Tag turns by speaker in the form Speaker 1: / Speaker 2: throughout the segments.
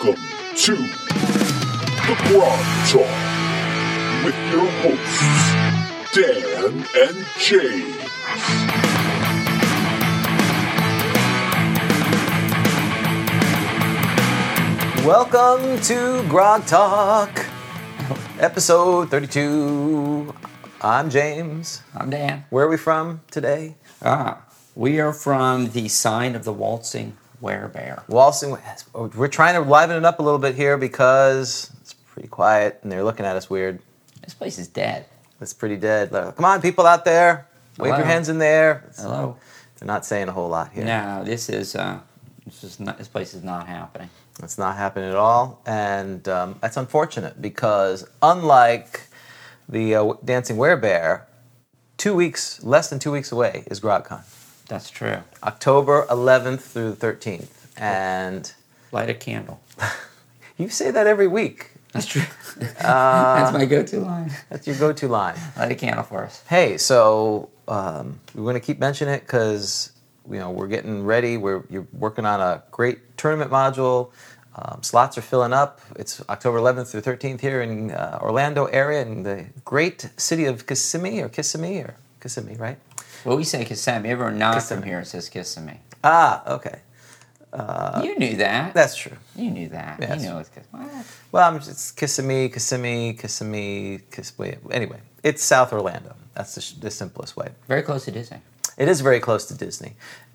Speaker 1: to The Broad Talk with your hosts, Dan and Jay.
Speaker 2: Welcome to Grog Talk, episode 32. I'm James.
Speaker 3: I'm Dan.
Speaker 2: Where are we from today?
Speaker 3: Ah, we are from the sign of the waltzing werebear.
Speaker 2: Walsing. We're trying to liven it up a little bit here because it's pretty quiet and they're looking at us weird.
Speaker 3: This place is dead.
Speaker 2: It's pretty dead. Like, Come on, people out there, wave
Speaker 3: Hello.
Speaker 2: your hands in the air. It's-
Speaker 3: Hello.
Speaker 2: They're not saying a whole lot here.
Speaker 3: No, this is uh, this is not, this place is not happening.
Speaker 2: That's not happening at all, and um, that's unfortunate because unlike the uh, dancing werebear, two weeks less than two weeks away is GrogCon,
Speaker 3: That's true.
Speaker 2: October 11th through the 13th, and
Speaker 3: Light a candle.
Speaker 2: you say that every week.
Speaker 3: That's true. That's my go-to line.
Speaker 2: That's your go-to line.
Speaker 3: Light a candle for us.
Speaker 2: Hey, so um, we're going to keep mentioning it because you know we're getting ready. We're you're working on a great tournament module. Um, slots are filling up. It's October 11th through 13th here in uh, Orlando area in the great city of Kissimmee or Kissimmee or Kissimmee, right?
Speaker 3: Well, we say Kissimmee. Everyone not
Speaker 2: Kissimmee.
Speaker 3: from here says Kissimmee.
Speaker 2: Ah, okay,
Speaker 3: you knew that.
Speaker 2: that's true.
Speaker 3: you knew that.
Speaker 2: Yes.
Speaker 3: You know it's Kissimmee. What?
Speaker 2: Well, I'm just, it's Kissimmee, Kissimmee, Kissimmee, Kiss. wait, Anyway, it's South Orlando. That's the, sh- the simplest way.
Speaker 3: Very close to Disney.
Speaker 2: It is very close to Disney.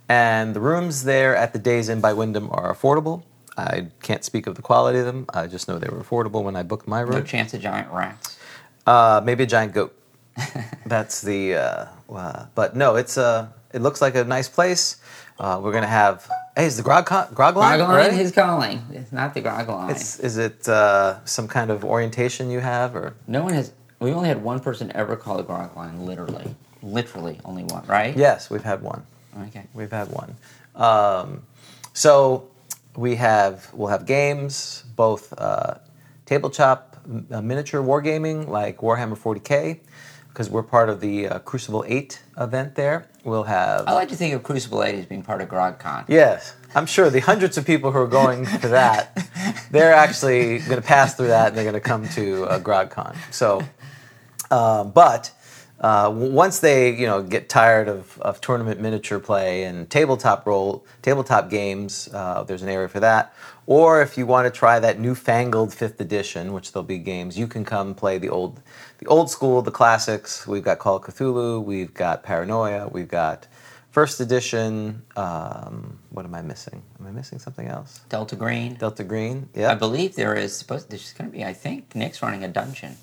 Speaker 2: And the rooms there at the Days Inn by Wyndham are affordable. I can't speak of the quality of them. I just know they were affordable when I booked my
Speaker 3: No
Speaker 2: room.
Speaker 3: chance of giant rats.
Speaker 2: Uh, maybe a giant goat. That's the. Uh, uh, but no, it's Uh, it looks like a nice place. Uh, we're gonna have. Hey, is the grog con- grog line?
Speaker 3: Grog
Speaker 2: right?
Speaker 3: line is calling. It's not the grog line.
Speaker 2: It's- is it uh, some kind of orientation you have, or
Speaker 3: No one has. We only had one person ever call the grog line. Literally, literally, only one. Right?
Speaker 2: yes, we've had one.
Speaker 3: Okay.
Speaker 2: We've had one. Um, so we have we'll have games, both uh, table chop, m- uh, miniature wargaming like Warhammer 40k, because we're part of the uh, Crucible 8 event. There we'll have
Speaker 3: I like to think of Crucible 8 as being part of GrogCon.
Speaker 2: yes. I'm sure the hundreds of people who are going to that, they're actually going to pass through that and they're going to come to uh, GrogCon. So, uh, but uh, w- once they you know get tired of, of tournament miniature play and tabletop role tabletop games, uh, there's an area for that. Or if you want to try that newfangled fifth edition, which there'll be games, you can come play the old the old school, the classics. We've got Call of Cthulhu, we've got Paranoia, we've got first edition. Um, what am I missing? Am I missing something else?
Speaker 3: Delta Green.
Speaker 2: Delta Green.
Speaker 3: I
Speaker 2: Yeah.
Speaker 3: believe there is supposed there's going to be. I think Nick's running a dungeon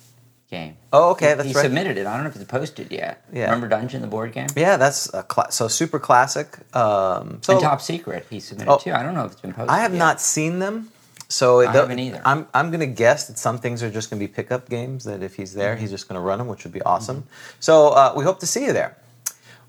Speaker 3: game.
Speaker 2: Oh, okay,
Speaker 3: He-
Speaker 2: that's
Speaker 3: he
Speaker 2: right.
Speaker 3: submitted it. I don't know if it's posted yet.
Speaker 2: Yeah.
Speaker 3: Remember Dungeon, the board game?
Speaker 2: Yeah, that's a cla- so super classic. Um, so
Speaker 3: and Top Secret, he submitted
Speaker 2: Oh.
Speaker 3: too. I don't know if it's been posted.
Speaker 2: I have
Speaker 3: yet.
Speaker 2: not seen them, so it-
Speaker 3: haven't either.
Speaker 2: I'm I'm gonna guess that some things are just gonna be pickup games. That if he's there,
Speaker 3: Mm-hmm.
Speaker 2: he's just gonna run them, which would be awesome. So uh, we hope to see you there.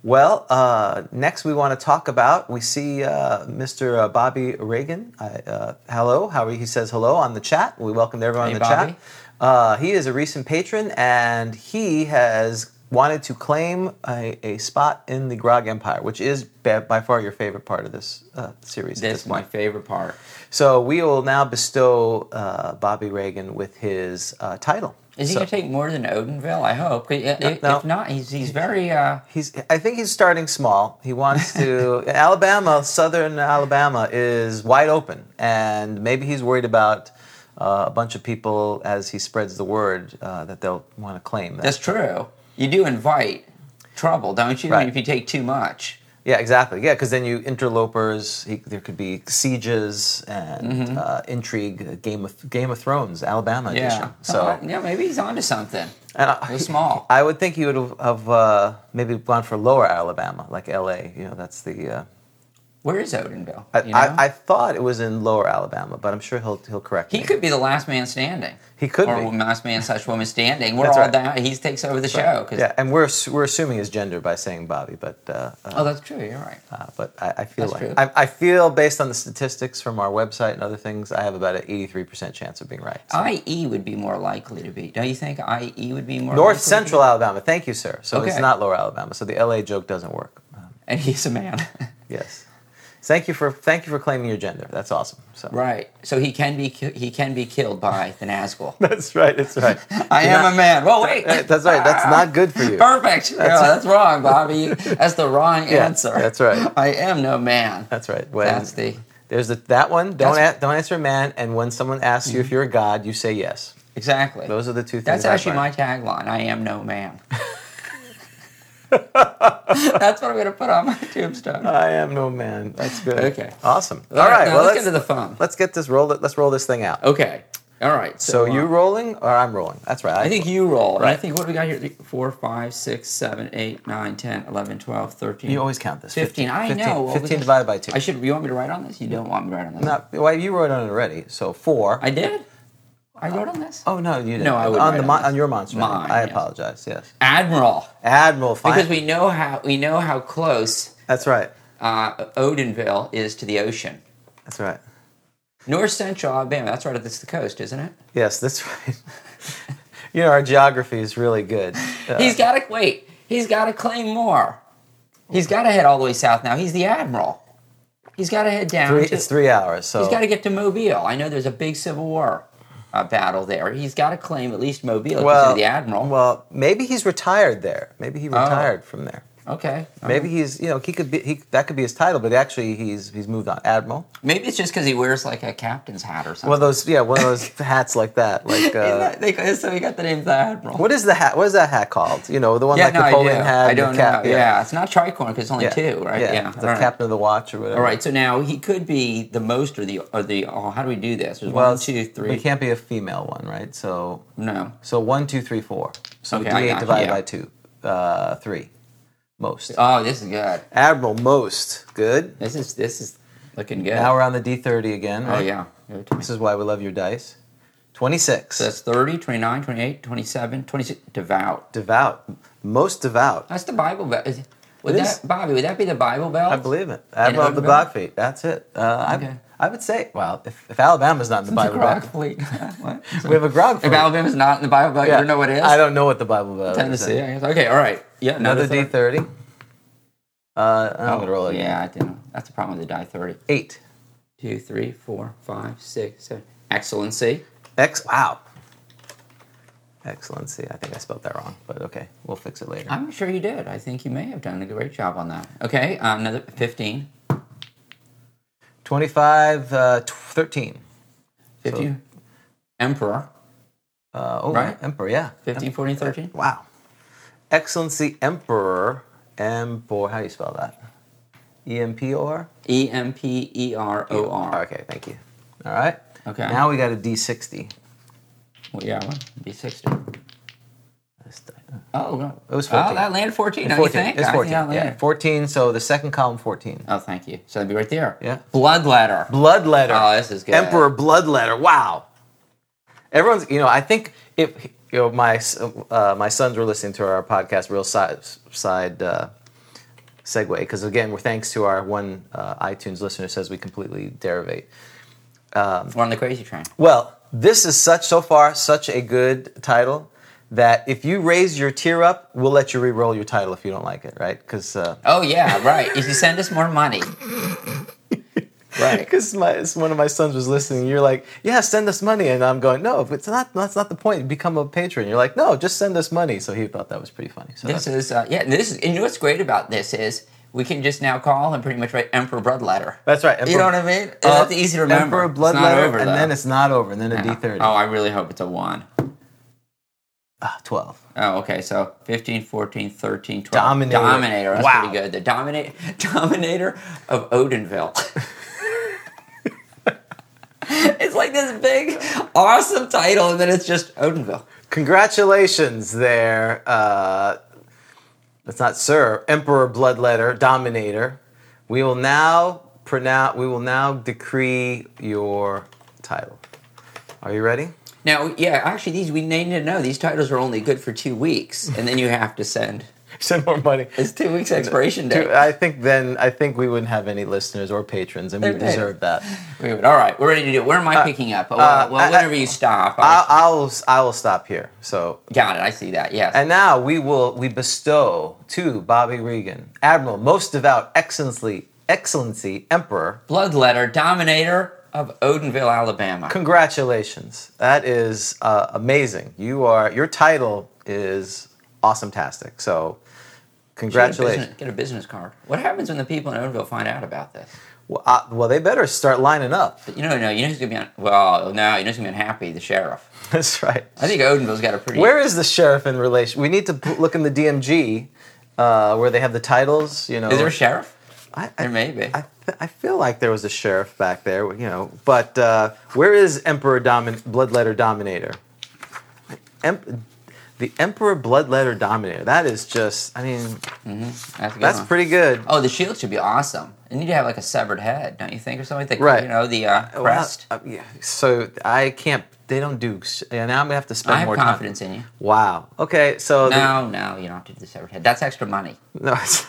Speaker 2: Well, uh, next we want to talk about we see uh, Mr. uh, Bobby Reagan. I, uh, hello, how are you? He says hello on the chat. We welcome everyone
Speaker 3: Hey,
Speaker 2: in the
Speaker 3: Bobby.
Speaker 2: chat. Uh, he is a recent patron, and he has wanted to claim a, a spot in the Grog Empire, which is by, by far your favorite part of this uh, series. at
Speaker 3: That's
Speaker 2: this
Speaker 3: my
Speaker 2: point.
Speaker 3: favorite part.
Speaker 2: So we will now bestow uh, Bobby Reagan with his uh, title.
Speaker 3: Is he
Speaker 2: So
Speaker 3: going to take more than Odenville? I hope. 'Cause i- If,
Speaker 2: no.
Speaker 3: if not, he's he's very. Uh,
Speaker 2: He's. I think he's starting small. He wants to. Alabama, Southern Alabama, is wide open, and maybe he's worried about uh, a bunch of people as he spreads the word uh, that they'll want to claim that.
Speaker 3: that's true. You do invite trouble, don't you? I mean,
Speaker 2: Right.
Speaker 3: if you take too much.
Speaker 2: yeah, exactly. Yeah, because then you interlopers. He, there could be sieges and
Speaker 3: Mm-hmm.
Speaker 2: uh, intrigue. Game of Game of Thrones, Alabama
Speaker 3: Yeah. Oh,
Speaker 2: edition. So
Speaker 3: yeah, maybe he's onto something.
Speaker 2: And I,
Speaker 3: It was small.
Speaker 2: I would think you would have, have uh, maybe gone for lower Alabama, like LA. You know, that's the. Uh,
Speaker 3: Where is Odenville?
Speaker 2: I,
Speaker 3: You know?
Speaker 2: I, I thought it was in lower Alabama, but I'm sure he'll he'll correct
Speaker 3: He
Speaker 2: me.
Speaker 3: could be the last man standing.
Speaker 2: He could
Speaker 3: or
Speaker 2: be.
Speaker 3: last man slash woman standing. We're
Speaker 2: That's
Speaker 3: all
Speaker 2: right.
Speaker 3: down. He takes over the show. 'cause-
Speaker 2: yeah, and we're ass- we're assuming his gender by saying Bobby, but uh, uh,
Speaker 3: Oh, that's true. You're right.
Speaker 2: uh, but I, I feel
Speaker 3: That's
Speaker 2: like
Speaker 3: true.
Speaker 2: I, I feel based on the statistics from our website and other things, I have about an 83 percent chance of being right. So-
Speaker 3: IE E would be more likely to be. Don't you think IE would be more
Speaker 2: North
Speaker 3: likely to be-
Speaker 2: Central Alabama, thank you, sir. So it's
Speaker 3: Okay.
Speaker 2: not lower Alabama. So the LA joke doesn't work. Um,
Speaker 3: And he's a man.
Speaker 2: yes, Thank you for thank you for claiming your gender. That's awesome. So
Speaker 3: Right. So he can be ki- he can be killed by the Nazgul.
Speaker 2: that's right. That's right.
Speaker 3: I
Speaker 2: You're
Speaker 3: am
Speaker 2: not-
Speaker 3: a man. Whoa, wait.
Speaker 2: That's right. That's not good for you.
Speaker 3: Perfect. No, that's wrong, Bobby. That's the wrong
Speaker 2: Yeah,
Speaker 3: answer.
Speaker 2: that's right.
Speaker 3: I am no man.
Speaker 2: That's right. When
Speaker 3: That's the-
Speaker 2: there's the, that one. Don't
Speaker 3: That's-
Speaker 2: a, don't answer man. And when someone asks you if you're a god, you say yes.
Speaker 3: Exactly.
Speaker 2: Those are the two things.
Speaker 3: That's
Speaker 2: I've
Speaker 3: actually my
Speaker 2: learned.
Speaker 3: tagline. I am no man. That's what I'm going to put on my tombstone.
Speaker 2: I am no man. That's good.
Speaker 3: Okay.
Speaker 2: Awesome.
Speaker 3: All right, now
Speaker 2: well,
Speaker 3: let's get to the phone.
Speaker 2: Let's get this roll. Let's roll this thing out.
Speaker 3: Okay. All right.
Speaker 2: So
Speaker 3: uh,
Speaker 2: you rolling or I'm rolling? That's right.
Speaker 3: I think you roll. and I
Speaker 2: Right.
Speaker 3: think what do we got here? Three- Four, five, six, seven, eight, nine, 10, 11, 12, 13.
Speaker 2: you always count this.
Speaker 3: 15. I know. Well,
Speaker 2: Fifteen
Speaker 3: because-
Speaker 2: divided by two.
Speaker 3: I should. You want me to write on this? You don't want me to write on this.
Speaker 2: Not, well, you wrote on it already. So four.
Speaker 3: I did. I wrote on this.
Speaker 2: oh no, you didn't.
Speaker 3: No, I would
Speaker 2: on
Speaker 3: write
Speaker 2: the
Speaker 3: on
Speaker 2: mon-
Speaker 3: this.
Speaker 2: on your monster.
Speaker 3: Mine,
Speaker 2: I
Speaker 3: yes.
Speaker 2: apologize. Yes.
Speaker 3: Admiral,
Speaker 2: Admiral. Fine.
Speaker 3: because we know how we know how close
Speaker 2: That's right.
Speaker 3: uh, Odinville is to the ocean.
Speaker 2: That's right.
Speaker 3: North Central Alabama. That's right. That's the coast, isn't it?
Speaker 2: Yes, that's right. you know, our geography is really good. Uh,
Speaker 3: He's got to wait. He's got to claim more. He's got to head all the way south now. He's the admiral. He's got to head down.
Speaker 2: three,
Speaker 3: to,
Speaker 2: it's three hours, so
Speaker 3: He's got to get to Mobile. I know there's a big Civil War uh, battle there. He's got to claim at least Mobile. if he's
Speaker 2: well,
Speaker 3: the admiral. Oh.
Speaker 2: Well, maybe he's retired there. Maybe he retired from there.
Speaker 3: okay.
Speaker 2: Maybe he's, you know, he could be. He, that could be his title, but actually, he's he's moved on. Admiral.
Speaker 3: Maybe it's just because he wears like a captain's hat or something.
Speaker 2: One of those, yeah, one of those hats like that. Like,
Speaker 3: Isn't
Speaker 2: uh,
Speaker 3: that- they- so he got the name of the admiral.
Speaker 2: what is the hat? What is that hat called? You know, the one like Napoleon
Speaker 3: I do.
Speaker 2: had.
Speaker 3: I don't
Speaker 2: the cap,
Speaker 3: know. Yeah. it's not tricorn because it's only two, right?
Speaker 2: Yeah,
Speaker 3: Yeah.
Speaker 2: the
Speaker 3: All right.
Speaker 2: captain of the watch or whatever.
Speaker 3: All right. So now he could be the most or the or the. Oh, how do we do this? There's
Speaker 2: Well,
Speaker 3: one, two, three.
Speaker 2: We can't be a female one, right? So
Speaker 3: No.
Speaker 2: So one, two, three, four. So
Speaker 3: Okay, I
Speaker 2: D8
Speaker 3: got
Speaker 2: divided
Speaker 3: you, yeah.
Speaker 2: by two, uh, three, most.
Speaker 3: Oh, this is good.
Speaker 2: Admiral most, good.
Speaker 3: This is this is looking good.
Speaker 2: Now we're on the D30 again.
Speaker 3: oh
Speaker 2: right?
Speaker 3: yeah. Give it to me.
Speaker 2: This is why we love your dice. Twenty-six.
Speaker 3: So that's 30, 29, 28, 27, 26. Devout.
Speaker 2: devout, most devout.
Speaker 3: That's the Bible belt. Is- Would
Speaker 2: It is.
Speaker 3: that Bobby? Would that be the Bible belt?
Speaker 2: I believe it. Admiral of the
Speaker 3: Alabama?
Speaker 2: Blackfeet. That's it. Uh,
Speaker 3: Okay.
Speaker 2: I, I would say. Well, if, if Alabama's not in the
Speaker 3: The
Speaker 2: Bible
Speaker 3: Grog
Speaker 2: Belt,
Speaker 3: fleet. what?
Speaker 2: we have a grog.
Speaker 3: If
Speaker 2: fleet.
Speaker 3: Alabama's not in the Bible belt,
Speaker 2: Yeah.
Speaker 3: you don't know what it is.
Speaker 2: I don't know what the Bible Belt is.
Speaker 3: Tennessee. I guess. Okay. All right. Yeah.
Speaker 2: Another
Speaker 3: another
Speaker 2: D30. Uh, I'm gonna roll it again.
Speaker 3: Oh, Yeah, I didn't. That's the problem with the die 30.
Speaker 2: Eight.
Speaker 3: Two, three, four, five, six, seven. Excellency.
Speaker 2: Ex wow. Excellency. I think I spelled that wrong, but okay, we'll fix it later.
Speaker 3: I'm not sure you did. I think you may have done a great job on that. Okay, uh, another 15.
Speaker 2: 25, uh, tw- 13.
Speaker 3: 15. Emperor.
Speaker 2: Uh, oh,
Speaker 3: Right?
Speaker 2: Emperor, yeah.
Speaker 3: 15, 14, 13.
Speaker 2: Wow. Excellency Emperor. Emperor, how do you spell that? E M P O R? Oh,
Speaker 3: E M P E R O R.
Speaker 2: Okay, thank you. All right.
Speaker 3: Okay.
Speaker 2: Now we got a D60.
Speaker 3: Well, yeah, well, be 60.
Speaker 2: This di-
Speaker 3: Oh, no.
Speaker 2: It was
Speaker 3: Oh,
Speaker 2: 14.
Speaker 3: that landed 14, don't you think?
Speaker 2: It's
Speaker 3: I
Speaker 2: 14.
Speaker 3: think that
Speaker 2: Yeah,
Speaker 3: landed.
Speaker 2: 14, so the second column, 14.
Speaker 3: Oh, thank you. So that'd be right there.
Speaker 2: Yeah.
Speaker 3: Blood letter.
Speaker 2: Blood letter.
Speaker 3: Oh, this is good.
Speaker 2: Emperor blood letter. Wow. Everyone's, you know, I think if you know my uh, my sons were listening to our podcast, real side side uh, segue, because again, we're thanks to our one uh, iTunes listener says we completely derivate.
Speaker 3: We're on the crazy train.
Speaker 2: Well, this is such so far such a good title that if you raise your tier up, we'll let you re-roll your title if you don't like it, right? Because. Uh,
Speaker 3: Oh, yeah, right. if you send us more money. right.
Speaker 2: Because my it's one of my sons was listening, you're like, "Yeah, send us money," and I'm going, "No, it's not. That's not the point. Become a patron." You're like, "No, just send us money." So he thought that was pretty funny. So
Speaker 3: This
Speaker 2: that's-
Speaker 3: is uh, yeah. This is and you know what's great about this is we can just now call and pretty much write Emperor Bloodletter.
Speaker 2: that's right.
Speaker 3: You know what I mean? And
Speaker 2: Uh,
Speaker 3: that's easy to remember.
Speaker 2: Emperor
Speaker 3: It's
Speaker 2: blood
Speaker 3: not
Speaker 2: letter,
Speaker 3: over,
Speaker 2: and
Speaker 3: though.
Speaker 2: then it's not over, and then a D30.
Speaker 3: Oh, I really hope it's a one.
Speaker 2: Ah, 12.
Speaker 3: Oh, okay. So 15, 14, 13, 12.
Speaker 2: Dominator.
Speaker 3: Dominator. That's
Speaker 2: Wow.
Speaker 3: pretty good. The dominate, Dominator of Odinville. it's like this big, awesome title, and then it's just Odinville.
Speaker 2: Congratulations there. Uh, that's not Sir Emperor blood letter Dominator. We will now pronounce. We will now decree your title. Are you ready?
Speaker 3: Now, yeah, actually, these we need to know. These titles are only good for two weeks, and then you have to send.
Speaker 2: Send more money.
Speaker 3: It's two weeks expiration
Speaker 2: Dude,
Speaker 3: date.
Speaker 2: I think then I think we wouldn't have any listeners or patrons, and we
Speaker 3: Okay.
Speaker 2: deserve that.
Speaker 3: Wait, wait, all right, we're ready to do it. Where am I picking up? Well,
Speaker 2: uh,
Speaker 3: well
Speaker 2: I-
Speaker 3: whenever you stop. I,
Speaker 2: I'll, I'll I will stop here. So
Speaker 3: got it. I see that. Yes.
Speaker 2: and now we will we bestow to Bobby Regan, Admiral, most devout, excellency, Excellency Emperor.
Speaker 3: Bloodletter, dominator of Odenville, Alabama.
Speaker 2: Congratulations. That is uh, amazing. You are your title is awesome tastic. So
Speaker 3: Get a,
Speaker 2: congratulations.
Speaker 3: business, get a business card. What happens when the people in Odenville find out about this?
Speaker 2: Well, uh, well, they better start lining up.
Speaker 3: But you know, no, you know who's gonna be un- well. No, you know who's gonna be unhappy. The sheriff.
Speaker 2: That's right.
Speaker 3: I think Odenville's got a pretty.
Speaker 2: Where is the sheriff in relation? We need to p- look in the DMG uh, where they have the titles. You know,
Speaker 3: is there a sheriff?
Speaker 2: I, I,
Speaker 3: There may be.
Speaker 2: I, I feel like there was a sheriff back there. You know, but uh, where is Emperor Domin- Bloodletter Dominator? Em- the Emperor Bloodletter Dominator. That is just. I mean,
Speaker 3: That's, a good
Speaker 2: that's
Speaker 3: one.
Speaker 2: pretty good.
Speaker 3: Oh, the shield should be awesome. You need to have like a severed head, don't you think, or something? Like the,
Speaker 2: Right.
Speaker 3: You know the uh,
Speaker 2: Well,
Speaker 3: crest.
Speaker 2: uh, yeah. So I can't. They don't do. sh- Yeah, now I'm gonna have to spend
Speaker 3: I have
Speaker 2: more
Speaker 3: confidence
Speaker 2: time.
Speaker 3: in you.
Speaker 2: Wow. Okay. So the-
Speaker 3: No, no, you don't have to do the severed head. That's extra money.
Speaker 2: no, it's-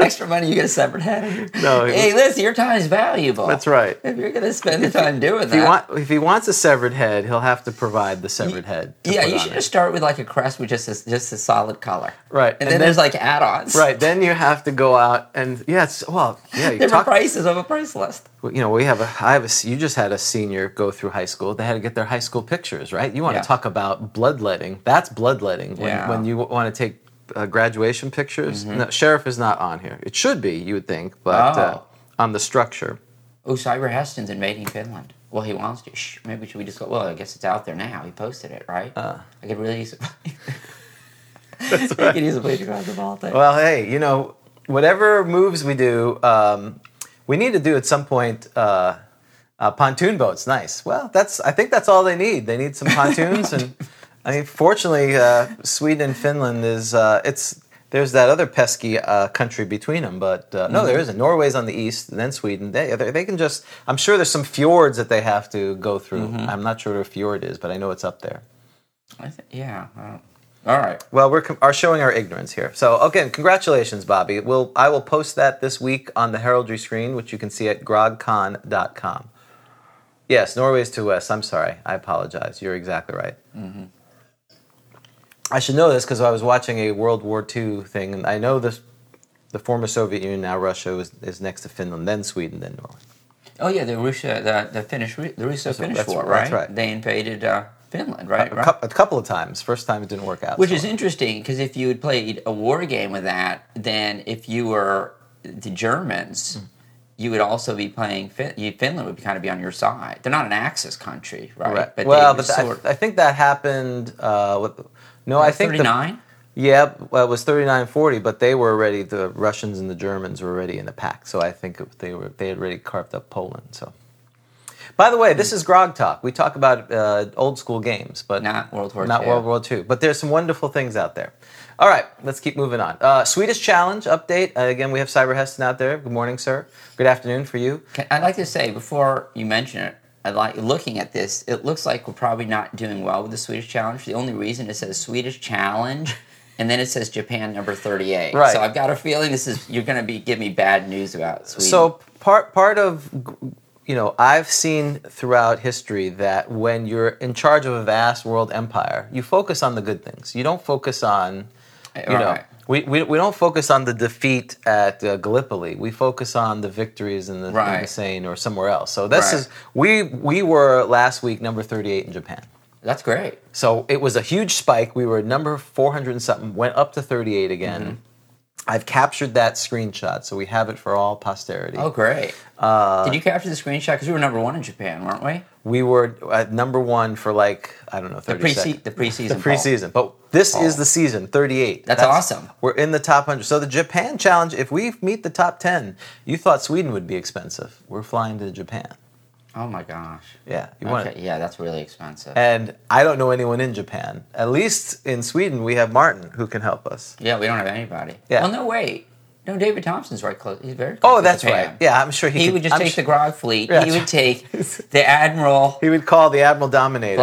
Speaker 3: extra money, you get a severed head.
Speaker 2: No, it-
Speaker 3: Hey, listen, your time is valuable.
Speaker 2: that's right.
Speaker 3: If you're gonna spend the time doing
Speaker 2: If he,
Speaker 3: that,
Speaker 2: want, if he wants a severed head, he'll have to provide the severed head. to
Speaker 3: yeah,
Speaker 2: put
Speaker 3: you
Speaker 2: on
Speaker 3: should
Speaker 2: it.
Speaker 3: just start with like a crest with just a, just a solid color.
Speaker 2: Right,
Speaker 3: And,
Speaker 2: and
Speaker 3: then,
Speaker 2: then-
Speaker 3: there's like add-ons.
Speaker 2: Right. Then you have to go out and yes. Well, yeah. You
Speaker 3: Different
Speaker 2: talk.
Speaker 3: prices of a price list.
Speaker 2: You know, we have a. I have a. You just had a senior go through high school. They had to get their high school pictures. Right. You want
Speaker 3: Yeah.
Speaker 2: to talk about bloodletting? That's bloodletting. When,
Speaker 3: Yeah. Mm-hmm.
Speaker 2: when you want to take uh, graduation pictures. No, sheriff is not on here. It should be. You would think, but uh,
Speaker 3: Oh.
Speaker 2: on the structure.
Speaker 3: Oh, Cyber Heston's invading Finland. Well, he wants to. Shh. Maybe should we just go? Well, I guess it's out there now. He posted it, right? Uh, I could really use. That's right. could use a bleeding around the Baltic.
Speaker 2: Well, hey, you know, whatever moves we do, um, we need to do at some point. Uh, uh, pontoon boats, nice. Well, that's. I think that's all they need. They need some pontoons, and I mean, fortunately, uh, Sweden and Finland is. Uh, it's there's that other pesky uh, country between them, but uh, no, there isn't. Norway's on the east, and then Sweden. They they they can just. I'm sure there's some fjords that they have to go through. I'm not sure what a fjord is, but I know it's up there.
Speaker 3: I th- yeah. I don't- All right.
Speaker 2: Well, we're com- are showing our ignorance here. So again, congratulations, Bobby. We'll I will post that this week on the heraldry screen, which you can see at grogcon.com. Yes, Norway's to west. I'm sorry. I apologize. You're exactly right.
Speaker 3: Mm-hmm.
Speaker 2: I should know this because I was watching a World War II thing, and I know this. The former Soviet Union, now Russia, is, is next to Finland, then Sweden, then Norway.
Speaker 3: Oh yeah, the Russia, the, the Finnish, Ru- the Russo-Finnish
Speaker 2: that's-
Speaker 3: war, right?
Speaker 2: that's right.
Speaker 3: They invaded uh, Finland, right?
Speaker 2: A,
Speaker 3: right?
Speaker 2: cou- a couple of times. First time it didn't work out.
Speaker 3: Which
Speaker 2: so-
Speaker 3: is interesting because if you had played a war game with that, then if you were the Germans,
Speaker 2: Hmm.
Speaker 3: you would also be playing. Fin- you, Finland would kind of be on your side. They're not an Axis country, right?
Speaker 2: Right.
Speaker 3: But
Speaker 2: well,
Speaker 3: they were
Speaker 2: but th- I-
Speaker 3: sort-
Speaker 2: I, think that happened. Uh, with, no, I think the,
Speaker 3: thirty-nine.
Speaker 2: Yeah, well, it was 39-40, but they were already the Russians and the Germans were already in the pack. So I think it- they were they had already carved up Poland. So, by the way, this is Grog Talk. We talk about uh, old school games, but
Speaker 3: Not World War
Speaker 2: not
Speaker 3: II.
Speaker 2: World War II. But there's some wonderful things out there. All right, let's keep moving on. Uh, Swedish challenge update. Uh, again, we have Cyber Heston out there. Good morning, sir. Good afternoon for you.
Speaker 3: Can- I'd like to say before you mention it, I like looking at this. It looks like we're probably not doing well with the Swedish challenge. The only reason it says Swedish challenge, and then it says Japan number thirty-eight.
Speaker 2: Right.
Speaker 3: So I've got a feeling this is you're going to be give me bad news about Sweden.
Speaker 2: So part part of you know I've seen throughout history that when you're in charge of a vast world empire, you focus on the good things. You don't focus on you know
Speaker 3: Right.
Speaker 2: we, we, we don't focus on the defeat at uh, Gallipoli. We focus on the victories in the, in the
Speaker 3: Right.
Speaker 2: Seine or somewhere else. So this
Speaker 3: Right.
Speaker 2: is we we were last week number 38 in Japan.
Speaker 3: that's great.
Speaker 2: So it was a huge spike. We were number 400 and something, went up to 38 again.
Speaker 3: Mm-hmm.
Speaker 2: I've captured that screenshot, so we have it for all posterity.
Speaker 3: Oh, great.
Speaker 2: Uh,
Speaker 3: Did you capture the screenshot? Because we were number one in Japan, weren't we?
Speaker 2: we were at number one for like I don't know
Speaker 3: The,
Speaker 2: thirty
Speaker 3: pre-
Speaker 2: seconds.
Speaker 3: the preseason.
Speaker 2: The preseason, but this
Speaker 3: Paul.
Speaker 2: is the season thirty-eight.
Speaker 3: That's awesome.
Speaker 2: We're in the top hundred. So the Japan challenge. If we meet the top ten, you thought Sweden would be expensive. We're flying to Japan.
Speaker 3: Poll. Oh my gosh.
Speaker 2: Yeah, you want
Speaker 3: Okay.
Speaker 2: it. Eh.
Speaker 3: Yeah, that's really expensive.
Speaker 2: And I don't know anyone in Japan. At least in Sweden, we have Martin who can help us.
Speaker 3: yeah, we don't have anybody.
Speaker 2: Yeah.
Speaker 3: Well, no wait. No, David Thompson's right close. He's very. Close
Speaker 2: Oh,
Speaker 3: to
Speaker 2: that's
Speaker 3: Japan.
Speaker 2: right. Yeah, I'm sure he,
Speaker 3: He
Speaker 2: could-
Speaker 3: would just
Speaker 2: I'm
Speaker 3: take
Speaker 2: su-
Speaker 3: the Grog fleet.
Speaker 2: Yeah,
Speaker 3: he would
Speaker 2: that's
Speaker 3: take the Admiral.
Speaker 2: He would call the Admiral Dominator.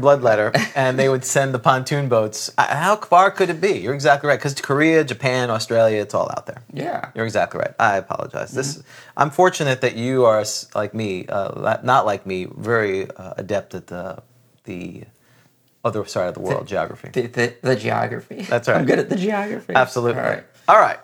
Speaker 2: Bloodletter. and they would send the pontoon boats. I- How far could it be? You're exactly right. Because Korea, Japan, Australia, it's all out there.
Speaker 3: Yeah.
Speaker 2: You're exactly right. I apologize. This, I'm fortunate that you are s- like me, uh, la- not like me, very uh, adept at the the other side of the world geography.
Speaker 3: The, the, the geography.
Speaker 2: That's right.
Speaker 3: I'm good at the geography.
Speaker 2: Absolutely.
Speaker 3: All right.
Speaker 2: All right.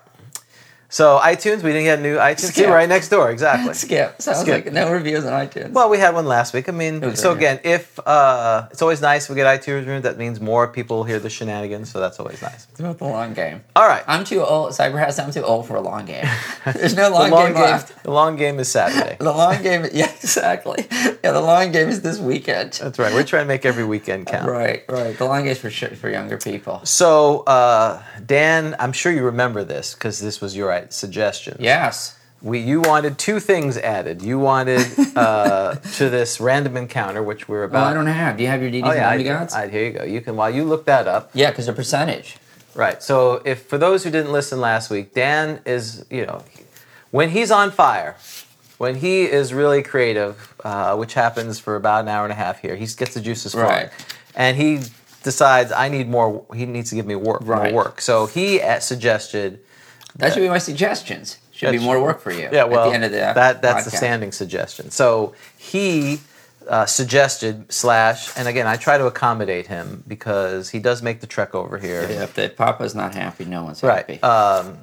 Speaker 2: So iTunes, we didn't get a new iTunes. See,
Speaker 3: Skip.
Speaker 2: right next door, exactly.
Speaker 3: Skip. Sounds
Speaker 2: Skip.
Speaker 3: like no reviews on iTunes.
Speaker 2: Well, we had one last week. I mean,
Speaker 3: was
Speaker 2: so
Speaker 3: right, yeah.
Speaker 2: again, if uh, it's always nice we get iTunes removed, that means more people hear the shenanigans, so that's always nice.
Speaker 3: it's about the long game.
Speaker 2: All right.
Speaker 3: I'm too old. Cyberhouse, I'm too old for a long game. There's no long,
Speaker 2: the long
Speaker 3: game, left.
Speaker 2: The long game is Saturday.
Speaker 3: The long game. Yeah, exactly. Yeah, the long game is this weekend.
Speaker 2: That's right. We're trying to make every weekend count.
Speaker 3: Right, right. The long game is for sure for younger people.
Speaker 2: So, uh, Dan, I'm sure you remember this because this was your uh, suggestion.
Speaker 3: Yes.
Speaker 2: We, you wanted two things added. You wanted uh, to this random encounter, which we're about.
Speaker 3: Well, Oh, I don't have. Do you have your DDs
Speaker 2: uh, Oh yeah, I,
Speaker 3: and
Speaker 2: do.
Speaker 3: demigods?
Speaker 2: I- here you go. You can while you look that up.
Speaker 3: yeah, because they're percentage.
Speaker 2: Right. So if for those who didn't listen last week, Dan is you know when he's on fire, when he is really creative, uh, which happens for about an hour and a half here, he gets the juices flowing,
Speaker 3: Right.
Speaker 2: and he decides I need more. He needs to give me work,
Speaker 3: Right.
Speaker 2: more work. So he uh, suggested.
Speaker 3: That should be my suggestions. Should be
Speaker 2: That's-
Speaker 3: more work for you.
Speaker 2: Yeah, well,
Speaker 3: at the end of the
Speaker 2: that that's the
Speaker 3: podcast.
Speaker 2: standing suggestion. So he uh, suggested slash, and again, I try to accommodate him because he does make the trek over here.
Speaker 3: Yeah, if the papa's not happy, no one's happy.
Speaker 2: Right. Um,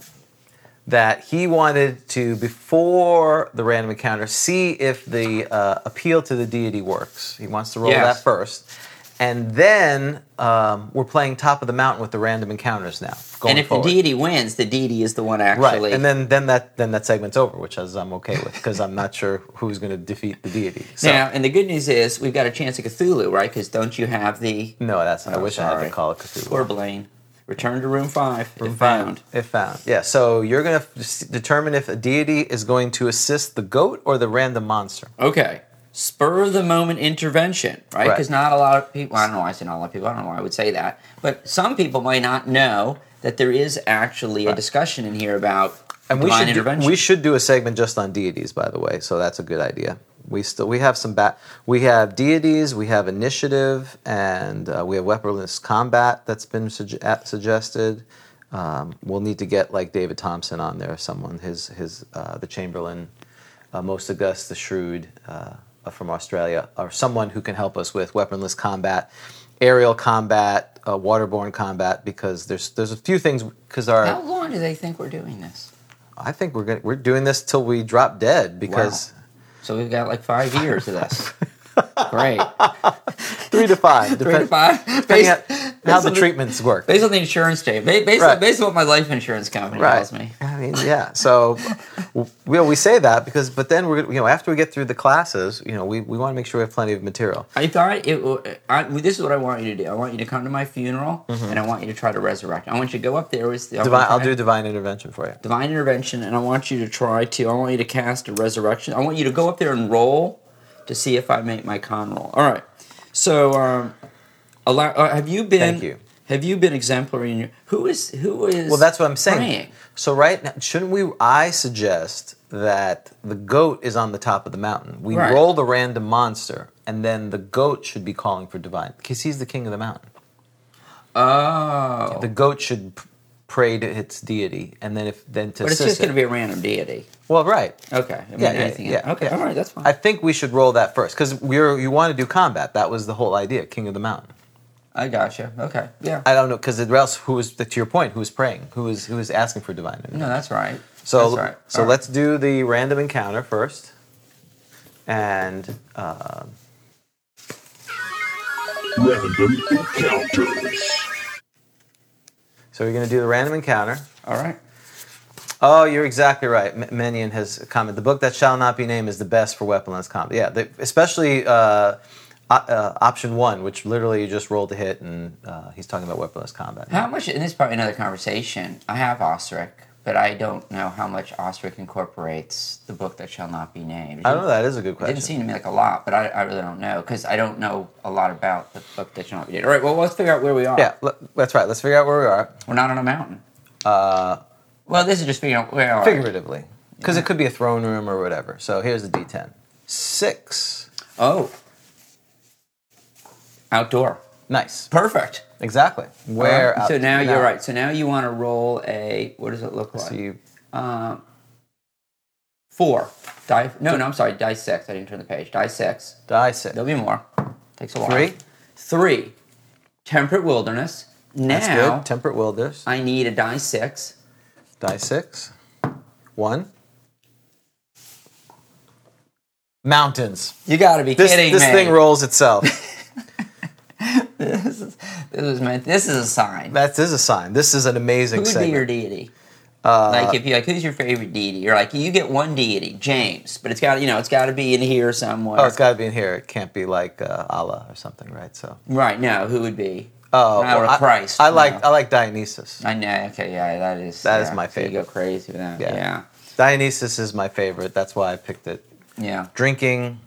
Speaker 2: that he wanted to, before the random encounter, see if the uh, appeal to the deity works. He wants to roll
Speaker 3: Yes.
Speaker 2: that first. And then um, we're playing top of the mountain with the random encounters now. Going
Speaker 3: and if
Speaker 2: forward.
Speaker 3: the deity wins, the deity is the one
Speaker 2: Right,
Speaker 3: actually.
Speaker 2: and then, then that then that segment's over, which is I'm okay with because I'm not sure who's going to defeat the deity. So,
Speaker 3: now, and the good news is we've got a chance at Cthulhu, right? Because don't you have the
Speaker 2: no, that's I
Speaker 3: Oh,
Speaker 2: wish I had
Speaker 3: sorry.
Speaker 2: to call it Cthulhu.
Speaker 3: or Blaine? Return to room five. Room found.
Speaker 2: If found, yeah. So you're going to determine if a deity is going to assist the goat or the random monster.
Speaker 3: Okay. Spur of the moment intervention, right?
Speaker 2: Right.
Speaker 3: Because not a lot of people, I don't know why I say not a lot of people, I don't know why I would say that, but some people might not know that there is actually a discussion in here about
Speaker 2: And we
Speaker 3: divine
Speaker 2: should
Speaker 3: intervention.
Speaker 2: Do, we should do a segment just on deities, by the way. So that's a good idea. We still we have some bat. We have deities. We have initiative, and uh, we have weaponless combat that's been sugge- uh, suggested. Um, we'll need to get like David Thompson on there, someone his his uh, the Chamberlain, uh, most august, the shrewd uh, from Australia, or someone who can help us with weaponless combat, aerial combat, uh, waterborne combat, because there's there's a few things because our
Speaker 3: How long do they think we're doing this?
Speaker 2: I think we're gonna, we're doing this till we drop dead because
Speaker 3: So we've got like five years of this. Great.
Speaker 2: three to five,
Speaker 3: Three to
Speaker 2: depend-
Speaker 3: five.
Speaker 2: depending
Speaker 3: Based,
Speaker 2: on how the
Speaker 3: on the-
Speaker 2: treatments work.
Speaker 3: based on the insurance tape. Ba- Based,
Speaker 2: Right.
Speaker 3: on, based on what my life insurance company tells me.
Speaker 2: I mean, yeah. So w- we we say that because, but then we're you know after we get through the classes, you know, we, we want to make sure we have plenty of material.
Speaker 3: I thought it. w- I, well, this is what I want you to do. I want you to come to my funeral, and I want you to try to resurrect. I want you to go up there with the
Speaker 2: Mm-hmm. Divine, I'll
Speaker 3: divine,
Speaker 2: do divine intervention for you.
Speaker 3: divine intervention, and I want you to try to. I want you to cast a resurrection. I want you to go up there and roll to see if I make my con roll. All right. So, um, allow, uh, have you been?
Speaker 2: Thank you.
Speaker 3: Have you been exemplary in your? Who is who is?
Speaker 2: Well, that's what I'm saying.
Speaker 3: praying?
Speaker 2: So right now, shouldn't we? I suggest that the goat is on the top of the mountain. We
Speaker 3: Right.
Speaker 2: roll the random monster, and then the goat should be calling for divine because he's the king of the mountain.
Speaker 3: Oh,
Speaker 2: the goat should p- pray to its deity, and then if then to
Speaker 3: but it's
Speaker 2: assist
Speaker 3: just
Speaker 2: it.
Speaker 3: going to be a random deity.
Speaker 2: well, right.
Speaker 3: Okay. I mean,
Speaker 2: Yeah, yeah,
Speaker 3: anything
Speaker 2: yeah,
Speaker 3: okay.
Speaker 2: yeah.
Speaker 3: All right. That's fine.
Speaker 2: I think we should roll that first because we're you want to do combat. That was the whole idea, King of the Mountain.
Speaker 3: I gotcha. Okay. Yeah.
Speaker 2: I don't know because else who is to your point? Who is praying? Who is who is asking for divine? intervention?
Speaker 3: no, that's right.
Speaker 2: So
Speaker 3: that's right.
Speaker 2: so
Speaker 3: All right.
Speaker 2: let's do the random encounter first, and um,
Speaker 1: Random encounters.
Speaker 2: so we're going to do the random encounter.
Speaker 3: All right.
Speaker 2: Oh, you're exactly right. M- Menion has commented. The book that shall not be named is the best for weaponless combat. Yeah, the, especially uh, o- uh, option one, which literally you just rolled a hit, and uh, he's talking about weaponless combat.
Speaker 3: How much? And this is probably another conversation. I have Ostrich, but I don't know how much Ostrich incorporates the book that shall not be named.
Speaker 2: I don't know. That is a good
Speaker 3: It didn't
Speaker 2: question.
Speaker 3: seem to me like a lot, but I, I really don't know because I don't know a lot about the book that shall not be named. All right. Well, let's figure out where we are.
Speaker 2: Yeah, l- that's right. Let's figure out where we are
Speaker 3: We're not on a mountain. Uh. Well, this is just figuring out where we are.
Speaker 2: figuratively, because it could be a throne room or whatever. So here's the D10. Six.
Speaker 3: Oh. Outdoor.
Speaker 2: Nice.
Speaker 3: Perfect.
Speaker 2: Exactly. Where?
Speaker 3: Alright, So
Speaker 2: out-
Speaker 3: now you're right. So now you want to roll a. What does it look like?
Speaker 2: So you-
Speaker 3: Um, four. Die. No, no, I'm sorry. Die six. I didn't turn the page. Die six.
Speaker 2: die six.
Speaker 3: There'll be more. Takes a while.
Speaker 2: Three.
Speaker 3: Three. Temperate wilderness. Now
Speaker 2: That's good. Temperate wilderness.
Speaker 3: I need a die six.
Speaker 2: Die six. One. Mountains.
Speaker 3: You got to be
Speaker 2: This,
Speaker 3: kidding
Speaker 2: this
Speaker 3: me.
Speaker 2: thing rolls itself.
Speaker 3: This was meant. This is a sign.
Speaker 2: that is a sign. This is an amazing
Speaker 3: Who would be
Speaker 2: segment. Uh,
Speaker 3: your deity? like if you like, who's your favorite deity? You're like, you get one deity, James, but it's got you know, it's got to be in here somewhere.
Speaker 2: Oh, it's got to be in here. It can't be like uh, Allah or something, right? So,
Speaker 3: right now, who would be?
Speaker 2: oh,
Speaker 3: Or
Speaker 2: well,
Speaker 3: Christ.
Speaker 2: I, I like
Speaker 3: No.
Speaker 2: I like Dionysus.
Speaker 3: I know. Okay, yeah, that is
Speaker 2: That
Speaker 3: that
Speaker 2: is
Speaker 3: is
Speaker 2: my
Speaker 3: You go crazy with that.
Speaker 2: Yeah.
Speaker 3: Yeah, yeah.
Speaker 2: Dionysus is my favorite. That's why I picked it. Drinking,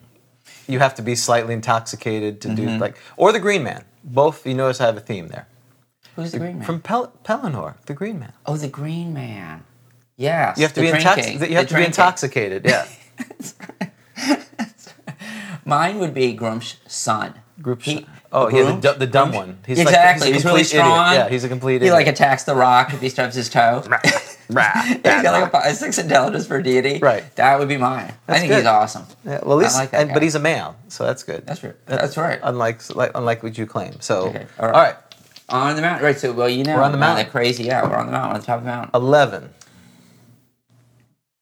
Speaker 2: you have to be slightly intoxicated to do
Speaker 3: Mm-hmm.
Speaker 2: like, or the Green Man. Both. You notice I have a theme there
Speaker 3: Who's the green man?
Speaker 2: from Pel- Pelennor, the Green Man.
Speaker 3: oh, the green man. Yes.
Speaker 2: You have to
Speaker 3: the
Speaker 2: be
Speaker 3: drinking,
Speaker 2: intoxicated.
Speaker 3: the
Speaker 2: You have to be
Speaker 3: drinking.
Speaker 2: intoxicated. Yeah.
Speaker 3: Mine would be Grump's son.
Speaker 2: Group.
Speaker 3: He-
Speaker 2: shot. oh yeah, the,
Speaker 3: Grumsh-
Speaker 2: du- the dumb
Speaker 3: Grumsh-
Speaker 2: one.
Speaker 3: He's exactly.
Speaker 2: Like,
Speaker 3: he's,
Speaker 2: a
Speaker 3: really
Speaker 2: complete idiot.
Speaker 3: strong.
Speaker 2: Yeah, he's a complete
Speaker 3: He
Speaker 2: idiot.
Speaker 3: like attacks the rock if he stubs his toe. he's got like a
Speaker 2: yeah,
Speaker 3: fi- a six intelligence for deity.
Speaker 2: Right.
Speaker 3: That would be mine. I
Speaker 2: That's
Speaker 3: think
Speaker 2: good.
Speaker 3: he's awesome.
Speaker 2: well, at least,
Speaker 3: I like that
Speaker 2: and,
Speaker 3: guy.
Speaker 2: but he's a male, so that's good.
Speaker 3: That's right. That's right.
Speaker 2: Uh, Unlike, like, unlike what you claim. So,
Speaker 3: Okay,
Speaker 2: all
Speaker 3: all
Speaker 2: right.
Speaker 3: right. on the mountain, right? So well, you know,
Speaker 2: We're on the
Speaker 3: about
Speaker 2: mountain.
Speaker 3: that crazy. Yeah, we're on the mountain, on the top of the mountain.
Speaker 2: eleven.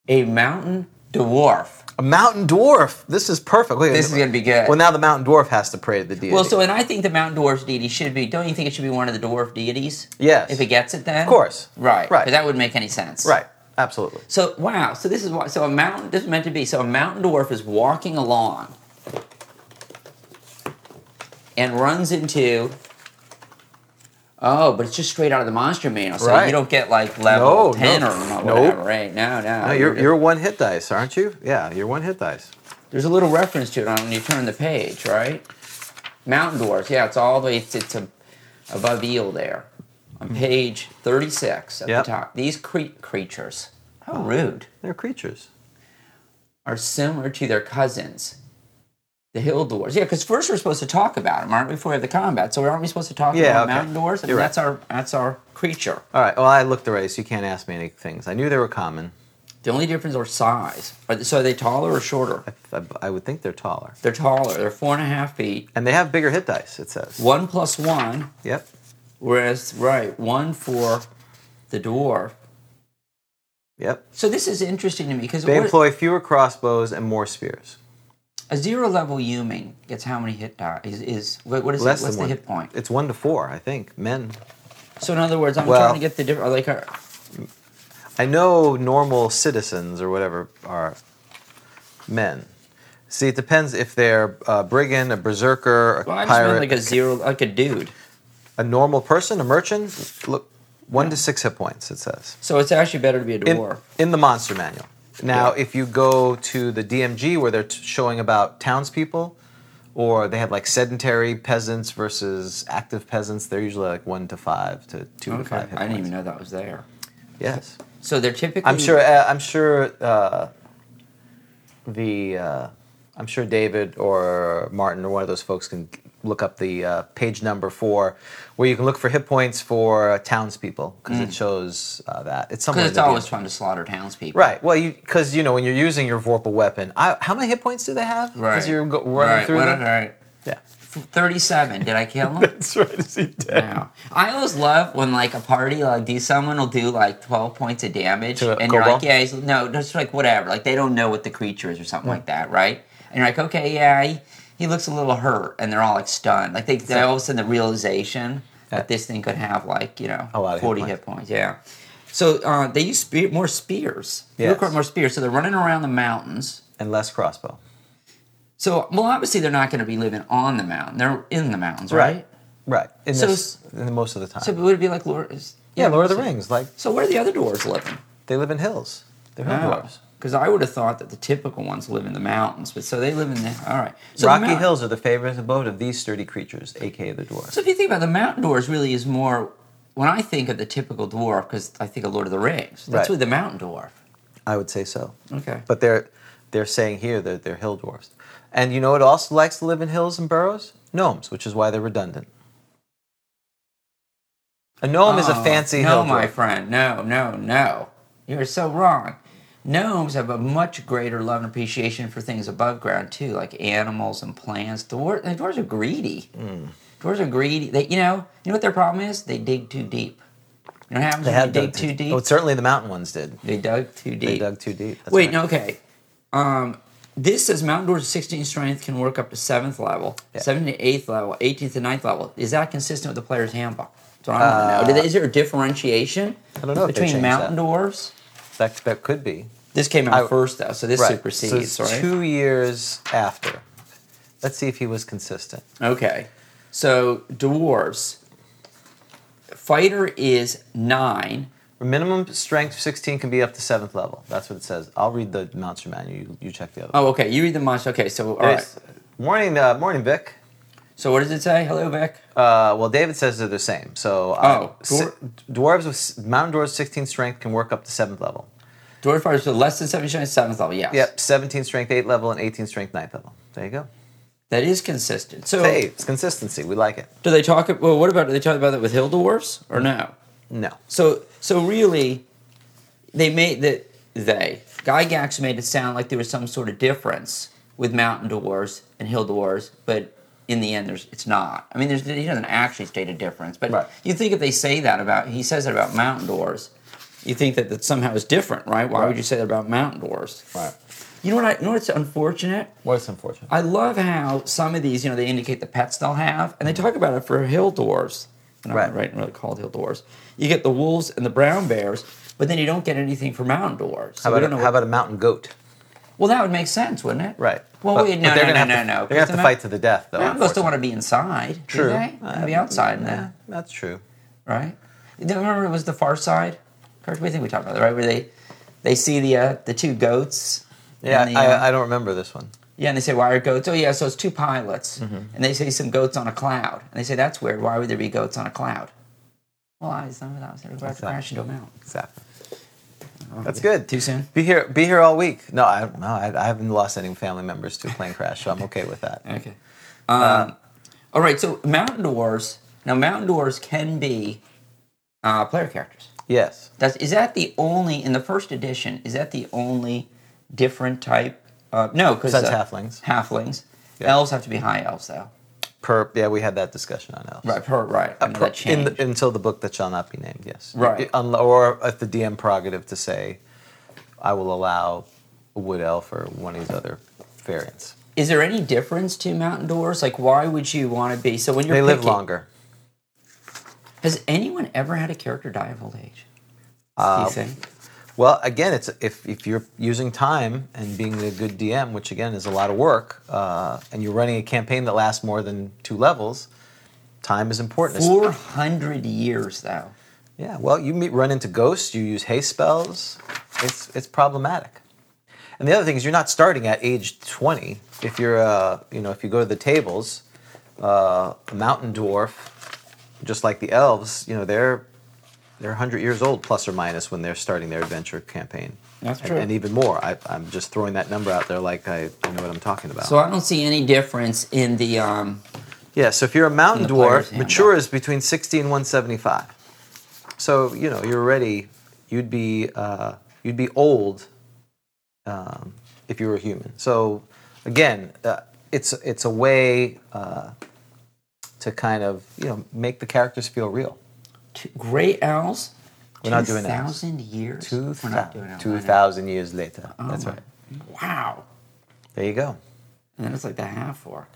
Speaker 3: A mountain dwarf.
Speaker 2: A mountain dwarf. This is perfect. Wait,
Speaker 3: This is gonna be good.
Speaker 2: Well, now the mountain dwarf has to pray to the deity.
Speaker 3: Well, so and I think the mountain dwarf's deity should be. Don't you think it should be one of the dwarf deities?
Speaker 2: Yes.
Speaker 3: If it gets it, then
Speaker 2: Of course.
Speaker 3: Right.
Speaker 2: Right.
Speaker 3: 'Cause that wouldn't make any sense.
Speaker 2: right, absolutely.
Speaker 3: So wow. So this is why. So a mountain. This is meant to be. So a mountain dwarf is walking along and runs into. Oh, but it's just straight out of the monster manual, so
Speaker 2: Right.
Speaker 3: you don't get like level
Speaker 2: No,
Speaker 3: ten
Speaker 2: no,
Speaker 3: or whatever.
Speaker 2: nope.
Speaker 3: Right? No, no.
Speaker 2: No, you're you're one hit dice, aren't you? Yeah, you're one hit dice.
Speaker 3: There's a little reference to it on when you turn the page, right? Mountain dwarfs. Yeah, it's all the way. It's, it's a, above eel there, on page thirty-six at
Speaker 2: Hmm. Yep.
Speaker 3: the top. These cre- creatures. How rude.
Speaker 2: They're creatures.
Speaker 3: are similar to their cousins, the hill dwarves. Yeah, because first we're supposed to talk about them, aren't we? Before we have the combat, so aren't we supposed to talk
Speaker 2: Yeah,
Speaker 3: about
Speaker 2: okay.
Speaker 3: mountain dwarves? I mean,
Speaker 2: You're right.
Speaker 3: that's our that's our creature.
Speaker 2: All right. Well, I looked already, so you can't ask me any things. I knew they were common.
Speaker 3: The only difference are size. Are they, so are they taller or shorter?
Speaker 2: I, I would think they're taller,
Speaker 3: They're taller. They're four and a half feet.
Speaker 2: and they have bigger hit dice. It says.
Speaker 3: One plus one,
Speaker 2: Yep.
Speaker 3: whereas right one for the dwarf.
Speaker 2: Yep.
Speaker 3: So this is interesting to me because
Speaker 2: They
Speaker 3: what-
Speaker 2: employ fewer crossbows and more spears.
Speaker 3: a zero level human gets how many hit die is, is what, what is
Speaker 2: Less
Speaker 3: it, what's
Speaker 2: than
Speaker 3: the
Speaker 2: one.
Speaker 3: hit point?
Speaker 2: It's one to four, I think. Men.
Speaker 3: So in other words, I'm
Speaker 2: Well-
Speaker 3: trying to get the different like a,
Speaker 2: I know normal citizens or whatever are men. See, it depends if they're a brigand, a berserker, a
Speaker 3: well, I just meant
Speaker 2: pirate,
Speaker 3: like a zero like a dude.
Speaker 2: a normal person, a merchant. Look, one to six hit points. It says.
Speaker 3: So it's actually better to be a
Speaker 2: in,
Speaker 3: dwarf.
Speaker 2: in the monster manual. Now,
Speaker 3: Yeah.
Speaker 2: if you go to the DMG where they're t- showing about townspeople, or they have like sedentary peasants versus active peasants, they're usually like one to five to two to
Speaker 3: okay.
Speaker 2: five. hit
Speaker 3: I didn't even
Speaker 2: points.
Speaker 3: know that was there.
Speaker 2: Yes,
Speaker 3: So they're typically.
Speaker 2: I'm sure. Uh, I'm sure uh, the uh, I'm sure David or Martin or one of those folks can look up the uh, page number for where you can look for hit points for townspeople because it shows uh, that it's somewhere. in
Speaker 3: Mm. Because it's
Speaker 2: the
Speaker 3: always
Speaker 2: DMG.
Speaker 3: fun to slaughter townspeople.
Speaker 2: Right. Well, you because you know when you're using your Vorpal weapon, I, how many hit points do they have?
Speaker 3: Right.
Speaker 2: Because you're go, running
Speaker 3: right.
Speaker 2: through
Speaker 3: what-
Speaker 2: them.
Speaker 3: all right.
Speaker 2: Yeah.
Speaker 3: Thirty-seven. Did I kill him?
Speaker 2: That's right. Is he dead?
Speaker 3: Wow. I always love when like a party like do someone will do like twelve points of damage,
Speaker 2: To a
Speaker 3: and you're
Speaker 2: kobold?
Speaker 3: like, yeah, he's, no, just like whatever. Like they don't know what the creature is or something like that, right? And you're like, okay, yeah, he, he looks a little hurt, and they're all like stunned. Like they, they all of a sudden the realization
Speaker 2: Yeah.
Speaker 3: that this thing could have like you know
Speaker 2: A lot of hit
Speaker 3: forty
Speaker 2: points.
Speaker 3: hit points. Yeah. So uh, they use spear, more spears. They
Speaker 2: Yes.
Speaker 3: look like more spears. So they're running around the mountains.
Speaker 2: And less crossbow.
Speaker 3: So well, obviously they're not going to be living on the mountain. They're in the mountains, right?
Speaker 2: Right. In
Speaker 3: So
Speaker 2: this, in most of the time.
Speaker 3: So it would be like Lord.
Speaker 2: yeah, Lord of the Rings. Like
Speaker 3: So where are the other dwarves living?
Speaker 2: they live in hills. They're hill dwarves.
Speaker 3: Because I would have thought that the typical ones live in the mountains, but so they live in the all right. So the
Speaker 2: Rocky
Speaker 3: mount-
Speaker 2: hills are the favorite abode of these sturdy creatures, aka the dwarves.
Speaker 3: So if you think about it, the mountain dwarves, really is more when I think of the typical dwarf because I think of Lord of the Rings. That's
Speaker 2: Right.
Speaker 3: really the mountain dwarf.
Speaker 2: I would say so.
Speaker 3: Okay.
Speaker 2: But they're they're saying here that they're hill dwarves. And you know what also likes to live in hills and burrows? Gnomes, which is why they're redundant. A gnome is a
Speaker 3: Oh,
Speaker 2: fancy
Speaker 3: no,
Speaker 2: hill
Speaker 3: my
Speaker 2: dwarf.
Speaker 3: friend. No, no, no. You're so wrong. Gnomes have a much greater love and appreciation for things above ground too, like animals and plants. Dwar- the dwarves are
Speaker 2: Hmm.
Speaker 3: greedy. Dwarves are greedy. They, you know, you know what their problem is? They dig too deep. You know what happens
Speaker 2: They
Speaker 3: when
Speaker 2: have
Speaker 3: you dig
Speaker 2: dug
Speaker 3: too deep?
Speaker 2: Oh, certainly the mountain ones did.
Speaker 3: they dug too deep.
Speaker 2: They dug too deep. That's
Speaker 3: Wait,
Speaker 2: right.
Speaker 3: no, okay. Um, this says mountain doors of 16 strength can work up to seventh level,
Speaker 2: Yeah.
Speaker 3: seventh to eighth level, 18th to ninth level. Is that consistent with the player's handbook? That's what I want to know. Is there a differentiation
Speaker 2: Uh, I don't know if they
Speaker 3: between
Speaker 2: changed
Speaker 3: mountain
Speaker 2: that.
Speaker 3: doors?
Speaker 2: That, that could be.
Speaker 3: This came out
Speaker 2: I-
Speaker 3: first, though, so this
Speaker 2: Right.
Speaker 3: supersedes,
Speaker 2: so it's
Speaker 3: right?
Speaker 2: two years after. Let's see if he was consistent.
Speaker 3: Okay. So dwarves. Fighter is nine.
Speaker 2: Minimum strength 16 can be up to seventh level. That's what it says. I'll read the monster manual. You, you check the other.
Speaker 3: Oh, okay. You read the monster. Okay, so all right.
Speaker 2: There's- Morning, uh, morning, Vic.
Speaker 3: So what does it say? Hello, Vic.
Speaker 2: Uh, well, David says they're the same. So, uh,
Speaker 3: Oh, dwar-
Speaker 2: si- dwarves with s- mountain dwarves 16 strength can work up to seventh level.
Speaker 3: Dwarf fighters with less than seven strength, seventh level. Yes.
Speaker 2: Yep, 17 strength eight level and 18 strength ninth level. There you go.
Speaker 3: That is consistent. So
Speaker 2: Hey, it's consistency. We like it.
Speaker 3: Do they talk? Well, what about do they talk about that with hill dwarfs or no?
Speaker 2: No,
Speaker 3: So so really, they made that they Gygax made it sound like there was some sort of difference with mountain dwarves and hill dwarves, but in the end, there's it's not. I mean, there's he doesn't actually state a difference, but
Speaker 2: Right.
Speaker 3: you think if they say that about he says that about mountain dwarves, you think that that somehow is different, right? Why would
Speaker 2: Right.
Speaker 3: you say that about mountain dwarves?
Speaker 2: right.
Speaker 3: You know what? I, you know what's unfortunate.
Speaker 2: What's unfortunate?
Speaker 3: I love how some of these, you know, they indicate the pets they'll have, and they talk about it for hill dwarves. Not
Speaker 2: Right.
Speaker 3: right, right, really called hill dwarves. You get the wolves and the brown bears, but then you don't get anything for mountain dwarves. So
Speaker 2: How
Speaker 3: we
Speaker 2: about,
Speaker 3: don't
Speaker 2: a,
Speaker 3: know
Speaker 2: how about a mountain goat?
Speaker 3: well, that would make sense, wouldn't it?
Speaker 2: Right.
Speaker 3: Well,
Speaker 2: But- but
Speaker 3: wait, no,
Speaker 2: they're
Speaker 3: no,
Speaker 2: gonna
Speaker 3: no,
Speaker 2: have
Speaker 3: no,
Speaker 2: to-
Speaker 3: no.
Speaker 2: They're gonna have
Speaker 3: because
Speaker 2: to
Speaker 3: the
Speaker 2: fight to the death, though.
Speaker 3: Mountain dwarves don't want
Speaker 2: unfortunately.
Speaker 3: to be inside.
Speaker 2: True.
Speaker 3: Do they? They wanna be
Speaker 2: Uh,
Speaker 3: outside
Speaker 2: yeah,
Speaker 3: now,
Speaker 2: that's true.
Speaker 3: right? You don't Remember, it was the Far Side. Correct. We think we talked about that, right? Where they they see the uh, the two goats.
Speaker 2: Yeah,
Speaker 3: and the, uh,
Speaker 2: I, I don't remember this one.
Speaker 3: Yeah, and they say, why are goats? Oh, yeah, so it's two pilots.
Speaker 2: Mm-hmm.
Speaker 3: And they say some goats on a cloud. And they say, that's weird. Why would there be goats on a cloud? Well, I was I was about to
Speaker 2: Exactly.
Speaker 3: crash into a mountain.
Speaker 2: Exactly. That's good.
Speaker 3: Oh, Too soon?
Speaker 2: Be here. Be here all week. No, I no, I, I haven't lost any family members to a plane crash, so I'm okay Uh, with that.
Speaker 3: Okay. Um, all right, so mountain dwarves. Now, mountain dwarves can be uh, player characters.
Speaker 2: Yes.
Speaker 3: That's, is that the only, in the first edition, is that the only different type? Uh, no, because.
Speaker 2: Besides halflings.
Speaker 3: Halflings.
Speaker 2: Yeah.
Speaker 3: Elves have to be high elves, though.
Speaker 2: Per. Yeah, we had that discussion on elves.
Speaker 3: Right, per, right. I
Speaker 2: Uh,
Speaker 3: know
Speaker 2: Per-
Speaker 3: that
Speaker 2: in
Speaker 3: changed.
Speaker 2: the, until the book that shall not be named. Yes.
Speaker 3: Right.
Speaker 2: It- unlo- or at the DM prerogative to say, I will allow a wood elf or one of these other variants.
Speaker 3: Is there any difference to mountain doors? Like, why would you want to be? So when you're
Speaker 2: they live
Speaker 3: picking-
Speaker 2: longer.
Speaker 3: Has anyone ever had a character die of old age?
Speaker 2: Uh,
Speaker 3: Do you think?
Speaker 2: Well, again, it's if, if you're using time and being a good DM, which again is a lot of work, uh, and you're running a campaign that lasts more than two levels, time is important.
Speaker 3: Four hundred years though.
Speaker 2: Yeah, well, you meet, run into ghosts, you use haste spells. It's it's problematic. And the other thing is, you're not starting at age 20. If you're, uh, you know, if you go to the tables, uh, a mountain dwarf, just like the elves, you know, they're they're 100 years old plus or minus when they're starting their adventure campaign.
Speaker 3: That's
Speaker 2: And-
Speaker 3: true.
Speaker 2: And, even more. I, I'm just throwing that number out there, like I, I know what I'm talking about.
Speaker 3: So I don't see any difference in the. Um,
Speaker 2: Yeah, so if you're a mountain
Speaker 3: the player's
Speaker 2: dwarf,
Speaker 3: handbook.
Speaker 2: mature is between 60 and 175. So, you know, you're already, you'd be, uh, you'd be old um, if you were human. So, again, uh, it's, it's a way uh, to kind of, you know, make the characters feel real.
Speaker 3: two, gray owls.
Speaker 2: We're not doing elves.
Speaker 3: thousand years.
Speaker 2: Two
Speaker 3: We're not doing elves, I know.
Speaker 2: 2,000 years later. That's
Speaker 3: Oh, my-
Speaker 2: right.
Speaker 3: Wow.
Speaker 2: There you go.
Speaker 3: And then it's like the half orc.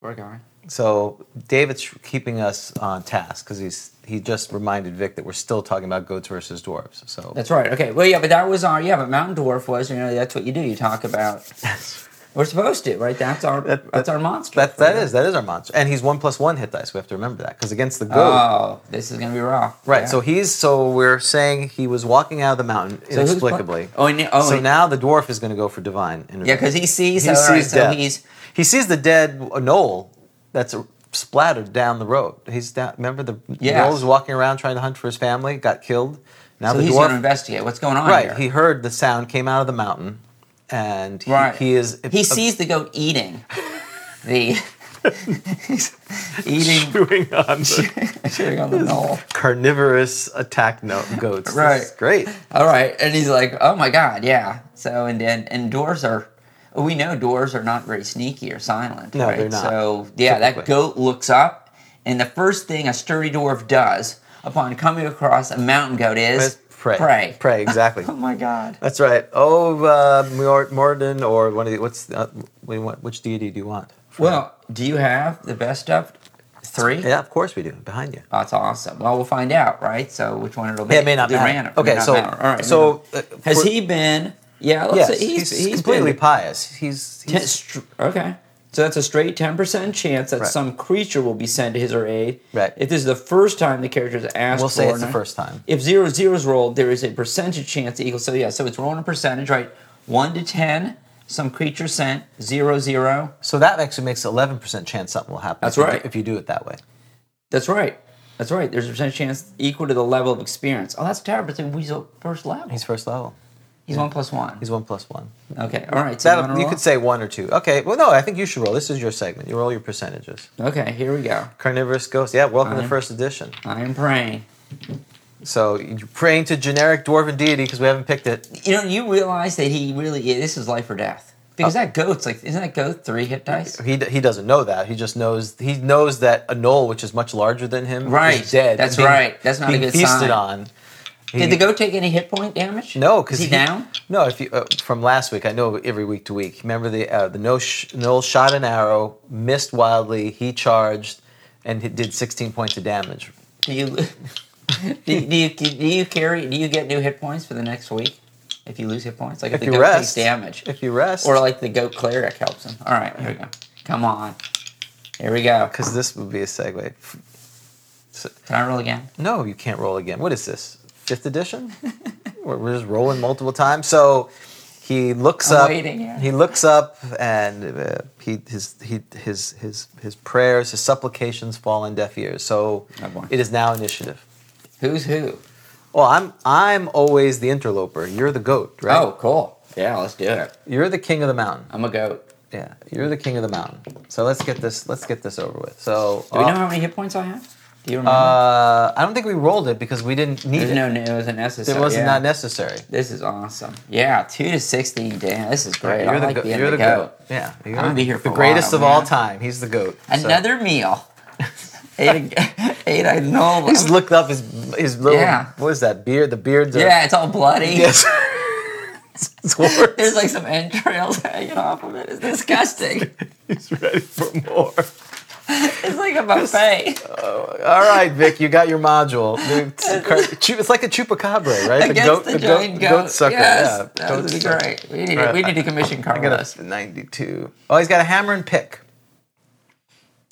Speaker 3: Poor guy.
Speaker 2: So David's keeping us on task because he's he just reminded Vic that we're still talking about goats versus dwarves. So
Speaker 3: That's right. Okay. Well, yeah, but that was our yeah. But mountain dwarf was you know that's what you do. You talk about. We're supposed to, right? That's our that's our monster.
Speaker 2: That
Speaker 3: for
Speaker 2: that
Speaker 3: the-
Speaker 2: is that is our monster, and he's one plus one hit dice. We have to remember that because against the goat,
Speaker 3: Oh, this is gonna be rough.
Speaker 2: right?
Speaker 3: Yeah.
Speaker 2: So he's so we're saying he was walking out of the mountain
Speaker 3: So who's pla-
Speaker 2: inexplicably.
Speaker 3: oh, and, oh,
Speaker 2: so
Speaker 3: and-
Speaker 2: now the dwarf is going to go for divine.
Speaker 3: yeah, because he sees.
Speaker 2: he
Speaker 3: all right,
Speaker 2: sees
Speaker 3: so
Speaker 2: death.
Speaker 3: he's
Speaker 2: he sees the dead knoll that's uh, splattered down the road. He's down. Remember the
Speaker 3: Yes.
Speaker 2: knoll was walking around trying to hunt for his family, got killed. Now
Speaker 3: so
Speaker 2: the
Speaker 3: he's
Speaker 2: dwarf,
Speaker 3: going to investigate what's going on.
Speaker 2: right?
Speaker 3: here.
Speaker 2: He heard the sound came out of the mountain, and he,
Speaker 3: right.
Speaker 2: he is
Speaker 3: He sees the goat eating the he's eating
Speaker 2: chewing on the
Speaker 3: chewing on the knoll.
Speaker 2: carnivorous attack no- goats. This
Speaker 3: Right.
Speaker 2: is great.
Speaker 3: All right, and he's like, "Oh my god, yeah." So and then and doors are. We know doors are not very sneaky or silent.
Speaker 2: No,
Speaker 3: right?
Speaker 2: they're not,
Speaker 3: So yeah, that
Speaker 2: typically.
Speaker 3: goat looks up, and the first thing a sturdy dwarf does upon coming across a mountain goat is
Speaker 2: Pray.
Speaker 3: Pray.
Speaker 2: Pray, exactly.
Speaker 3: Oh my God.
Speaker 2: That's right. Oh, uh, Mor- Morden or one of the, what's, uh, what do you want- which deity do you want?
Speaker 3: Well, do you have the best of three?
Speaker 2: Yeah, of course we do. Behind you.
Speaker 3: That's awesome. Well, we'll find out, right? So which one it'll be?
Speaker 2: Yeah, it may not
Speaker 3: Do
Speaker 2: matter.
Speaker 3: random. It
Speaker 2: Okay,
Speaker 3: may not
Speaker 2: so-
Speaker 3: matter. all right.
Speaker 2: so,
Speaker 3: no, no.
Speaker 2: uh,
Speaker 3: has
Speaker 2: for-
Speaker 3: he been? Yeah, let's
Speaker 2: Yes,
Speaker 3: say
Speaker 2: he's,
Speaker 3: he's,
Speaker 2: he's completely
Speaker 3: been,
Speaker 2: pious. He's,
Speaker 3: ten,
Speaker 2: he's
Speaker 3: str- okay. So that's a straight ten percent chance that
Speaker 2: Right.
Speaker 3: some creature will be sent to his or aid.
Speaker 2: Right.
Speaker 3: If this is the first time the character is asked,
Speaker 2: we'll say
Speaker 3: for
Speaker 2: it's the
Speaker 3: an-
Speaker 2: first time.
Speaker 3: If zero zeros rolled, there is a percentage chance equal. So yeah, so it's rolling a percentage, right? One to ten, some creature sent. Zero zero.
Speaker 2: So that actually makes 11% chance something will happen.
Speaker 3: That's
Speaker 2: if you do-
Speaker 3: right.
Speaker 2: if you do it that way.
Speaker 3: That's right. That's right. There's a percentage chance equal to the level of experience. Oh, that's terrible. It's Weasel's first level.
Speaker 2: He's first level.
Speaker 3: He's one plus one.
Speaker 2: He's one plus one.
Speaker 3: Okay. All right. So you
Speaker 2: That
Speaker 3: wanna
Speaker 2: you
Speaker 3: roll?
Speaker 2: could say one or two. Okay. Well, no, I think you should roll. This is your segment. You roll your percentages.
Speaker 3: Okay. Here we go.
Speaker 2: Carnivorous ghost. Yeah, welcome to
Speaker 3: Fine.
Speaker 2: first edition.
Speaker 3: I am praying.
Speaker 2: So you're praying to generic dwarven deity because we haven't picked it.
Speaker 3: You know, you realize that he really is, this is life or death because
Speaker 2: Oh.
Speaker 3: that goat's like isn't that goat three hit dice?
Speaker 2: He, he doesn't know that. He just knows he knows that a knoll, which is much larger than him,
Speaker 3: Right.
Speaker 2: is dead.
Speaker 3: That's
Speaker 2: being-
Speaker 3: right. That's not a
Speaker 2: being
Speaker 3: good
Speaker 2: feasted
Speaker 3: sign.
Speaker 2: on. He-
Speaker 3: Did the goat take any hit point damage?
Speaker 2: No,
Speaker 3: Is
Speaker 2: because
Speaker 3: he, down?
Speaker 2: No, if you uh, from last week, I know every week to week. Remember the uh, the no sh- Noel shot an arrow, missed wildly. He charged, and he did 16 points of damage.
Speaker 3: Do you do, do you do you carry do you get new hit points for the next week if you lose hit points? Like if,
Speaker 2: If
Speaker 3: the
Speaker 2: you
Speaker 3: goat
Speaker 2: rest,
Speaker 3: takes damage,
Speaker 2: if you rest,
Speaker 3: or like the goat cleric helps him. All right, here we go. Come on, here we go.
Speaker 2: because this would be a segue.
Speaker 3: Can I roll again?
Speaker 2: No, you can't roll again. What is this? Fifth edition? we're, we're just rolling multiple times. So he looks
Speaker 3: I'm
Speaker 2: up.
Speaker 3: waiting here.
Speaker 2: He looks up, and uh, he his he his his his prayers, his supplications fall on deaf ears. So
Speaker 3: Oh, boy.
Speaker 2: it is now initiative.
Speaker 3: Who's who?
Speaker 2: Well, I'm I'm always the interloper. You're the goat, right?
Speaker 3: Oh, cool. Yeah, let's do it.
Speaker 2: You're the king of the mountain.
Speaker 3: I'm a goat.
Speaker 2: Yeah, you're the king of the mountain. So let's get this let's get this over with. So
Speaker 3: Do we
Speaker 2: uh,
Speaker 3: know how many hit points I have? Do you remember?
Speaker 2: uh, I don't think we rolled it because we didn't need
Speaker 3: There's
Speaker 2: it.
Speaker 3: no, it wasn't necessary.
Speaker 2: it wasn't
Speaker 3: yeah.
Speaker 2: not necessary.
Speaker 3: This is awesome. Yeah, two to sixteen. Damn, this is great. I like
Speaker 2: go-
Speaker 3: being the goat.
Speaker 2: Yeah, you're
Speaker 3: gonna be here for
Speaker 2: the
Speaker 3: a
Speaker 2: greatest of
Speaker 3: while,
Speaker 2: all
Speaker 3: man.
Speaker 2: time. He's the goat. So-
Speaker 3: Another meal. eight, eight. I know.
Speaker 2: He's looked up his his little
Speaker 3: Yeah.
Speaker 2: what is that beard? The beards. Are,
Speaker 3: yeah, it's all bloody.
Speaker 2: Yes. it's worse.
Speaker 3: There's like some entrails hanging off of it. It's disgusting.
Speaker 2: He's ready for more.
Speaker 3: it's like a buffet.
Speaker 2: All right, Vic, you got your module. The cur- chu- It's like a chupacabra, right?
Speaker 3: Against the, giant goat,
Speaker 2: sucker.
Speaker 3: Yes,
Speaker 2: yeah,
Speaker 3: that would be
Speaker 2: sucker.
Speaker 3: great. We need,
Speaker 2: Right,
Speaker 3: we
Speaker 2: I-
Speaker 3: need to commission
Speaker 2: I got a
Speaker 3: Carlos.
Speaker 2: 92. Oh, he's got a hammer and pick.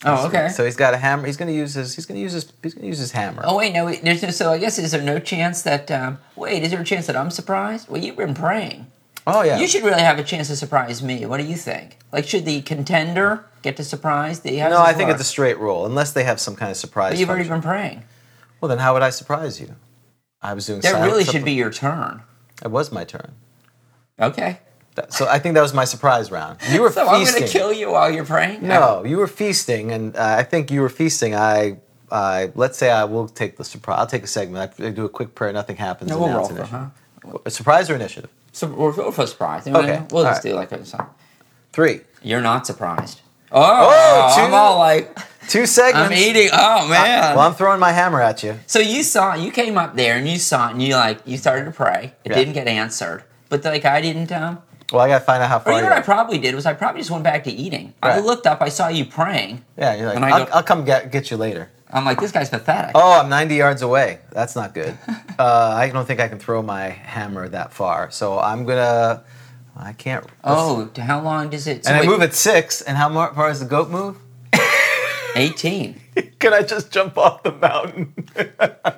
Speaker 3: Oh, okay.
Speaker 2: So he's got a hammer. He's gonna use his. He's gonna use his. He's gonna use his hammer.
Speaker 3: Oh wait, no. Wait, there's no, so I guess is there no chance that? Um, wait, is there a chance that I'm surprised? Well, you've been praying.
Speaker 2: Oh, yeah.
Speaker 3: You should really have a chance to surprise me. What do you think? Like, should the contender get to surprise the? how does
Speaker 2: No,
Speaker 3: this
Speaker 2: I think
Speaker 3: work?
Speaker 2: it's a straight roll, unless they have some kind of surprise.
Speaker 3: But you've already
Speaker 2: function.
Speaker 3: been praying.
Speaker 2: Well, then how would I surprise you? I was doing.
Speaker 3: That
Speaker 2: silent
Speaker 3: really
Speaker 2: sup-
Speaker 3: should be your turn.
Speaker 2: It was my turn.
Speaker 3: Okay.
Speaker 2: That- so I think that was my surprise round. You were
Speaker 3: So I'm
Speaker 2: feasting.
Speaker 3: gonna kill you while you're praying.
Speaker 2: No, you were feasting, and uh, I think you were feasting. I, I let's say I will take the surprise. I'll take a segment. I do a quick prayer. Nothing happens.
Speaker 3: No, we'll
Speaker 2: announce
Speaker 3: roll for it,
Speaker 2: initiative.
Speaker 3: huh?
Speaker 2: A surprise or initiative?
Speaker 3: So we're we're for surprise. You know what I
Speaker 2: Okay,
Speaker 3: mean? We'll just
Speaker 2: all
Speaker 3: do like a song.
Speaker 2: Three,
Speaker 3: You're not surprised. Oh,
Speaker 2: Oh,
Speaker 3: I'm
Speaker 2: two-
Speaker 3: all like,
Speaker 2: two segments.
Speaker 3: I'm eating. Oh man.
Speaker 2: Well, I'm throwing my hammer at you.
Speaker 3: So you saw, you came up there and you saw it and you like, you started to pray. It
Speaker 2: Yeah.
Speaker 3: didn't get answered. But like I didn't, um,
Speaker 2: Well, I gotta find out how
Speaker 3: or
Speaker 2: far
Speaker 3: you know
Speaker 2: you
Speaker 3: what I
Speaker 2: are.
Speaker 3: probably did was I probably just went back to eating. I
Speaker 2: Right.
Speaker 3: looked up, I saw you praying.
Speaker 2: yeah, you're like,
Speaker 3: And I
Speaker 2: I'll,
Speaker 3: go-
Speaker 2: I'll come get, get you later.
Speaker 3: I'm like, this guy's pathetic.
Speaker 2: Oh, I'm 90 yards away. That's not good. Uh, I don't think I can throw my hammer that far. So I'm gonna. I can't.
Speaker 3: Oh, to how long does it? so
Speaker 2: and
Speaker 3: wait,
Speaker 2: I move at six. And how mar- far does the goat move?
Speaker 3: 18.
Speaker 2: Can I just jump off the mountain?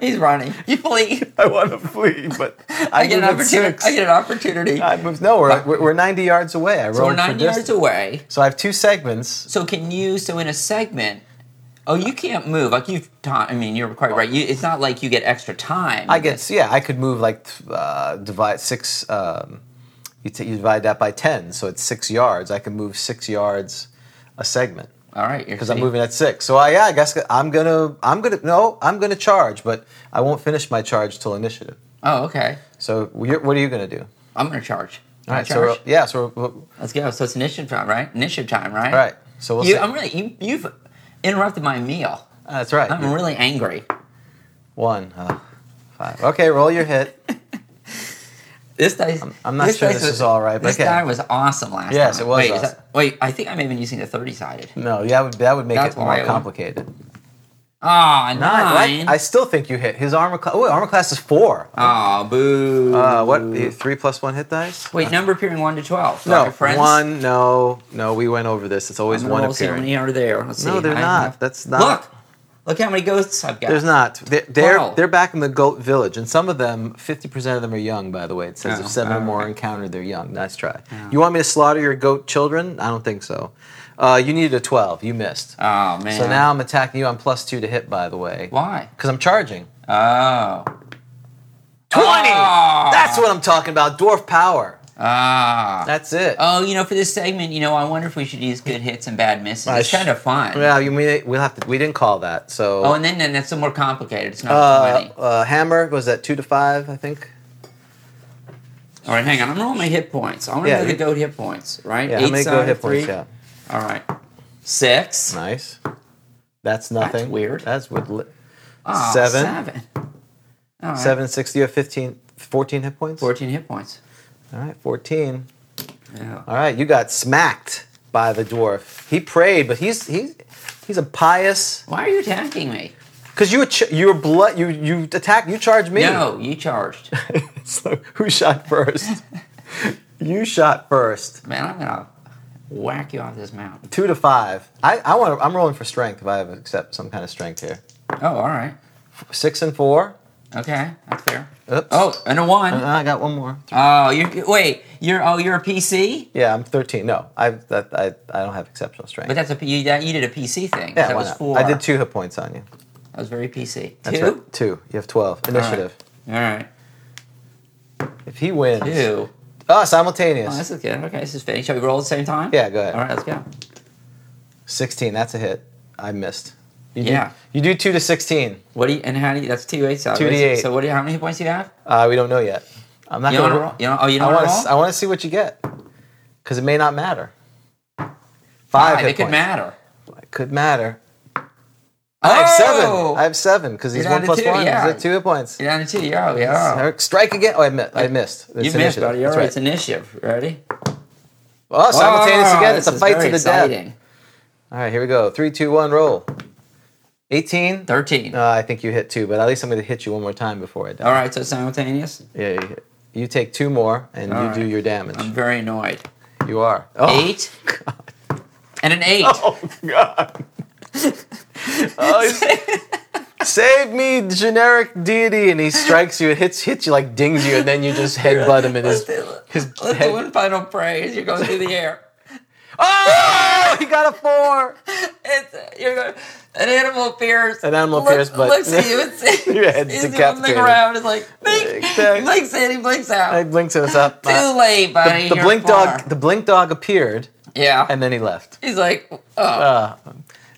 Speaker 3: He's running. You flee.
Speaker 2: I want to flee, but I,
Speaker 3: I get an
Speaker 2: move at
Speaker 3: opportunity.
Speaker 2: six.
Speaker 3: I get an opportunity.
Speaker 2: I move. No, we're, we're, we're 90 yards away. I
Speaker 3: So
Speaker 2: rolled
Speaker 3: we're
Speaker 2: for
Speaker 3: nine yards
Speaker 2: distance.
Speaker 3: away.
Speaker 2: So I have two segments.
Speaker 3: So can you? So in a segment, oh, you can't move. Like you've taught. I mean, you're quite right. You, it's not like you get extra time.
Speaker 2: I guess yeah, I could move like th- uh, divide six. Um, you, t- you divide that by 10, so it's six yards. I can move six yards a segment.
Speaker 3: All right, you're
Speaker 2: because I'm
Speaker 3: see-
Speaker 2: moving at six. So I, yeah, I guess I'm gonna, I'm gonna, no, I'm gonna charge, but I won't finish my charge till initiative.
Speaker 3: Oh, okay.
Speaker 2: So you're, what are you gonna do?
Speaker 3: I'm gonna charge.
Speaker 2: All right,
Speaker 3: I'm
Speaker 2: so
Speaker 3: gonna
Speaker 2: we're-
Speaker 3: charge.
Speaker 2: yeah, so we're, all
Speaker 3: let's go. So it's initiative time, right? Initiative time, right?
Speaker 2: right, so we'll
Speaker 3: You,
Speaker 2: see. Uh,
Speaker 3: I'm really you. You've interrupted my meal.
Speaker 2: That's right.
Speaker 3: I'm
Speaker 2: You-
Speaker 3: really angry.
Speaker 2: One. Uh, five. Okay, roll your hit.
Speaker 3: This dice.
Speaker 2: I'm not sure
Speaker 3: dice
Speaker 2: this is all right, but
Speaker 3: This
Speaker 2: okay.
Speaker 3: die was awesome last
Speaker 2: Yes,
Speaker 3: time.
Speaker 2: it was
Speaker 3: Wait, is
Speaker 2: awesome.
Speaker 3: that- wait, I think I may have been using a thirty sided.
Speaker 2: No, that would that would make
Speaker 3: That's
Speaker 2: it more
Speaker 3: why I won.
Speaker 2: complicated.
Speaker 3: Ah, nine.
Speaker 2: Nine. right? I still think you hit his armor class. Oh, armor class is four.
Speaker 3: Aw, Ah, boo.
Speaker 2: Uh, what? the Three plus one hit dice?
Speaker 3: Wait, number appearing one to twelve.
Speaker 2: No,
Speaker 3: Dr. Friends?
Speaker 2: one. No, no. We went over this. It's always
Speaker 3: I'm gonna
Speaker 2: one
Speaker 3: roll, see how
Speaker 2: appearing.
Speaker 3: many are there. Let's
Speaker 2: No,
Speaker 3: see.
Speaker 2: they're
Speaker 3: I
Speaker 2: not.
Speaker 3: have-
Speaker 2: That's not-
Speaker 3: Look, look how many ghosts I've got.
Speaker 2: There's not. They're they're,
Speaker 3: Wow.
Speaker 2: they're back in the goat village, and some of them, fifty percent of them are young. By the way, it says
Speaker 3: Oh,
Speaker 2: if seven or more
Speaker 3: alright.
Speaker 2: encountered, they're young. Nice try. You want me to slaughter your goat children? I don't think so. Uh, you needed a twelve. You missed.
Speaker 3: Oh man.
Speaker 2: so now I'm attacking you. I'm plus two to hit. By the way,
Speaker 3: why?
Speaker 2: because I'm charging.
Speaker 3: Oh.
Speaker 2: Twenty.
Speaker 3: Ah.
Speaker 2: That's what I'm talking about. Dwarf power.
Speaker 3: Ah.
Speaker 2: That's it.
Speaker 3: Oh, you know, for this segment, you know, I wonder if we should use good hits and bad misses.
Speaker 2: I
Speaker 3: It's
Speaker 2: sh-
Speaker 3: kind of fun.
Speaker 2: Yeah, you mean we'll have to. We didn't call that. So
Speaker 3: Oh, and then, then that's more complicated. It's not
Speaker 2: uh,
Speaker 3: twenty.
Speaker 2: uh, hammer was that two to five? I think.
Speaker 3: All right, hang on. I'm rolling my hit points. I want to
Speaker 2: Yeah,
Speaker 3: know the
Speaker 2: you-
Speaker 3: goat hit points, right?
Speaker 2: Yeah, how many
Speaker 3: sided,
Speaker 2: goat hit points?
Speaker 3: three?
Speaker 2: Yeah,
Speaker 3: All right. Six.
Speaker 2: nice. That's nothing.
Speaker 3: weird.
Speaker 2: That's what. Li-
Speaker 3: Ah,
Speaker 2: Seven.
Speaker 3: Seven. All right.
Speaker 2: Seven sixty or 15, 14 hit points.
Speaker 3: Fourteen hit points.
Speaker 2: All right, fourteen.
Speaker 3: Yeah.
Speaker 2: All right, you got smacked by the dwarf. He prayed, but he's he's he's a pious
Speaker 3: Why are you attacking me?
Speaker 2: because you were ch- you were blood you you attack you charge me.
Speaker 3: No, you charged.
Speaker 2: so who shot first? you shot first.
Speaker 3: Man, I'm gonna whack you off this mountain.
Speaker 2: Two to five. I I want I'm rolling for strength if I have accept some kind of strength here.
Speaker 3: Oh, all right.
Speaker 2: Six and four.
Speaker 3: Okay, that's fair.
Speaker 2: Oops.
Speaker 3: Oh, and a one.
Speaker 2: Uh, I got one more.
Speaker 3: Oh, you're wait. You're oh, you're a PC.
Speaker 2: Yeah, I'm 13. No, I that, I I don't have exceptional strength.
Speaker 3: But that's a P- you, that, you did a PC thing.
Speaker 2: yeah,
Speaker 3: that
Speaker 2: why
Speaker 3: was
Speaker 2: not?
Speaker 3: four.
Speaker 2: I did two hit points on you.
Speaker 3: That was very PC.
Speaker 2: That's
Speaker 3: two.
Speaker 2: right. Two. You have 12. Initiative.
Speaker 3: All right.
Speaker 2: If he wins.
Speaker 3: Two.
Speaker 2: Oh,
Speaker 3: Oh,
Speaker 2: simultaneous.
Speaker 3: this is good. Okay, this is fitting. Shall we roll at the same time?
Speaker 2: Yeah, go ahead.
Speaker 3: All right, let's go.
Speaker 2: 16. That's a hit. I missed. You do-
Speaker 3: Yeah.
Speaker 2: you do 2 to 16.
Speaker 3: What do you and how do you? That's two eight sides.
Speaker 2: Two D eight.
Speaker 3: So what do you? How many points do you have?
Speaker 2: Uh, we don't know yet. I'm not
Speaker 3: You
Speaker 2: going
Speaker 3: don't wanna roll? You don't, oh, you don't
Speaker 2: I
Speaker 3: want
Speaker 2: want
Speaker 3: to roll?
Speaker 2: to I want to see what you get. Cuz it may not matter. 5
Speaker 3: Five.
Speaker 2: hit
Speaker 3: Ah, It could
Speaker 2: points.
Speaker 3: matter.
Speaker 2: It could matter. I have 7. I have 7 cuz he's
Speaker 3: Oh!
Speaker 2: 1
Speaker 3: You're down to
Speaker 2: plus
Speaker 3: two,
Speaker 2: 1.
Speaker 3: yeah.
Speaker 2: He's at 2 hit points.
Speaker 3: You're down to two. Yeah, yeah.
Speaker 2: Eric, Strike again. Oh, I, mi- I missed.
Speaker 3: You
Speaker 2: It's
Speaker 3: missed,
Speaker 2: initiative.
Speaker 3: buddy. All
Speaker 2: That's
Speaker 3: right, it's
Speaker 2: right.
Speaker 3: initiative. Ready?
Speaker 2: Oh, simultaneous again. It's a fight to the death.
Speaker 3: death.
Speaker 2: All right, here we go. Three, two, one. roll. 18.
Speaker 3: Thirteen.
Speaker 2: Uh, I think you hit two, but at least I'm going to hit you one more time before I die.
Speaker 3: All right, so simultaneous.
Speaker 2: Yeah, you, hit- you take two more and
Speaker 3: All
Speaker 2: you
Speaker 3: right.
Speaker 2: do your damage.
Speaker 3: I'm very annoyed.
Speaker 2: you are. Oh,
Speaker 3: Eight. And an eight.
Speaker 2: Oh, God. Oh, he's- Save me, generic deity. And he strikes you, it hits, hits you, like dings you, and then you just headbutt him in his, his
Speaker 3: Let's do
Speaker 2: head.
Speaker 3: one final praise. You're going through the air.
Speaker 2: Oh, he got a four.
Speaker 3: It's, you're going, an animal appears.
Speaker 2: An animal
Speaker 3: looks-
Speaker 2: appears, but-
Speaker 3: looks at you and sees
Speaker 2: Your head's
Speaker 3: sees you
Speaker 2: decapitated.
Speaker 3: Looking around, it's like blink,
Speaker 2: Exactly.
Speaker 3: blinks in, he blinks out.
Speaker 2: It blinks us up. Uh,
Speaker 3: Too late, buddy.
Speaker 2: the
Speaker 3: you're
Speaker 2: blink
Speaker 3: far.
Speaker 2: dog. The blink dog appeared,
Speaker 3: yeah.
Speaker 2: and then he left.
Speaker 3: He's like, oh,
Speaker 2: Uh,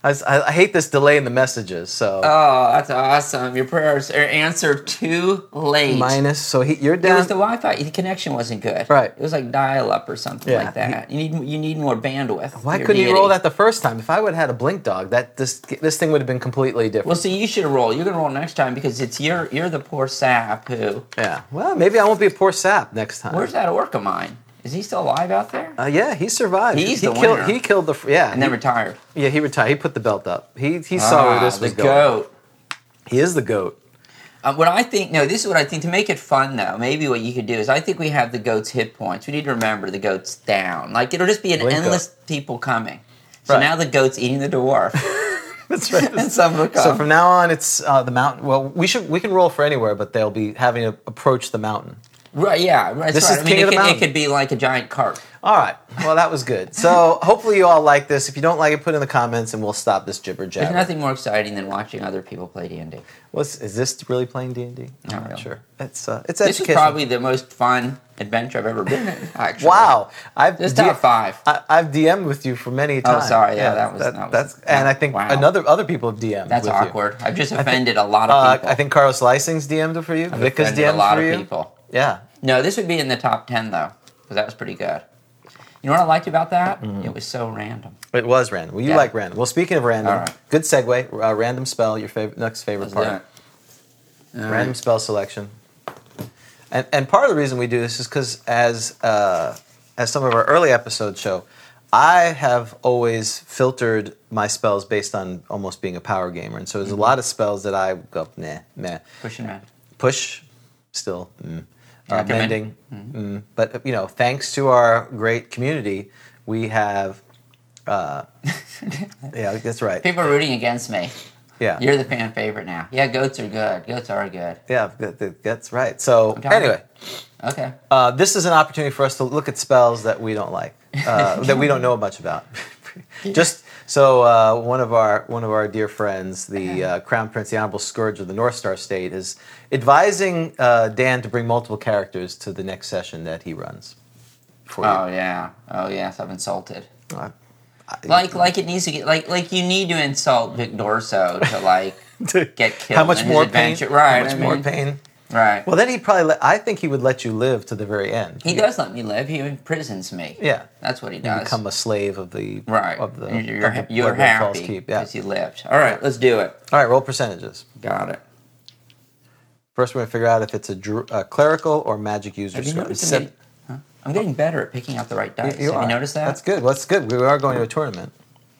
Speaker 2: I, was- I- I hate this delay in the messages. So
Speaker 3: oh, that's awesome. Your prayers are answered too late.
Speaker 2: minus. So he, you're
Speaker 3: It
Speaker 2: down.
Speaker 3: was the Wi-Fi. The connection wasn't good.
Speaker 2: Right.
Speaker 3: It was like dial-up or something
Speaker 2: Yeah.
Speaker 3: like that. You need you need more bandwidth.
Speaker 2: Why
Speaker 3: for your
Speaker 2: couldn't you roll
Speaker 3: deity.
Speaker 2: that the first time? If I would have had a blink dog, that this this thing would have been completely different.
Speaker 3: Well, see, you should roll. You're gonna roll next time because it's your you're the poor sap who.
Speaker 2: yeah. Well, maybe I won't be a poor sap next time.
Speaker 3: Where's that orc of mine? Is he still alive out there?
Speaker 2: Uh, yeah, he survived.
Speaker 3: He's
Speaker 2: he
Speaker 3: the
Speaker 2: killed.
Speaker 3: winner.
Speaker 2: He killed the. Yeah.
Speaker 3: and then
Speaker 2: he-
Speaker 3: retired. Ah,
Speaker 2: yeah, he retired. He put the belt up. He he saw where this
Speaker 3: the
Speaker 2: was going.
Speaker 3: goat.
Speaker 2: He is the goat.
Speaker 3: Uh, what I think, no, this is what I think. To make it fun, though, maybe what you could do is I think we have the goat's hit points. We need to remember the goat's down. Like it'll just be an
Speaker 2: Blink up.
Speaker 3: endless people coming. So
Speaker 2: Right.
Speaker 3: now the goat's eating the dwarf,
Speaker 2: That's right.
Speaker 3: and some will come.
Speaker 2: So from now on, it's uh, the mountain. Well, we should we can roll for anywhere, but they'll be having to approach the mountain.
Speaker 3: right? Yeah, right, that's
Speaker 2: This
Speaker 3: right.
Speaker 2: is
Speaker 3: I mean,
Speaker 2: King
Speaker 3: it
Speaker 2: of the
Speaker 3: could, it
Speaker 2: Mountain.
Speaker 3: could be like a giant cart.
Speaker 2: All right. Well, that was good. So hopefully you all like this. If you don't like it, put it in the comments, and we'll stop this gibber
Speaker 3: There's
Speaker 2: jabber.
Speaker 3: nothing more exciting than watching other people play D and D.
Speaker 2: What's is this really playing D and D? I'm
Speaker 3: Not
Speaker 2: not
Speaker 3: really.
Speaker 2: sure. It's uh, it's
Speaker 3: This is
Speaker 2: educational.
Speaker 3: probably the most fun adventure I've ever been in. Actually,
Speaker 2: wow. I've
Speaker 3: This
Speaker 2: D-
Speaker 3: top five. Oh,
Speaker 2: I, I've DM'd with you for many times.
Speaker 3: sorry. Yeah, that was- that was-
Speaker 2: that's and I think
Speaker 3: wow.
Speaker 2: another other people have DM'd.
Speaker 3: That's
Speaker 2: with you.
Speaker 3: awkward. I've just offended a lot of
Speaker 2: Uh,
Speaker 3: people.
Speaker 2: I think Carlos Lysing's DM'd for you.
Speaker 3: I've
Speaker 2: Vika's
Speaker 3: offended
Speaker 2: DM'd
Speaker 3: a lot
Speaker 2: for
Speaker 3: of
Speaker 2: you.
Speaker 3: people.
Speaker 2: Yeah.
Speaker 3: No, this would be in the top ten though, because that was pretty good. You know what I liked about that?
Speaker 2: Mm-hmm.
Speaker 3: It was so random.
Speaker 2: It was random. Well, you
Speaker 3: Yeah.
Speaker 2: like random. Well, speaking of random,
Speaker 3: All right.
Speaker 2: good segue. Uh, random spell. Your fav- next favorite
Speaker 3: Let's do
Speaker 2: part.
Speaker 3: it.
Speaker 2: random spell selection. And, and part of the reason we do this is because, as, uh, as some of our early episodes show, I have always filtered my spells based on almost being a power gamer. And so there's
Speaker 3: Mm-hmm.
Speaker 2: a lot of spells that I go, nah, nah.
Speaker 3: Pushing back.
Speaker 2: Push, still, mm. Uh,
Speaker 3: Recommend. Mm-hmm.
Speaker 2: mending. Mm. But, you know, thanks to our great community, we have. Uh, yeah, that's right.
Speaker 3: People are rooting against me.
Speaker 2: Yeah.
Speaker 3: You're the fan favorite now. Yeah, goats are good. Goats are good.
Speaker 2: Yeah, that- that- that's right. So
Speaker 3: talking-
Speaker 2: anyway,
Speaker 3: Okay.
Speaker 2: uh, this is an opportunity for us to look at spells that we don't like, uh, that we don't know much about. Just so uh, one of our one of our dear friends, the
Speaker 3: Uh-huh.
Speaker 2: uh, Crown Prince, the Honorable Scourge of the North Star State, is advising uh, Dan to bring multiple characters to the next session that he runs. For
Speaker 3: Oh yeah. Oh yes, I've insulted.
Speaker 2: you. Uh, I-
Speaker 3: Like like it needs to get like like you need to insult Vic Dorso to like get killed.
Speaker 2: how much
Speaker 3: in his
Speaker 2: more pain?
Speaker 3: adventure. Right.
Speaker 2: How much
Speaker 3: I
Speaker 2: more
Speaker 3: mean,
Speaker 2: pain?
Speaker 3: Right.
Speaker 2: Well, then he probably. Let, I think he would let you live to the very end.
Speaker 3: he does let me live. He imprisons me.
Speaker 2: Yeah.
Speaker 3: That's what he
Speaker 2: You
Speaker 3: does.
Speaker 2: become a slave of the
Speaker 3: right.
Speaker 2: of the
Speaker 3: you're you're,
Speaker 2: of the
Speaker 3: you're
Speaker 2: Blood Red Falls
Speaker 3: happy
Speaker 2: keep. Yeah.
Speaker 3: because you lived. All right, let's do it.
Speaker 2: All right, roll percentages.
Speaker 3: Got it.
Speaker 2: First, we're going to figure out if it's a, dru- a clerical or magic user
Speaker 3: Have you
Speaker 2: score.
Speaker 3: noticed I'm
Speaker 2: Sev-
Speaker 3: getting, huh? I'm getting better at picking out the right dice.
Speaker 2: you
Speaker 3: Have
Speaker 2: are.
Speaker 3: you noticed that?
Speaker 2: That's good. Well, that's good. We are going to a tournament.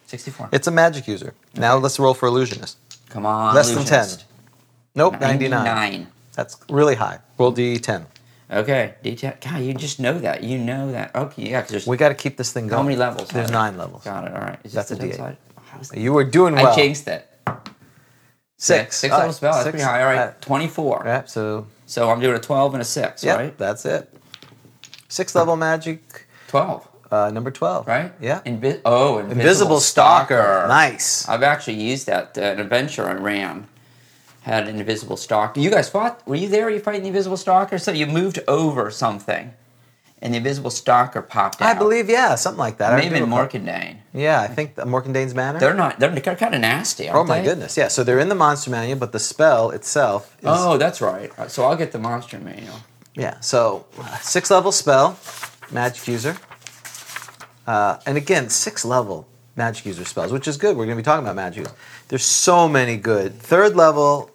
Speaker 3: 64.
Speaker 2: It's a magic user. Now let's roll for illusionist.
Speaker 3: Come on.
Speaker 2: Less than 10.
Speaker 3: illusionist.
Speaker 2: Nope, 99.
Speaker 3: 99.
Speaker 2: That's really high. Roll D10.
Speaker 3: Okay. Detail. God, you just know that. You know that. Okay, yeah, 'cause there's
Speaker 2: We got to keep this thing going.
Speaker 3: how many levels? are
Speaker 2: There's
Speaker 3: there?
Speaker 2: nine levels.
Speaker 3: Got it. All right. Is
Speaker 2: That's
Speaker 3: this
Speaker 2: a
Speaker 3: the
Speaker 2: D8.
Speaker 3: downside? Oh, I was-
Speaker 2: You were doing well.
Speaker 3: I changed it.
Speaker 2: Six.
Speaker 3: Six
Speaker 2: All
Speaker 3: level
Speaker 2: right,
Speaker 3: spell. That's
Speaker 2: six. Uh,
Speaker 3: pretty high. All
Speaker 2: All
Speaker 3: right.
Speaker 2: right.
Speaker 3: 24.
Speaker 2: All right, so,
Speaker 3: So I'm doing a 12 and a 6,
Speaker 2: yeah,
Speaker 3: right?
Speaker 2: that's it. Six level magic,
Speaker 3: 12,
Speaker 2: uh, number 12.
Speaker 3: right?
Speaker 2: Yeah.
Speaker 3: Invi- oh, Invisible,
Speaker 2: Invisible
Speaker 3: Stalker.
Speaker 2: Stalker. Nice.
Speaker 3: I've actually used that. Uh, an adventure I ran had an invisible stalker. You guys fought? Were you there? You fighting the invisible stalker? So you moved over something, and the invisible stalker popped out.
Speaker 2: I believe, yeah, something like that. I
Speaker 3: Maybe
Speaker 2: do
Speaker 3: in
Speaker 2: recall.
Speaker 3: Morkindane.
Speaker 2: Yeah, I think the Morkendane's Manor.
Speaker 3: They're not. They're, they're kind of nasty.
Speaker 2: oh
Speaker 3: Aren't
Speaker 2: my
Speaker 3: they?
Speaker 2: goodness, yeah. So they're in the monster manual, but the spell itself is
Speaker 3: Oh, that's right. Uh, So I'll get the monster manual.
Speaker 2: yeah. So uh, six level spell, magic user, uh, and again six level magic user spells, which is good. We're going to be talking about magic. Users. There's so many good third level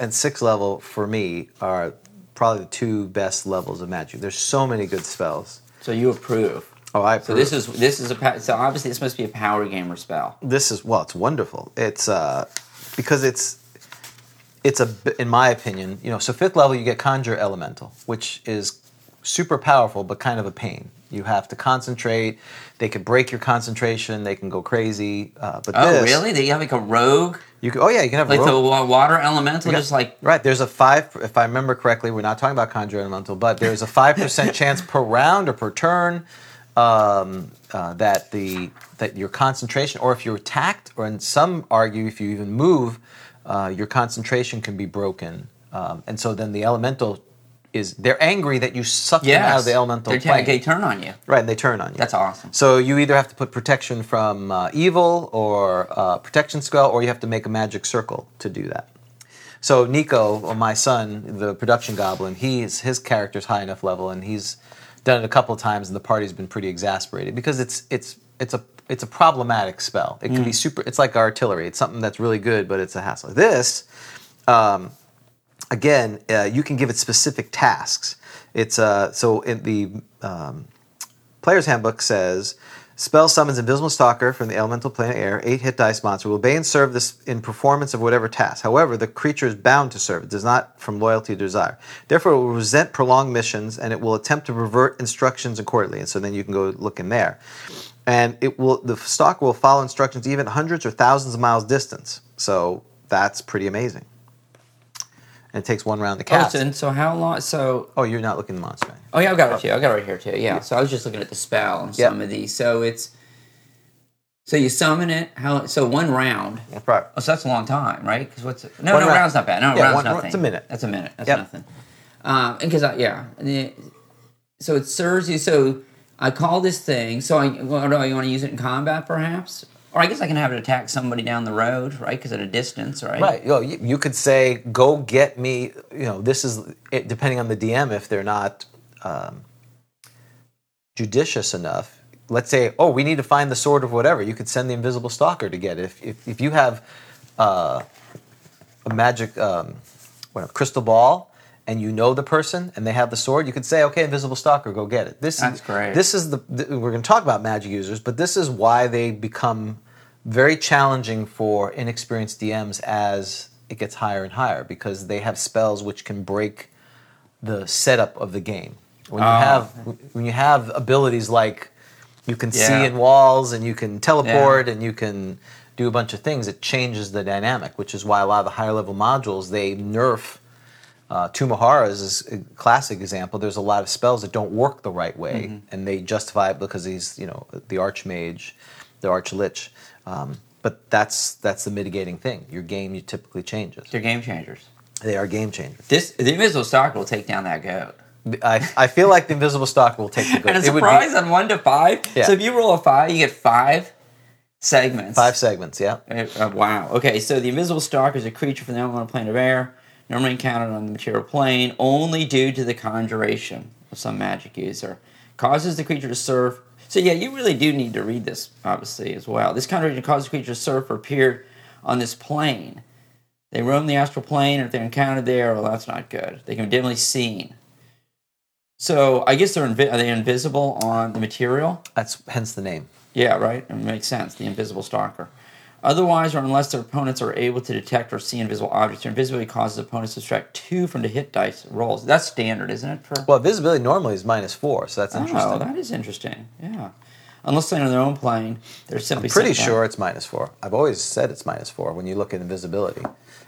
Speaker 2: and sixth level for me are probably the two best levels of magic. There's so many good spells.
Speaker 3: So you approve.
Speaker 2: Oh, I
Speaker 3: So
Speaker 2: approve.
Speaker 3: this is this is a pa- so obviously this must be a power gamer spell.
Speaker 2: this is well it's wonderful it's uh because it's it's a b- in my opinion you know so fifth level you get conjure elemental which is super powerful but kind of a pain you have to concentrate they can break your concentration they can go crazy uh, but
Speaker 3: Oh
Speaker 2: this,
Speaker 3: really? They have like a rogue,
Speaker 2: you can, oh yeah you can have
Speaker 3: like
Speaker 2: a
Speaker 3: the
Speaker 2: rogue-
Speaker 3: wa- water elemental, just like
Speaker 2: right there's a five if i remember correctly we're not talking about conjure elemental but there's a five percent chance per round or per turn um, uh, that the that your concentration or if you're attacked or in some argue if you even move uh, your concentration can be broken um, and so then the elemental is they're angry that you suck them
Speaker 3: yeah
Speaker 2: out of the elemental
Speaker 3: They,
Speaker 2: plane.
Speaker 3: they turn on you.
Speaker 2: right and they turn on you
Speaker 3: That's awesome.
Speaker 2: so you either have to put protection from uh, evil or uh, protection spell, or you have to make a magic circle to do that. So Nico, uh, my son, the production goblin, he's his character's high enough level, and he's done it a couple of times, and the party's been pretty exasperated because it's it's it's a it's a problematic spell. It can be super. It's like artillery. It's something that's really good, but it's a hassle. This um, again, uh, you can give it specific tasks. It's uh, so in the um, player's handbook says. Spell summons Invisible Stalker from the elemental plane of air. Eight hit dice monster will obey and serve this in performance of whatever task. However, the creature is bound to serve. It does not from loyalty or desire. Therefore, it will resent prolonged missions and it will attempt to revert instructions accordingly. And so then you can go look in there. And it will the stalker will follow instructions even hundreds or thousands of miles distance. So that's pretty amazing. And it takes one round to
Speaker 3: Oh,
Speaker 2: cast.
Speaker 3: so, and so how long? So
Speaker 2: Oh, you're not looking at the monster.
Speaker 3: oh yeah, I've got it too. I've got it right here too. Yeah. So I was just looking at the spell and
Speaker 2: Yep.
Speaker 3: some of these. So it's so you summon it. How so one round?
Speaker 2: That's right.
Speaker 3: Oh, so that's a long time, right? Because what's no,
Speaker 2: One round.
Speaker 3: no round's not bad. No,
Speaker 2: Yeah,
Speaker 3: round's
Speaker 2: one-
Speaker 3: nothing.
Speaker 2: it's a minute.
Speaker 3: That's a minute. That's
Speaker 2: Yep.
Speaker 3: nothing. Um, and because yeah, and it- so it serves you. So I call this thing. So I well, do I want to use it in combat, perhaps? Or I guess I can have it attack somebody down the road, right? Because at a distance, right?
Speaker 2: Right. Yo, you, you could say, go get me, you know, this is, it, depending on the DM, if they're not um, judicious enough, let's say, oh, we need to find the sword of whatever. You could send the invisible stalker to get it. If, if, if you have uh, a magic, um, what, a crystal ball and you know the person and they have the sword, you could say, okay, invisible stalker, go get it. This
Speaker 3: That's
Speaker 2: is,
Speaker 3: great.
Speaker 2: This is the, th- we're going to talk about magic users, but this is why they become very challenging for inexperienced DMs as it gets higher and higher because they have spells which can break the setup of the game. When you
Speaker 3: Ah.
Speaker 2: have when you have abilities like you can see
Speaker 3: Yeah.
Speaker 2: in walls and you can teleport and you can do a bunch of things, it changes the dynamic, which is why a lot of the higher level modules they nerf. Uh, Tumaharas is a classic example. There's a lot of spells that don't work the right way,
Speaker 3: Mm-hmm.
Speaker 2: and they justify it because he's you know the archmage, the archlich. Um, but that's that's the mitigating thing. Your game you typically changes.
Speaker 3: They're game changers.
Speaker 2: They are game changers.
Speaker 3: This the invisible stalker will take down that goat.
Speaker 2: I, I feel like the invisible stock will take the good.
Speaker 3: And a
Speaker 2: It would be
Speaker 3: surprise on one to five.
Speaker 2: Yeah.
Speaker 3: So if you roll a five, you get five segments.
Speaker 2: five segments. Yeah.
Speaker 3: Uh, uh, wow. Okay, so the invisible stalker is a creature from the unknown plane of air, normally encountered on the material plane, only due to the conjuration of some magic user. Causes the creature to serve. So, yeah, you really do need to read this, obviously, as well. This conjuration causes the creature to serve for a period on this plane. They roam the astral plane, and if they're encountered there, well, that's not good. They can be dimly seen. So, I guess they're invi- are they invisible on the material?
Speaker 2: That's hence the name.
Speaker 3: Yeah, right? It makes sense. The invisible stalker. Otherwise, or unless their opponents are able to detect or see invisible objects, their invisibility causes opponents to subtract two from the hit dice rolls. That's standard, isn't it? For
Speaker 2: Well, visibility normally is minus four, so that's interesting.
Speaker 3: oh, that is interesting. Yeah, unless they're on their own plane, they're simply
Speaker 2: Pretty
Speaker 3: sent down.
Speaker 2: sure it's minus four. I've always said it's minus four when you look at invisibility,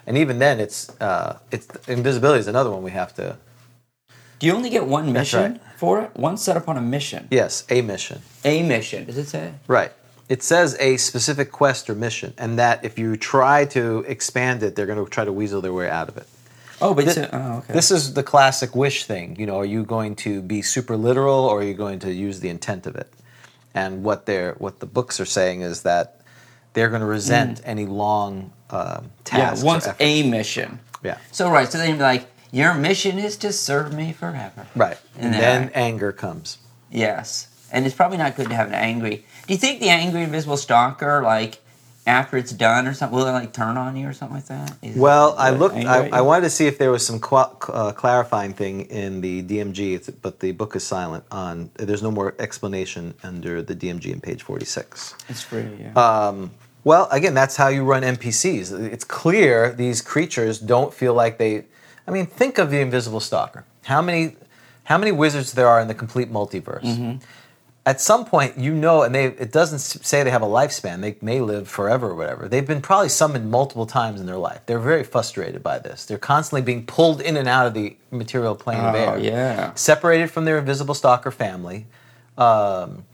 Speaker 2: and even then, it's uh, it's invisibility is another one we have to.
Speaker 3: Do you only get one mission
Speaker 2: right.
Speaker 3: for it? One set upon a mission.
Speaker 2: Yes, a mission.
Speaker 3: A mission. Does it say?
Speaker 2: Right. It says a specific quest or mission, and that if you try to expand it, they're going to try to weasel their way out of it.
Speaker 3: Oh, but it's
Speaker 2: Thi-
Speaker 3: a, oh, okay.
Speaker 2: This is the classic wish thing. You know, are you going to be super literal or are you going to use the intent of it? And what they're what the books are saying is that they're going to resent any long um,
Speaker 3: Mm. yeah,
Speaker 2: tasks. or
Speaker 3: once
Speaker 2: effort.
Speaker 3: a mission.
Speaker 2: yeah,
Speaker 3: So right, so they'd be like, "Your mission is to serve me forever."
Speaker 2: right. And
Speaker 3: Yeah.
Speaker 2: then anger comes.
Speaker 3: Yes, and it's probably not good to have an angry. Do you think the angry invisible stalker, like after it's done or something, will it like turn on you or something like that? Is it-
Speaker 2: Well, I
Speaker 3: will it
Speaker 2: looked.
Speaker 3: anger
Speaker 2: I,
Speaker 3: at
Speaker 2: I
Speaker 3: you?
Speaker 2: wanted to see if there was some qua uh, clarifying thing in the DMG, it's, but the book is silent on. There's no more explanation under the DMG in page forty-six.
Speaker 3: It's free. Yeah.
Speaker 2: Uh, Well, again, that's how you run NPCs. It's clear these creatures don't feel like they. I mean, think of the Invisible Stalker. How many, how many wizards there are in the complete multiverse?
Speaker 3: Mm-hmm.
Speaker 2: At some point, you know, and they it doesn't s- say they have a lifespan. They may live forever or whatever. They've been probably summoned multiple times in their life. They're very frustrated by this. They're constantly being pulled in and out of the material plane of
Speaker 3: Oh,
Speaker 2: air
Speaker 3: yeah.
Speaker 2: separated from their invisible stalker family. Um,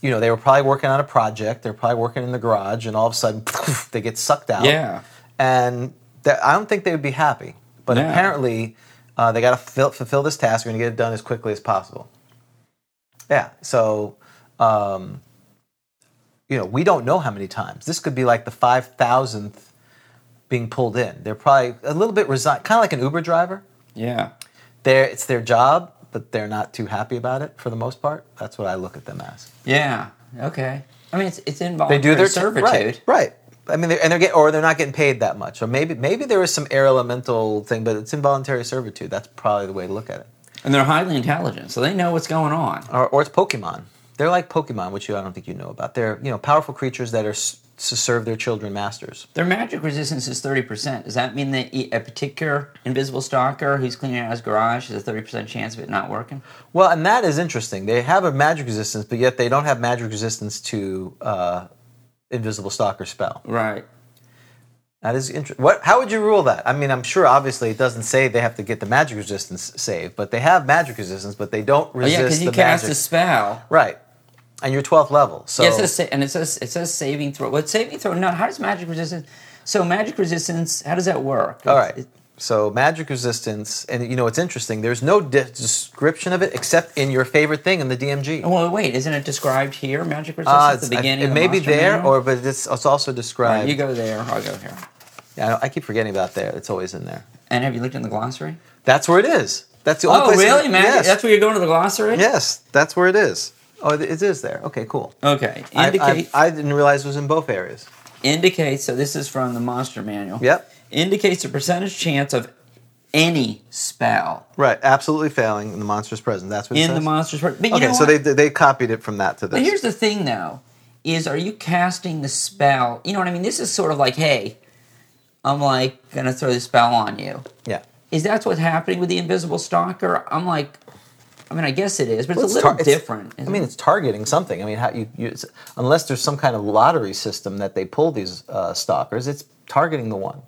Speaker 2: you know, they were probably working on a project. They're probably working in the garage, and all of a sudden, they get sucked out.
Speaker 3: Yeah.
Speaker 2: And that, I don't think they would be happy. But
Speaker 3: No.
Speaker 2: apparently, uh, they got to fill, fulfill this task. We're going to get it done as quickly as possible. Yeah. So, um, you know, we don't know how many times. This could be like the 5,000th being pulled in. They're probably a little bit resigned, kind of like an Uber driver
Speaker 3: yeah.
Speaker 2: they're, it's their job, but they're not too happy about it for the most part. That's what I look at them as.
Speaker 3: Yeah. Okay. I mean, it's it's
Speaker 2: They
Speaker 3: involuntary
Speaker 2: do their
Speaker 3: servitude.
Speaker 2: right, right. I mean, they're, and they're get, or they're not getting paid that much. Or maybe maybe there is some air elemental thing, but it's involuntary servitude. That's probably the way to look at it.
Speaker 3: and they're highly intelligent, so they know what's going on.
Speaker 2: Or, or it's Pokemon. They're like Pokemon, which you, I don't think you know about. They're you know powerful creatures that are s- to serve their children masters.
Speaker 3: Their magic resistance is thirty percent. Does that mean that e- a particular invisible stalker who's cleaning out his garage has a thirty percent chance of it not working?
Speaker 2: Well, and that is interesting. They have a magic resistance, but yet they don't have magic resistance to uh, invisible stalker spell.
Speaker 3: Right.
Speaker 2: That is interesting. What? How would you rule that? I mean, I'm sure obviously it doesn't say they have to get the magic resistance saved, but they have magic resistance, but they don't
Speaker 3: Oh, yeah,
Speaker 2: resist
Speaker 3: because you
Speaker 2: the
Speaker 3: cast
Speaker 2: magic.
Speaker 3: a spell.
Speaker 2: right, and you're 12th level, so
Speaker 3: Yeah, it says, sa- and it says it says saving throw. What saving throw? No, how does magic resistance? So magic resistance, how does that work?
Speaker 2: all right.
Speaker 3: It-
Speaker 2: So magic resistance, and you know it's interesting. There's no de- description of it except in your favorite thing in the DMG.
Speaker 3: well, wait, isn't it described here? Magic resistance
Speaker 2: Uh,
Speaker 3: at Oh, the
Speaker 2: it's-
Speaker 3: beginning.
Speaker 2: it
Speaker 3: of
Speaker 2: may be
Speaker 3: Monster
Speaker 2: there,
Speaker 3: Manual?
Speaker 2: or but it's, it's also
Speaker 3: All
Speaker 2: described.
Speaker 3: right, you go there. I'll go here.
Speaker 2: Yeah, I, don't- I keep forgetting about there. It's always in there.
Speaker 3: And have you looked in the glossary?
Speaker 2: That's where it is. That's the only
Speaker 3: Oh,
Speaker 2: place. it-
Speaker 3: really? Magic?
Speaker 2: Yes.
Speaker 3: That's where you're going to the glossary?
Speaker 2: yes, that's where it is. Oh, it- it is there. Okay, cool.
Speaker 3: Okay.
Speaker 2: I-
Speaker 3: Indicate.
Speaker 2: I, I didn't realize it was in both areas.
Speaker 3: indicates. So this is from the Monster Manual.
Speaker 2: Yep.
Speaker 3: Indicates a percentage chance of any spell
Speaker 2: Right, absolutely failing in the monster's present. That's what it
Speaker 3: in the
Speaker 2: says?
Speaker 3: monster's part. But you
Speaker 2: Okay,
Speaker 3: know
Speaker 2: so
Speaker 3: what?
Speaker 2: they they copied it from that to this.
Speaker 3: But here's the thing, though, is are you casting the spell? You know what I mean? This is sort of like, hey, I'm like gonna throw the spell on you.
Speaker 2: yeah,
Speaker 3: Is that what's happening with the invisible stalker? I'm like, I mean, I guess it is, but it's
Speaker 2: Well,
Speaker 3: a
Speaker 2: it's
Speaker 3: little
Speaker 2: tar- it's-
Speaker 3: different.
Speaker 2: I mean, it's targeting something. I mean, how you, you it's, unless there's some kind of lottery system that they pull these uh, stalkers, it's targeting the one.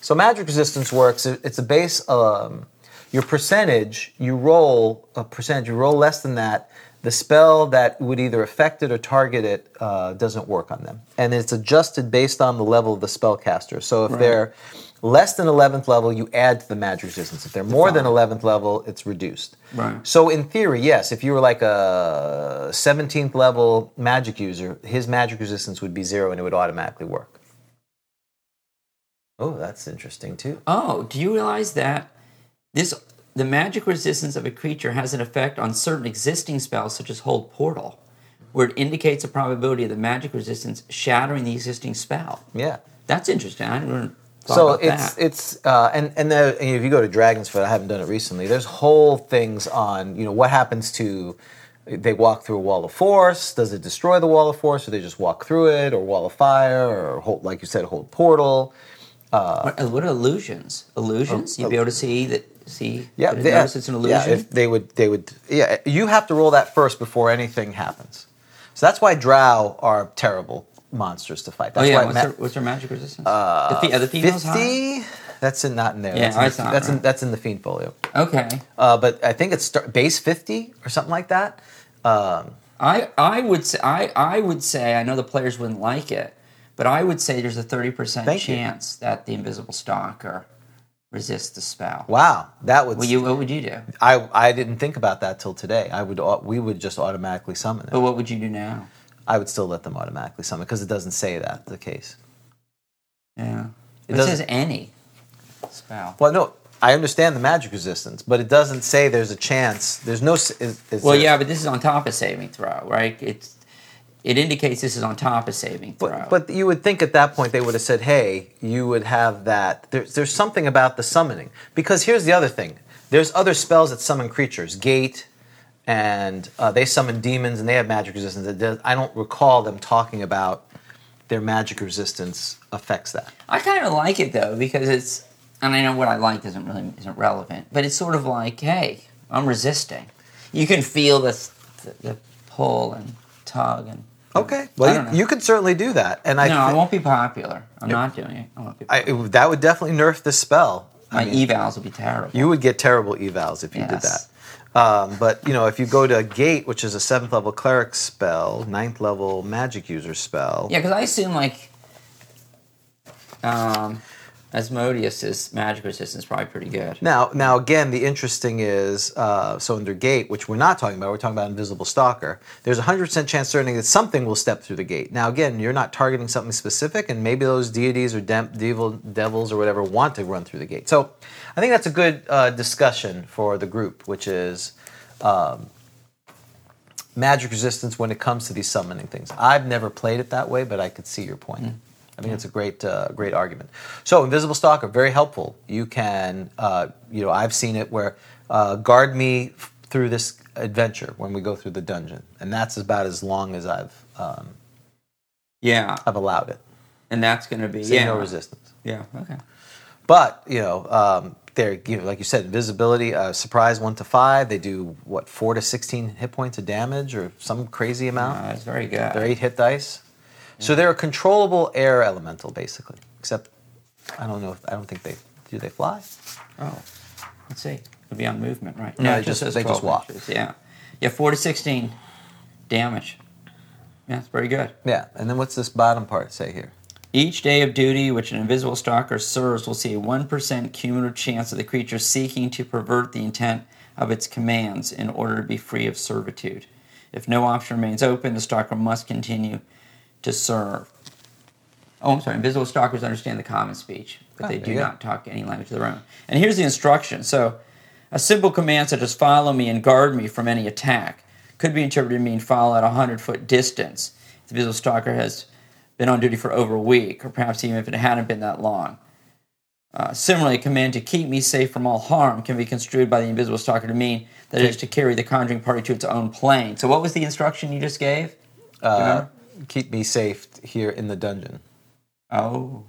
Speaker 2: So magic resistance works. It- It's a base. Um, your percentage, you roll a percentage. You roll less than that. The spell that would either affect it or target it uh, doesn't work on them, and it's adjusted based on the level of the spellcaster. So if they're less than eleventh level, you add to the magic resistance. If they're more than
Speaker 3: five.
Speaker 2: eleventh level, it's reduced.
Speaker 3: Right.
Speaker 2: So in theory, yes, if you were like a 17th level magic user, his magic resistance would be zero and it would automatically work. Oh, that's interesting too.
Speaker 3: oh, do you realize that this the magic resistance of a creature has an effect on certain existing spells, such as Hold Portal, where it indicates a probability of the magic resistance shattering the existing spell.
Speaker 2: Yeah.
Speaker 3: That's interesting. I didn't thought
Speaker 2: so
Speaker 3: about
Speaker 2: it's
Speaker 3: that.
Speaker 2: it's uh, and and, the, and if you go to Dragon's Foot, I haven't done it recently. There's whole things on you know what happens to they walk through a wall of force. Does it destroy the wall of force, or they just walk through it, or wall of fire, or hold, like you said, hold portal?
Speaker 3: What, uh, what are illusions? Illusions? You'd be able to see that. See?
Speaker 2: Oh, Yeah,
Speaker 3: that it-
Speaker 2: they- uh,
Speaker 3: notice it's an illusion.
Speaker 2: Yeah, if they would, they would. Yeah, you have to roll that first before anything happens. So that's why Drow are terrible monsters to fight.
Speaker 3: oh
Speaker 2: That's
Speaker 3: yeah.
Speaker 2: why
Speaker 3: What's,
Speaker 2: ma-
Speaker 3: their, what's their magic resistance? Uh, the, fe- are the females high?
Speaker 2: fifty. That's in, not in there.
Speaker 3: Yeah,
Speaker 2: that's in,
Speaker 3: it's
Speaker 2: the-
Speaker 3: not,
Speaker 2: that's, in,
Speaker 3: right.
Speaker 2: that's in the fiend folio.
Speaker 3: Okay.
Speaker 2: Uh, but I think it's star- base fifty or something like that. Um,
Speaker 3: I I would say I I would say I know the players wouldn't like it, but I would say there's a thirty percent
Speaker 2: Thank you.
Speaker 3: chance that the invisible stalker resists the spell.
Speaker 2: wow, that would.
Speaker 3: Well, you what would you do?
Speaker 2: I I didn't think about that till today. I would au- we would just automatically summon
Speaker 3: But
Speaker 2: them.
Speaker 3: what would you do now?
Speaker 2: I would still let them automatically summon because it doesn't say that the case.
Speaker 3: Yeah. It,
Speaker 2: doesn't-
Speaker 3: says any spell.
Speaker 2: Well, no, I understand the magic resistance, but it doesn't say there's a chance. There's no. s- Is, is
Speaker 3: Well,
Speaker 2: there-
Speaker 3: yeah, but this is on top of saving throw, right? It's it indicates this is on top of saving throw.
Speaker 2: But, but you would think at that point they would have said, "Hey, you would have that." There's there's something about the summoning because here's the other thing. There's other spells that summon creatures, gate, and uh, they summon demons, and they have magic resistance. It does- I don't recall them talking about their magic resistance affects that.
Speaker 3: I kind of like it though because it's, and I know what I like isn't really isn't relevant, but it's sort of like, hey, I'm resisting. You can feel the the, the pull and tug and.
Speaker 2: Okay,
Speaker 3: I don't
Speaker 2: well,
Speaker 3: know.
Speaker 2: you, you could certainly do that, and I,
Speaker 3: no, I
Speaker 2: thi-
Speaker 3: won't be popular. I'm not doing it. I won't be.
Speaker 2: I-
Speaker 3: Popular.
Speaker 2: it- that would definitely nerf this spell. I
Speaker 3: My
Speaker 2: mean-
Speaker 3: evals will be terrible.
Speaker 2: You would get terrible evals if you did that.
Speaker 3: Yes.
Speaker 2: Um, but you know, if you go to Gate, which is a seventh level cleric spell, ninth level magic user spell.
Speaker 3: yeah, because I assume like, um, Asmodeus's magic resistance is probably pretty good.
Speaker 2: Now, now again, the interesting is uh, so under Gate, which we're not talking about. We're talking about Invisible Stalker. There's a hundred percent chance certainty that something will step through the gate. Now, again, you're not targeting something specific, and maybe those deities or dem- devil devils or whatever want to run through the gate. So, I think that's a good uh, discussion for the group, which is. magic resistance when it comes to these summoning things. I've never played it that way, but I could see your point. I think it's a great, uh, great argument. So invisible stalker, very helpful. You can, uh, you know, I've seen it where uh, guard me f- through this adventure when we go through the dungeon, and that's about as long as I've um,
Speaker 3: Yeah,
Speaker 2: I've allowed it.
Speaker 3: and that's going to be
Speaker 2: See
Speaker 3: yeah.
Speaker 2: no resistance.
Speaker 3: Yeah. Okay.
Speaker 2: But you know, um, they're you know, like you said, invisibility, uh, surprise one to five. They do what four to sixteen hit points of damage or some crazy amount.
Speaker 3: Uh, it's very good.
Speaker 2: They're eight hit dice. So they're a controllable air elemental, basically. Except, I don't know. If, I don't think they do. They fly.
Speaker 3: Oh, let's see. It'll be on movement, right?
Speaker 2: No,
Speaker 3: it
Speaker 2: they just-
Speaker 3: says
Speaker 2: they just
Speaker 3: 12
Speaker 2: walk.
Speaker 3: inches, Yeah, yeah, four to sixteen damage. Yeah, that's pretty good.
Speaker 2: Yeah. And then what's this bottom part say here?
Speaker 3: Each day of duty which an invisible stalker serves will see a one percent cumulative chance of the creature seeking to pervert the intent of its commands in order to be free of servitude. If no option remains open, the stalker must continue to serve. Oh, I'm sorry. Invisible stalkers understand the common speech, but
Speaker 2: Oh,
Speaker 3: they
Speaker 2: there
Speaker 3: do
Speaker 2: you go.
Speaker 3: not talk any language of their own. And here's the instruction. So, a simple command such as "follow me" and "guard me from any attack" could be interpreted to mean "follow at a hundred foot distance." If the invisible stalker has been on duty for over a week, or perhaps even if it hadn't been that long. Uh, similarly, a command to keep me safe from all harm can be construed by the invisible stalker to mean that it is to carry the conjuring party to its own plane. So, what was the instruction you just gave? Do you
Speaker 2: Uh,
Speaker 3: remember?
Speaker 2: keep me safe here in the dungeon
Speaker 3: oh.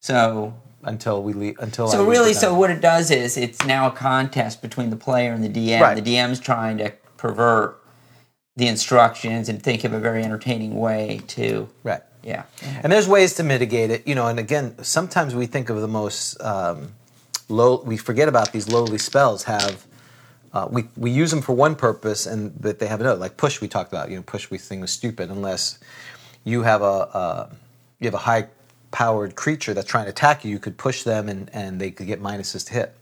Speaker 3: So,
Speaker 2: until we leave. Until I
Speaker 3: so
Speaker 2: leave the
Speaker 3: really, so
Speaker 2: dungeon.
Speaker 3: what it does is it's now a contest between the player and the DM.
Speaker 2: Right.
Speaker 3: The DM's trying to pervert the instructions and think of a very entertaining way to,
Speaker 2: right?
Speaker 3: yeah.
Speaker 2: And there's ways to mitigate it, you know. And again, sometimes we think of the most um, low. We forget about these lowly spells. Have uh, we we use them for one purpose, and that they have another. Like push, we talked about. You know, push we think was stupid unless you have a uh, you have a high powered creature that's trying to attack you. You could push them, and and they could get minuses to hit.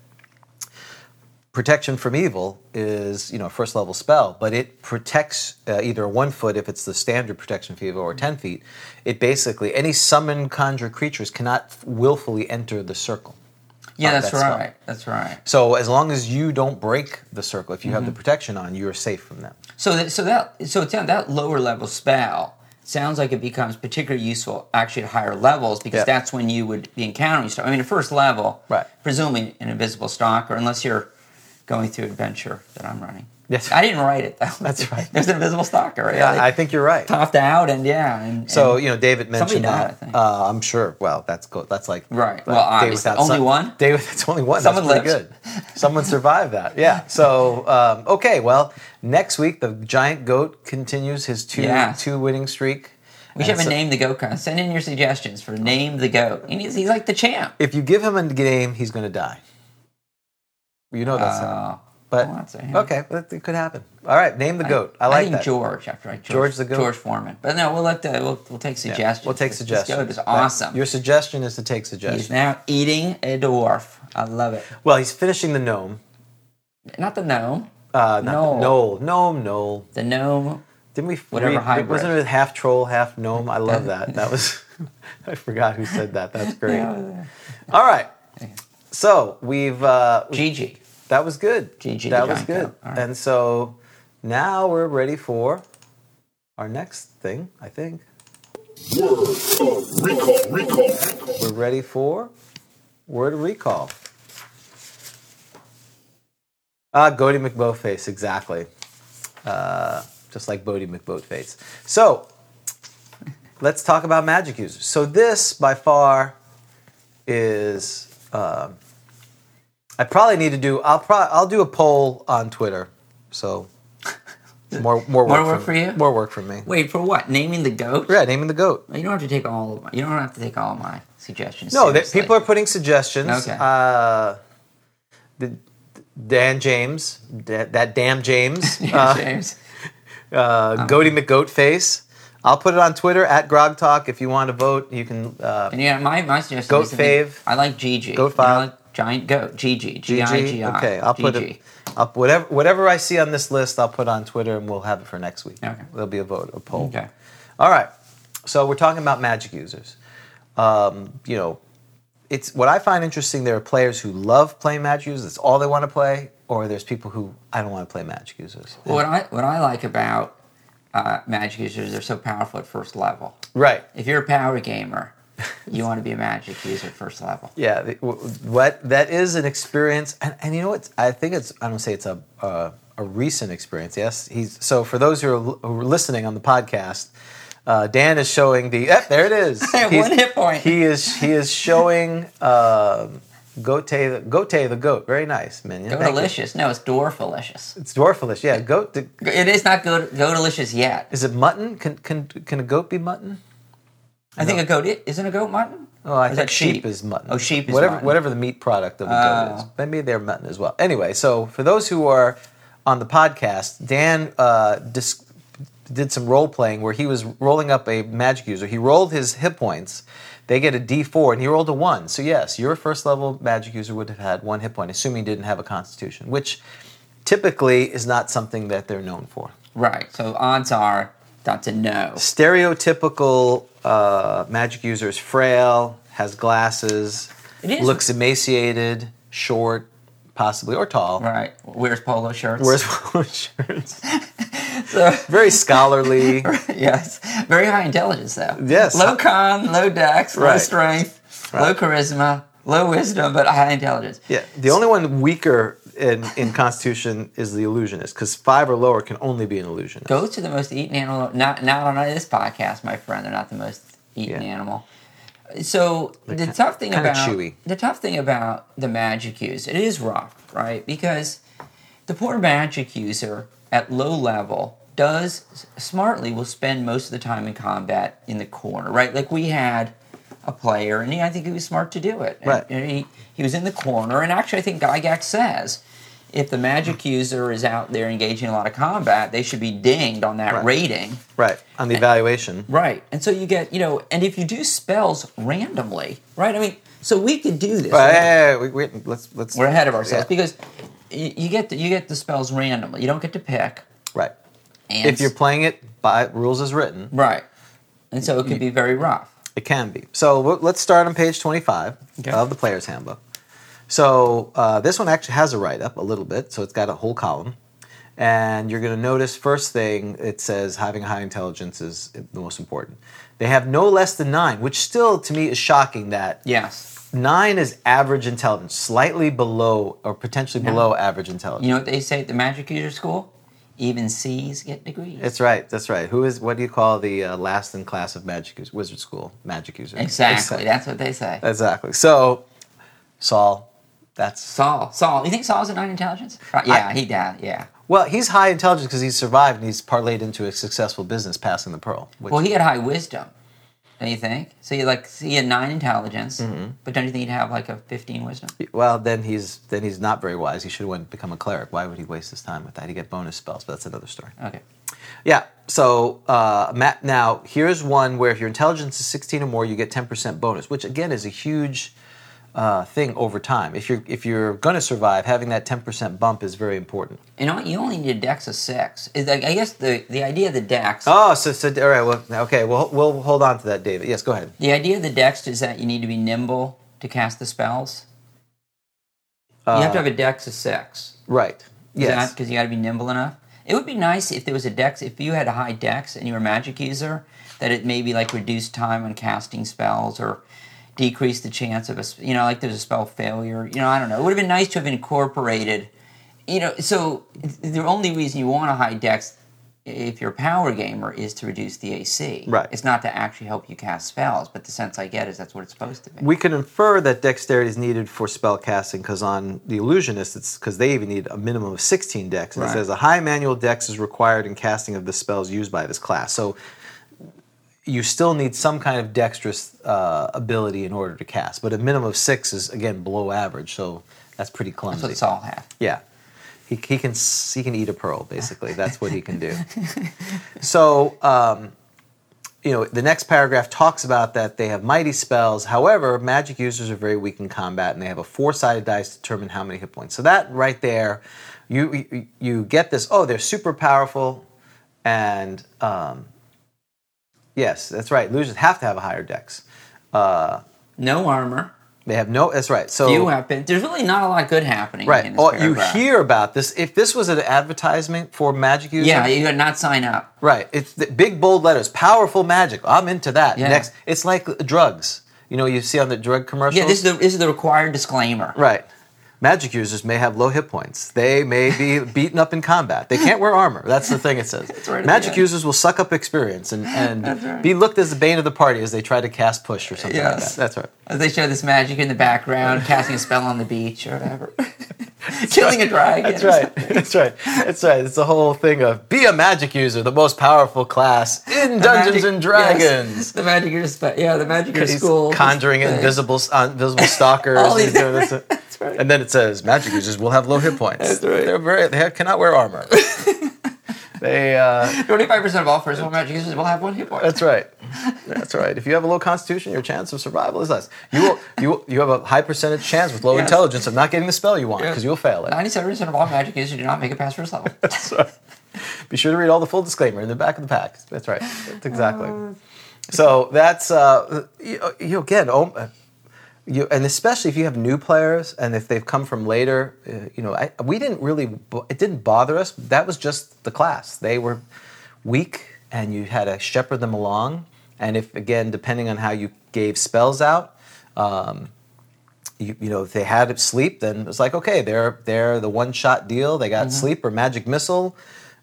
Speaker 2: Protection from evil is, you know, a first level spell, but it protects uh, either one foot if it's the standard protection from evil or ten feet. It basically any summoned conjure creatures cannot willfully enter the circle.
Speaker 3: Yeah,
Speaker 2: Oh,
Speaker 3: that's,
Speaker 2: that's
Speaker 3: right. That's right.
Speaker 2: So as long as you don't break the circle, if you have the protection on, you are safe from them.
Speaker 3: So that so that so it's that lower level spell sounds like it becomes particularly useful actually at higher levels because
Speaker 2: Yeah.
Speaker 3: that's when you would be encountering stuff. I mean, at first level,
Speaker 2: Right.
Speaker 3: Presumably an invisible stalker, unless you're going through adventure that I'm running.
Speaker 2: Yes.
Speaker 3: I didn't write it though.
Speaker 2: That's right.
Speaker 3: There's an invisible stalker, right?
Speaker 2: Yeah,
Speaker 3: Like,
Speaker 2: I think you're right.
Speaker 3: popped out and yeah. And,
Speaker 2: So
Speaker 3: and-
Speaker 2: you know, David
Speaker 3: Somebody
Speaker 2: mentioned
Speaker 3: died,
Speaker 2: that.
Speaker 3: I think.
Speaker 2: Uh, I'm sure. Well, that's cool. That's like like
Speaker 3: Right. Well, obviously. Only one?
Speaker 2: David, that's only one.
Speaker 3: Someone
Speaker 2: that's pretty
Speaker 3: lived.
Speaker 2: good. Someone survived that. Yeah. So um, okay. Well, next week the giant goat continues his two
Speaker 3: Yes.
Speaker 2: two winning streak.
Speaker 3: we should
Speaker 2: And
Speaker 3: have a
Speaker 2: so-
Speaker 3: name the goat contest. Send in your suggestions for name the goat. And he's, he's like the champ.
Speaker 2: If you give him a name, he's going to die. You know that's not-
Speaker 3: Uh,
Speaker 2: but
Speaker 3: well, that's a-
Speaker 2: okay, but it could happen. All right, name the goat. I, like
Speaker 3: think
Speaker 2: that.
Speaker 3: George after I
Speaker 2: George the goat?
Speaker 3: George Foreman. But no, we'll let the, we'll, we'll take
Speaker 2: Yeah,
Speaker 3: suggestions.
Speaker 2: We'll take
Speaker 3: This-
Speaker 2: suggestions.
Speaker 3: This goat is
Speaker 2: That-
Speaker 3: awesome.
Speaker 2: Your suggestion is to take
Speaker 3: He's
Speaker 2: suggestions.
Speaker 3: now eating a dwarf. I love it.
Speaker 2: Well, he's finishing the gnome.
Speaker 3: Not the gnome.
Speaker 2: Uh, not
Speaker 3: Gnoll.
Speaker 2: The, Knoll. Gnome, Knoll.
Speaker 3: The gnome.
Speaker 2: Didn't we?
Speaker 3: Whatever
Speaker 2: we-
Speaker 3: hybrid.
Speaker 2: Wasn't it half troll, half gnome? I love that. That was. I forgot who said that. That's great.
Speaker 3: Yeah.
Speaker 2: All right. So we've. Uh, we-
Speaker 3: Gigi.
Speaker 2: that was good.
Speaker 3: GG,
Speaker 2: That
Speaker 3: the
Speaker 2: was
Speaker 3: giant
Speaker 2: good.
Speaker 3: goat. All right.
Speaker 2: And so now we're ready for our next thing. I think
Speaker 1: Word of recall, recall.
Speaker 2: we're ready for word recall. Ah, Goaty McBoatface, exactly. Uh, just like Bodie McBoatface. So, let's talk about magic users. So, this by far is. Um, I probably need to do. I'll probably I'll do a poll on Twitter. So, more more work,
Speaker 3: More work
Speaker 2: from-
Speaker 3: for you?
Speaker 2: More work for me.
Speaker 3: Wait for what? Naming the goat?
Speaker 2: Yeah, naming the goat.
Speaker 3: You don't have to take all. Of my, you don't have to take all of my suggestions.
Speaker 2: No, that
Speaker 3: seriously.
Speaker 2: people are putting suggestions.
Speaker 3: Okay.
Speaker 2: Uh, the, Dan James, that, that damn James, uh,
Speaker 3: James. Um,
Speaker 2: uh, Goaty McGoatface. I'll put it on Twitter at Grog Talk. If you want to vote, you can. Uh,
Speaker 3: And yeah, my my suggestion.
Speaker 2: Goat
Speaker 3: is to be-
Speaker 2: fave.
Speaker 3: I like Gigi.
Speaker 2: Goat
Speaker 3: And I
Speaker 2: fave.
Speaker 3: like giant goat. Gigi. G
Speaker 2: GG.
Speaker 3: i g i.
Speaker 2: Okay, I'll put
Speaker 3: Gigi.
Speaker 2: it. I'll, whatever whatever I see on this list, I'll put on Twitter, and we'll have it for next week.
Speaker 3: Okay.
Speaker 2: There'll be a vote, a poll.
Speaker 3: Okay.
Speaker 2: All right. So we're talking about magic users. Um, you know, it's what I find interesting. There are players who love playing magic users; it's all they want to play. Or there's people who I don't want to play magic users.
Speaker 3: Well, What I what I like about uh, magic users, they're so powerful at first level.
Speaker 2: Right.
Speaker 3: If you're a power gamer, you want to be a magic user at first level.
Speaker 2: Yeah. the- w- What that is an experience, and, and you know what? I think it's. I don't say it's a uh, a recent experience. Yes. He's so for those who are, l- who are listening on the podcast. Uh, Dan is showing the. eh, there it is.
Speaker 3: One
Speaker 2: He's-
Speaker 3: hit point.
Speaker 2: He is. He is showing. Um, Gote the Gote the goat, very nice minion.
Speaker 3: Go
Speaker 2: Thank you.
Speaker 3: delicious. No, it's dwarf delicious.
Speaker 2: It's dwarfilish. Yeah, goat. d-
Speaker 3: It is not go go delicious yet.
Speaker 2: Is it mutton? Can can can a goat be mutton?
Speaker 3: I think a goat i- isn't a goat mutton.
Speaker 2: Oh, I
Speaker 3: Or is
Speaker 2: think
Speaker 3: that
Speaker 2: sheep? is mutton.
Speaker 3: Oh, sheep is
Speaker 2: whatever
Speaker 3: mutton.
Speaker 2: whatever the meat product of the goat
Speaker 3: Oh.
Speaker 2: is. Maybe they're mutton as well. Anyway, so for those who are on the podcast, Dan uh, dis- did some role playing where he was rolling up a magic user. He rolled his hit points. They get a D4, and he rolled a one. So yes, your first level magic user would have had one hit point, assuming he didn't have a constitution, which typically is not something that they're known for.
Speaker 3: Right. So odds are that's a no.
Speaker 2: stereotypical uh, magic user is frail, has glasses,
Speaker 3: It is-
Speaker 2: looks emaciated, short, possibly or tall.
Speaker 3: Right. Wears polo shirts.
Speaker 2: Wears polo shirts.
Speaker 3: So-
Speaker 2: Very scholarly.
Speaker 3: yes. Very high intelligence though.
Speaker 2: Yes.
Speaker 3: Low con, low dex, low
Speaker 2: Right.
Speaker 3: strength, low
Speaker 2: Right.
Speaker 3: charisma, low wisdom but high intelligence.
Speaker 2: Yeah, the only one weaker in, in Constitution is the illusionist because five or lower can only be an illusionist.
Speaker 3: Go to the most eaten animal. Not not on this podcast, my friend. They're not the most eaten
Speaker 2: Yeah.
Speaker 3: animal. So the
Speaker 2: ki-
Speaker 3: tough thing
Speaker 2: kinda
Speaker 3: about
Speaker 2: chewy.
Speaker 3: the tough thing about the magic use it is rough, right? Because the poor magic user at low level does smartly will spend most of the time in combat in the corner, right? Like we had a player, and he, I think he was smart to do it. And-
Speaker 2: Right.
Speaker 3: and he, he was in the corner, and actually, I think Gygax says if the magic user is out there engaging in a lot of combat, they should be dinged on that
Speaker 2: Right.
Speaker 3: rating.
Speaker 2: Right on the evaluation.
Speaker 3: Right. And so you get, you know, and if you do spells randomly, right? I mean, so we could do this.
Speaker 2: Right, yeah, yeah, yeah, we- we- let's let's.
Speaker 3: We're ahead of ourselves
Speaker 2: Yeah.
Speaker 3: because you, you get the, you get the spells randomly. You don't get to pick.
Speaker 2: Right.
Speaker 3: And
Speaker 2: If you're playing it by rules as written,
Speaker 3: right, and so it could be very rough.
Speaker 2: it can be. So w- let's start on page 25
Speaker 3: Okay.
Speaker 2: of the Player's Handbook. So uh, this one actually has a write up a little bit, so it's got a whole column. And you're going to notice first thing it says having a high intelligence is the most important. They have no less than nine, which still to me is shocking that
Speaker 3: Yes.
Speaker 2: nine is average intelligence, slightly below or potentially below average intelligence.
Speaker 3: You know what they say at the magic user school? Even C's get degrees.
Speaker 2: That's right. That's right. Who is? What do you call the uh, last in class of magic us- wizard school? Magic user.
Speaker 3: exactly.
Speaker 2: Exact-
Speaker 3: That's what they say.
Speaker 2: Exactly. So, Saul, that's
Speaker 3: Saul. Saul. You think Saul's a nine intelligence? Right, yeah, he died. Yeah.
Speaker 2: well. He's high intelligence because he's survived and he's parlayed into a successful business passing the pearl. Which,
Speaker 3: Well, he had high wisdom. Don't you think? So you like he had nine intelligence,
Speaker 2: Mm-hmm.
Speaker 3: but don't you think he'd have like a fifteen wisdom?
Speaker 2: well, then he's then he's not very wise. He should have went and become a cleric. Why would he waste his time with that? He get bonus spells, but that's another story.
Speaker 3: Okay.
Speaker 2: Yeah. So, uh, Matt, now here's one where if your intelligence is 16 or more, you get 10% bonus, which again is a huge uh, thing over time. If you're if you're going to survive, having that 10% bump is very important.
Speaker 3: And all, you only need a dex of six. Is like I guess the the idea of the dex.
Speaker 2: Oh, so, so all right. Well, okay. Well, we'll hold on to that, David. Yes, go ahead.
Speaker 3: The idea of the dex is that you need to be nimble to cast the spells. you
Speaker 2: Uh,
Speaker 3: have to have a dex of six.
Speaker 2: Right. Yes.
Speaker 3: Because you got to be nimble enough. It would be nice if there was a dex, if you had a high dex and you were a magic user, that it maybe like reduced time on casting spells or decreased the chance of a, sp- you know, like there's a spell failure. You know, I don't know. It would have been nice to have incorporated, you know, so the only reason you want a high dex if you're a power gamer is to reduce the AC.
Speaker 2: Right.
Speaker 3: It's not to actually help you cast spells, but the sense I get is that's what it's supposed to be.
Speaker 2: We can infer that dexterity is needed for spell casting because on the illusionist, it's because they even need a minimum of 16 dex. And
Speaker 3: Right.
Speaker 2: it says a high manual dex is required in casting of the spells used by this class. So you still need some kind of dexterous uh, ability in order to cast, but a minimum of six is again below average. So that's pretty clumsy.
Speaker 3: That's what Saul had.
Speaker 2: Yeah. He, he can s- he can eat a pearl basically. That's what he can do. so um, you know the next paragraph talks about that they have mighty spells. However, magic users are very weak in combat, and they have a four-sided dice to determine how many hit points. So that right there, you you, you get this. Oh, they're super powerful, and um, yes, that's right. Losers have to have a higher dex. Uh,
Speaker 3: No armor.
Speaker 2: they have no. That's right. So
Speaker 3: few happen. There's really not a lot good happening.
Speaker 2: Oh. Right.
Speaker 3: In this
Speaker 2: Oh, you
Speaker 3: paragraph.
Speaker 2: hear about this. If this was an advertisement for magic user,
Speaker 3: Yeah, you would not sign up.
Speaker 2: right. It's the big bold letters, powerful magic. I'm into that.
Speaker 3: Yeah.
Speaker 2: Next, it's like drugs. You know, you see on the drug commercials.
Speaker 3: Yeah, this is the this is the required disclaimer.
Speaker 2: right. Magic users may have low hit points. They may be beaten up in combat. They can't wear armor. That's the thing it says.
Speaker 3: right at the
Speaker 2: Magic
Speaker 3: end.
Speaker 2: users will suck up experience and, and
Speaker 3: right.
Speaker 2: be looked as the bane of the party as they try to cast push or something like
Speaker 3: Yes.
Speaker 2: that. That's right.
Speaker 3: As they show this magic in the background, casting a spell on the beach or whatever, killing a dragon.
Speaker 2: That's right. That's right. That's right. It's the whole thing of be a magic user, the most powerful class in Dungeons and Dragons.
Speaker 3: the magic your spe- yeah, the magic your
Speaker 2: He's
Speaker 3: school
Speaker 2: conjuring
Speaker 3: thing.
Speaker 2: invisible, uh, invisible stalkers.
Speaker 3: All
Speaker 2: and he's
Speaker 3: these-
Speaker 2: doing this.
Speaker 3: right.
Speaker 2: And then it says magic users will have low hit points.
Speaker 3: That's right.
Speaker 2: They're very, they have- cannot wear armor. they. Uh,
Speaker 3: Twenty-five percent of all first level magic users will have one hit point.
Speaker 2: that's right. That's right. If you have a low constitution, your chance of survival is less. You will, you will, you have a high percentage chance with low
Speaker 3: Yes.
Speaker 2: intelligence of not getting the spell you want
Speaker 3: Yes.
Speaker 2: because you'll fail it.
Speaker 3: Ninety-seven percent of all magic users do not make it past first level.
Speaker 2: Be sure to read all the full disclaimer in the back of the pack. That's right. That's exactly. so that's uh, you, you again. Oh, uh, you, and especially if you have new players and if they've come from later, uh, you know, I, we didn't really. bo- It didn't bother us. That was just the class. They were weak, and you had to shepherd them along. And if again, depending on how you gave spells out, um, you, you know, if they had sleep, then it was like, okay, they're they're the one shot deal. They got sleep or magic missile.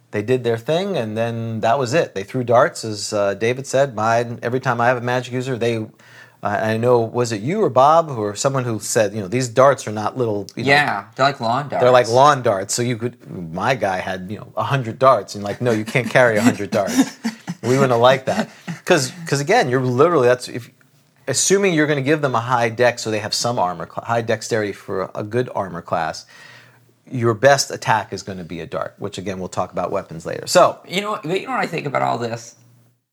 Speaker 2: They did their thing, and then that was it. They threw darts, as uh, David said. My every time I have a magic user, they. I I know. Was it you or Bob or someone who said, you know, these darts are not little. You know,
Speaker 3: yeah, they're like lawn darts.
Speaker 2: they're like lawn darts. So you could, my guy had you know hundred darts, and like, no, you can't carry hundred darts. We wouldn't have liked that because again, you're literally that's if assuming you're going to give them a high deck, so they have some armor, cla- high dexterity for a, a good armor class. Your best attack is going to be a dart, which again we'll talk about weapons later. So
Speaker 3: You know, what- you know what I think about all this?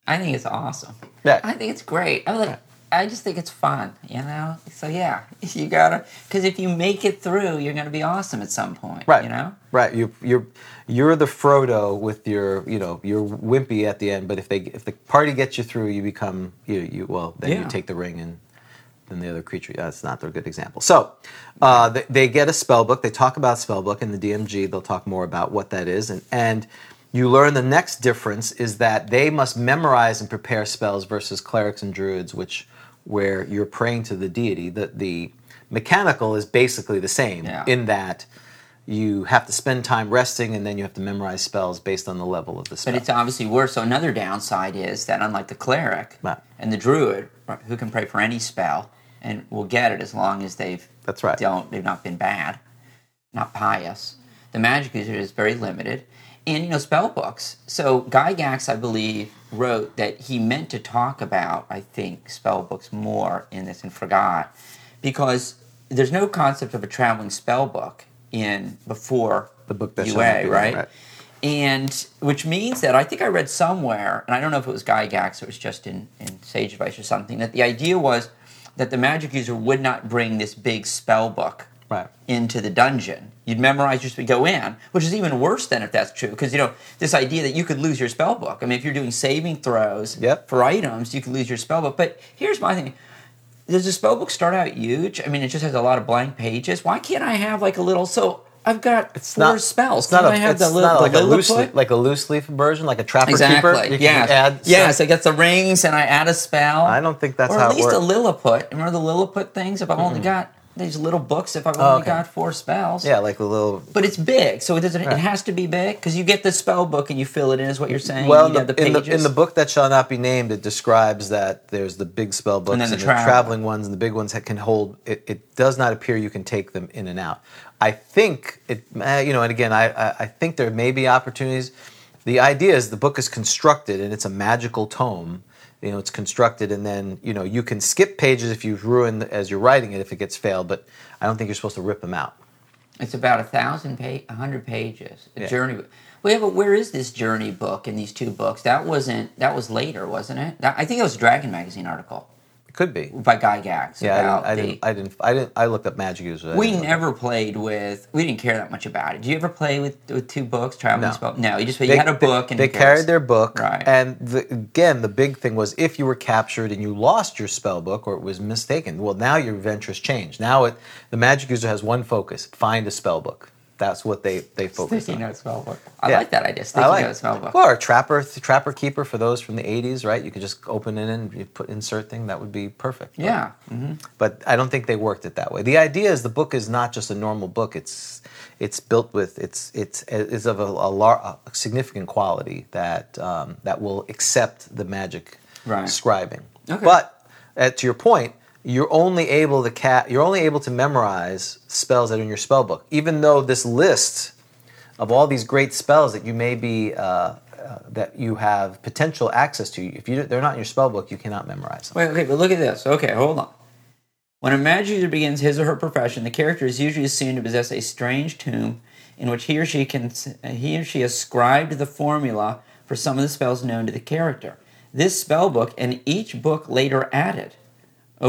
Speaker 3: I think it's awesome.
Speaker 2: Yeah.
Speaker 3: I think it's great. I like. I just think it's fun, you know. So yeah, you gotta because if you make it through, you're gonna be awesome at some point,
Speaker 2: right,
Speaker 3: You know.
Speaker 2: right. You you're you're the Frodo with your you know you're wimpy at the end, but if they if the party gets you through, you become you you well then
Speaker 3: Yeah.
Speaker 2: you take the ring and then the other creature. That's not a good example. So uh, they, they get a spell book. They talk about spell book in the DMG. They'll talk more about what that is and and. You learn the next difference is that they must memorize and prepare spells versus clerics and druids, which where you're praying to the deity. The, the mechanical is basically the same
Speaker 3: Yeah.
Speaker 2: in that you have to spend time resting and then you have to memorize spells based on the level of the spell.
Speaker 3: But it's obviously worse. So another downside is that unlike the cleric
Speaker 2: Right.
Speaker 3: and the druid, right, who can pray for any spell and will get it as long as they've
Speaker 2: That's right.
Speaker 3: don't they've not been bad, not pious. The magic user is very limited, and you know spell books. So Gygax, I believe, wrote that he meant to talk about I think spell books more in this and forgot because there's no concept of a traveling spell book in before
Speaker 2: The book that shall not be
Speaker 3: UA,
Speaker 2: named,
Speaker 3: right?
Speaker 2: right.
Speaker 3: And which means that I think I read somewhere, and I don't know if it was Gygax or it was just in, in Sage Advice or something, that the idea was that the magic user would not bring this big spell book
Speaker 2: Right.
Speaker 3: into the dungeon. You'd memorize your spell, go in, which is even worse than if that's true, because you know this idea that you could lose your spell book. I mean, if you're doing saving throws
Speaker 2: Yep.
Speaker 3: for items, you could lose your spell book. But here's my thing: does the spell book start out huge? I mean, it just has a lot of blank pages. Why can't I have like a little? So I've got four spells.
Speaker 2: It's not,
Speaker 3: Can
Speaker 2: a,
Speaker 3: I have
Speaker 2: it's
Speaker 3: the little
Speaker 2: not like, a
Speaker 3: the
Speaker 2: loose,
Speaker 3: Lilliput?
Speaker 2: leaf- like a loose leaf version, like a trapper
Speaker 3: Exactly.
Speaker 2: keeper. You
Speaker 3: yes.
Speaker 2: can add
Speaker 3: yes.
Speaker 2: stuff.
Speaker 3: I get the rings and I add a spell.
Speaker 2: I don't think that's
Speaker 3: or
Speaker 2: how
Speaker 3: at
Speaker 2: it
Speaker 3: least a
Speaker 2: works. Mm-hmm.
Speaker 3: Lilliput. Remember the Lilliput things? If I've only got these little books, if I've only
Speaker 2: Oh, okay.
Speaker 3: got four spells.
Speaker 2: yeah, like a little.
Speaker 3: But it's big, so it doesn't. It
Speaker 2: Right.
Speaker 3: has to be big because you get the spell book and you fill it in. Is what you're saying?
Speaker 2: Well,
Speaker 3: you
Speaker 2: in
Speaker 3: have
Speaker 2: the, in, the, in
Speaker 3: uh, pages.
Speaker 2: the book that shall not be named, it describes that there's the big spell books
Speaker 3: then the travel.
Speaker 2: traveling ones, and the big ones that can hold. It, it does not appear you can take them in and out. I think it, eh, you know, and again, I, I, I think there may be opportunities. The idea is the book is constructed, and it's a magical tome. You know, it's constructed, and then you know you can skip pages if you've ruined as you're writing it if it gets failed. But I don't think you're supposed to rip them out.
Speaker 3: It's about a thousand page, a hundred pages. A
Speaker 2: Yeah.
Speaker 3: journey. Well, yeah, but where is this journey book and these two books? That wasn't. That was later, wasn't it? That, I think it was a Dragon magazine article
Speaker 2: It could be.
Speaker 3: by Guy Gax.
Speaker 2: Yeah,
Speaker 3: about
Speaker 2: I
Speaker 3: the-
Speaker 2: didn't, I didn't. I didn't. I didn't. I looked up magic users. I
Speaker 3: We
Speaker 2: didn't look
Speaker 3: never played with. We didn't care that much about it. Did you ever play with with two books? Traveling
Speaker 2: No.
Speaker 3: spell. No, you just you had a book and
Speaker 2: they
Speaker 3: who cares?
Speaker 2: carried their book
Speaker 3: Right.
Speaker 2: and the, again the big thing was if you were captured and you lost your spell book or it was mistaken well now your adventure's changed now it, the magic user has one focus find a spell book that's what they they focus
Speaker 3: sticky
Speaker 2: on
Speaker 3: note spell book. I
Speaker 2: Yeah.
Speaker 3: like that idea. Sticky
Speaker 2: I like
Speaker 3: note spell book.
Speaker 2: or a trapper trapper keeper for those from the 80s right you could just open it and you put insert thing that would be perfect But-
Speaker 3: Yeah. hmm
Speaker 2: but I don't think they worked it that way. The idea is the book is not just a normal book; it's it's built with it's it's is of a, a, lar- a significant quality that um, that will accept the magic
Speaker 3: Right.
Speaker 2: scribing.
Speaker 3: Okay.
Speaker 2: But uh, to your point, you're only able to cat you're only able to memorize spells that are in your spell book, even though this list of all these great spells that you may be. Uh, uh, that you have potential access to. If you they're not in your spell book, you cannot memorize them.
Speaker 3: Wait, okay, but look at this. Okay, hold on. When a magic user begins his or her profession, the character is usually assumed to possess a strange tomb in which he or she can he or she ascribed the formula for some of the spells known to the character. This spell book and each book later added.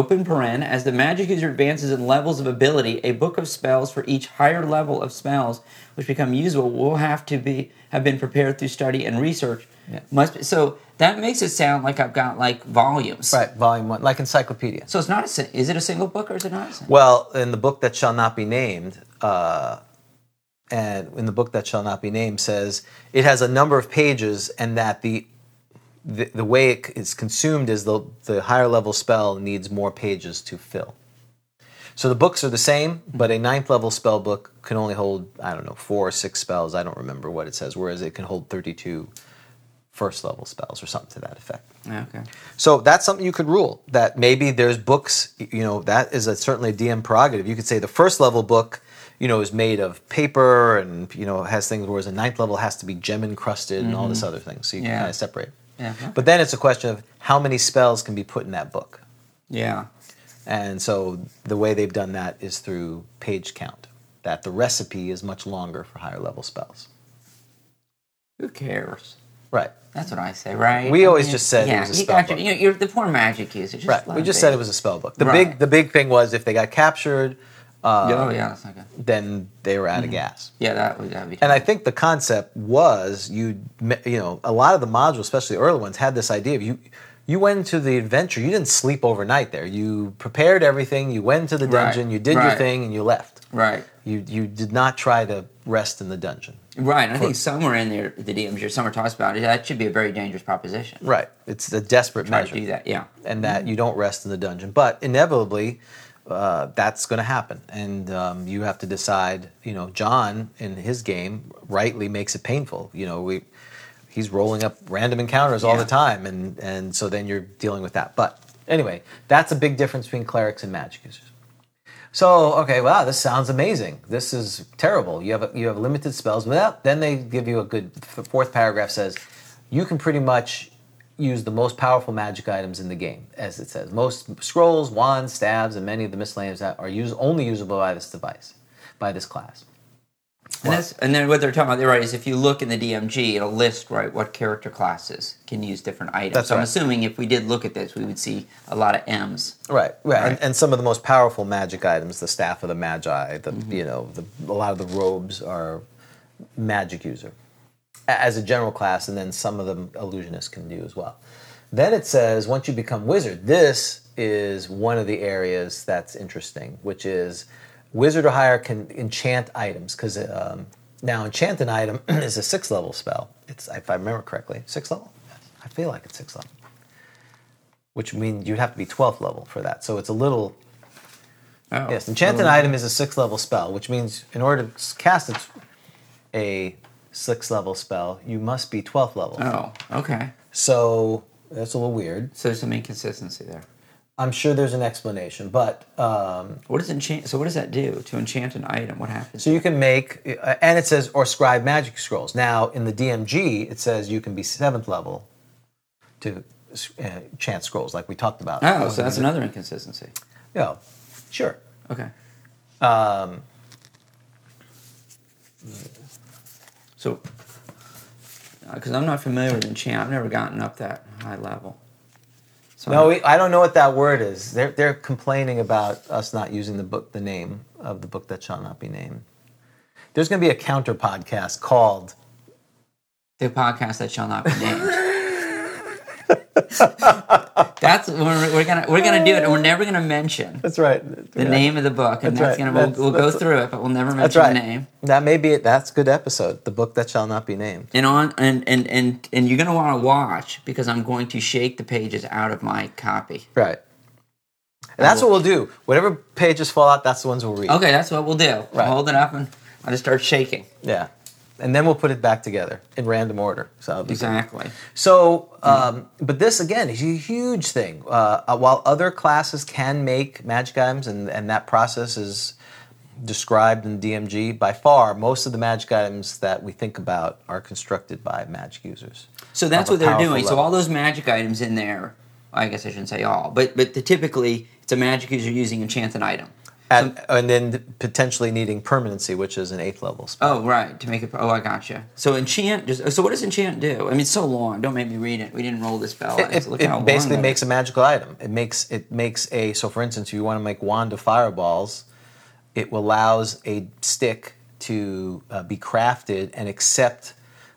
Speaker 3: Open paren, as the magic user advances in levels of ability, a book of spells for each higher level of spells which become usable will have to be have been prepared through study and research.
Speaker 2: Yeah.
Speaker 3: Must be, so that makes it sound like I've got like volumes.
Speaker 2: Right, volume one, like encyclopedia.
Speaker 3: So it's not a si- is it a single book or is it not? A single?
Speaker 2: Well, in the book that shall not be named, uh, and in the book that shall not be named says it has a number of pages, and that the the, the way it c- is consumed is the the higher level spell needs more pages to fill. So the books are the same, but a ninth level spell book can only hold, I don't know, four or six spells. I don't remember what it says, whereas it can hold 32 first level spells or something to that effect.
Speaker 3: Okay.
Speaker 2: So that's something you could rule that maybe there's books, you know, that is a, certainly a DM prerogative. You could say the first level book, you know, is made of paper and, you know, has things, whereas the ninth level has to be gem encrusted and all this other thing. So you can
Speaker 3: Mm-hmm. Yeah. Uh-huh.
Speaker 2: kind of separate.
Speaker 3: Yeah.
Speaker 2: But then it's a question of how many spells can be put in that book.
Speaker 3: Yeah.
Speaker 2: And so the way they've done that is through page count, that the recipe is much longer for higher level spells.
Speaker 3: Who cares?
Speaker 2: Right.
Speaker 3: That's what I say, right?
Speaker 2: We
Speaker 3: I
Speaker 2: always just said it
Speaker 3: yeah,
Speaker 2: was a
Speaker 3: you
Speaker 2: spell
Speaker 3: got your-
Speaker 2: book.
Speaker 3: you know, you're the poor magic user. Just
Speaker 2: Right.
Speaker 3: let
Speaker 2: We
Speaker 3: it
Speaker 2: just
Speaker 3: be.
Speaker 2: said it was a spell book. The
Speaker 3: Right.
Speaker 2: big the big thing was if they got captured, uh,
Speaker 3: oh yeah, that's not good.
Speaker 2: then they were
Speaker 3: Mm-hmm.
Speaker 2: out of gas.
Speaker 3: Yeah, that would that'd be.
Speaker 2: And I think the concept was you you know a lot of the modules, especially the early ones, had this idea of you you went into the adventure. You didn't sleep overnight there. You prepared everything. You went into the
Speaker 3: Right.
Speaker 2: dungeon. You did your
Speaker 3: Right.
Speaker 2: thing and you left.
Speaker 3: right.
Speaker 2: You you did not try to rest in the dungeon.
Speaker 3: Right, and I think somewhere in there, the DMs, your summer talks about it. That should be a very dangerous proposition.
Speaker 2: Right. It's a desperate
Speaker 3: Try
Speaker 2: measure.
Speaker 3: to do that, yeah.
Speaker 2: and that you don't rest in the dungeon. But inevitably, uh, that's going to happen, and um, you have to decide. You know, John in his game rightly makes it painful. You know, we he's rolling up random encounters all
Speaker 3: Yeah.
Speaker 2: the time, and and so then you're dealing with that. But anyway, that's a big difference between clerics and magic users. So okay, wow, this sounds amazing. This is terrible. You have you have limited spells. Without then they give you a good the fourth paragraph says you can pretty much use the most powerful magic items in the game, as it says. Most scrolls, wands, stabs, and many of the miscellaneous that are use, only usable by this device, by this class.
Speaker 3: And, that's, and then what they're talking about there, right, is if you look in the DMG, it'll list, right, what character classes can use different items.
Speaker 2: That's
Speaker 3: so I'm
Speaker 2: right.
Speaker 3: assuming if we did look at this, we would see a lot of M's.
Speaker 2: Right, right,
Speaker 3: Right.
Speaker 2: And, and some of the most powerful magic items, the staff of the magi, the you know, the, a lot of the robes are magic user a- as a general class, and then some of them illusionists can do as well. Then it says once you become wizard, this is one of the areas that's interesting, which is wizard or higher can enchant items because um, now enchant an item is a six level spell. It's if I remember correctly, six level. I feel like it's six level which means you'd have to be 12th level for that. So it's a little.
Speaker 3: Oh.
Speaker 2: Yes, enchant an item is a 6th level spell, which means in order to s- cast it, a 6th level spell, you must be 12th level.
Speaker 3: Oh, okay.
Speaker 2: So that's a little weird.
Speaker 3: So there's some inconsistency there.
Speaker 2: I'm sure there's an explanation, but. Um,
Speaker 3: What does enchant? So what does that do to enchant an item? What happens?
Speaker 2: so you can make. uh, And it says, or scribe magic scrolls. Now, in the DMG, it says you can be 7th level to s- uh, chant scrolls, like we talked about.
Speaker 3: oh, so that's another inconsistency.
Speaker 2: Yeah, sure.
Speaker 3: Okay.
Speaker 2: Um,
Speaker 3: So, because I'm not familiar with enchant, I've never gotten up that high level. So
Speaker 2: No, we, I don't know what that word is. They're, they're complaining about us not using the book, the name of the book that shall not be named. There's going to be a counter podcast called
Speaker 3: the podcast that shall not be named. That's we're, we're gonna we're gonna do it, and we're never gonna mention
Speaker 2: "That's right."
Speaker 3: the name of the book, and
Speaker 2: That's
Speaker 3: that's,
Speaker 2: right.
Speaker 3: gonna we'll,
Speaker 2: That's-
Speaker 3: we'll
Speaker 2: that's-
Speaker 3: go through it, but we'll never
Speaker 2: That's
Speaker 3: mention
Speaker 2: right.
Speaker 3: the name.
Speaker 2: That may be it. That's a good episode. The book that shall not be named.
Speaker 3: And on and and and and you're gonna want to watch because I'm going to shake the pages out of my copy.
Speaker 2: Right. And that's what we'll do. Whatever pages fall out, that's the ones we'll read.
Speaker 3: Okay, that's what we'll do.
Speaker 2: Right.
Speaker 3: I'll hold it up and I just start shaking.
Speaker 2: Yeah, and then we'll put it back together in random order. So it'll be good.
Speaker 3: Exactly.
Speaker 2: So, um, but this again is a huge thing. Uh, uh, while other classes can make magic items, and, and that process is described in DMG, by far most of the magic items that we think about are constructed by magic users.
Speaker 3: So that's
Speaker 2: Of a
Speaker 3: what they're
Speaker 2: powerful
Speaker 3: doing. So
Speaker 2: level.
Speaker 3: all those magic items in there, I guess I shouldn't say all, but but the, typically it's a magic user using enchant an item.
Speaker 2: And, and then potentially needing permanency, which is an eighth level spell.
Speaker 3: Oh right, to make it. Oh, I gotcha. So enchant. Just, so what does enchant do? I mean, it's so long. Don't make me read it. We didn't roll this spell.
Speaker 2: It, it- it basically makes a magical item. It makes it makes a so for instance, if you want to make wand of fireballs, it allows a stick to uh, be crafted and accept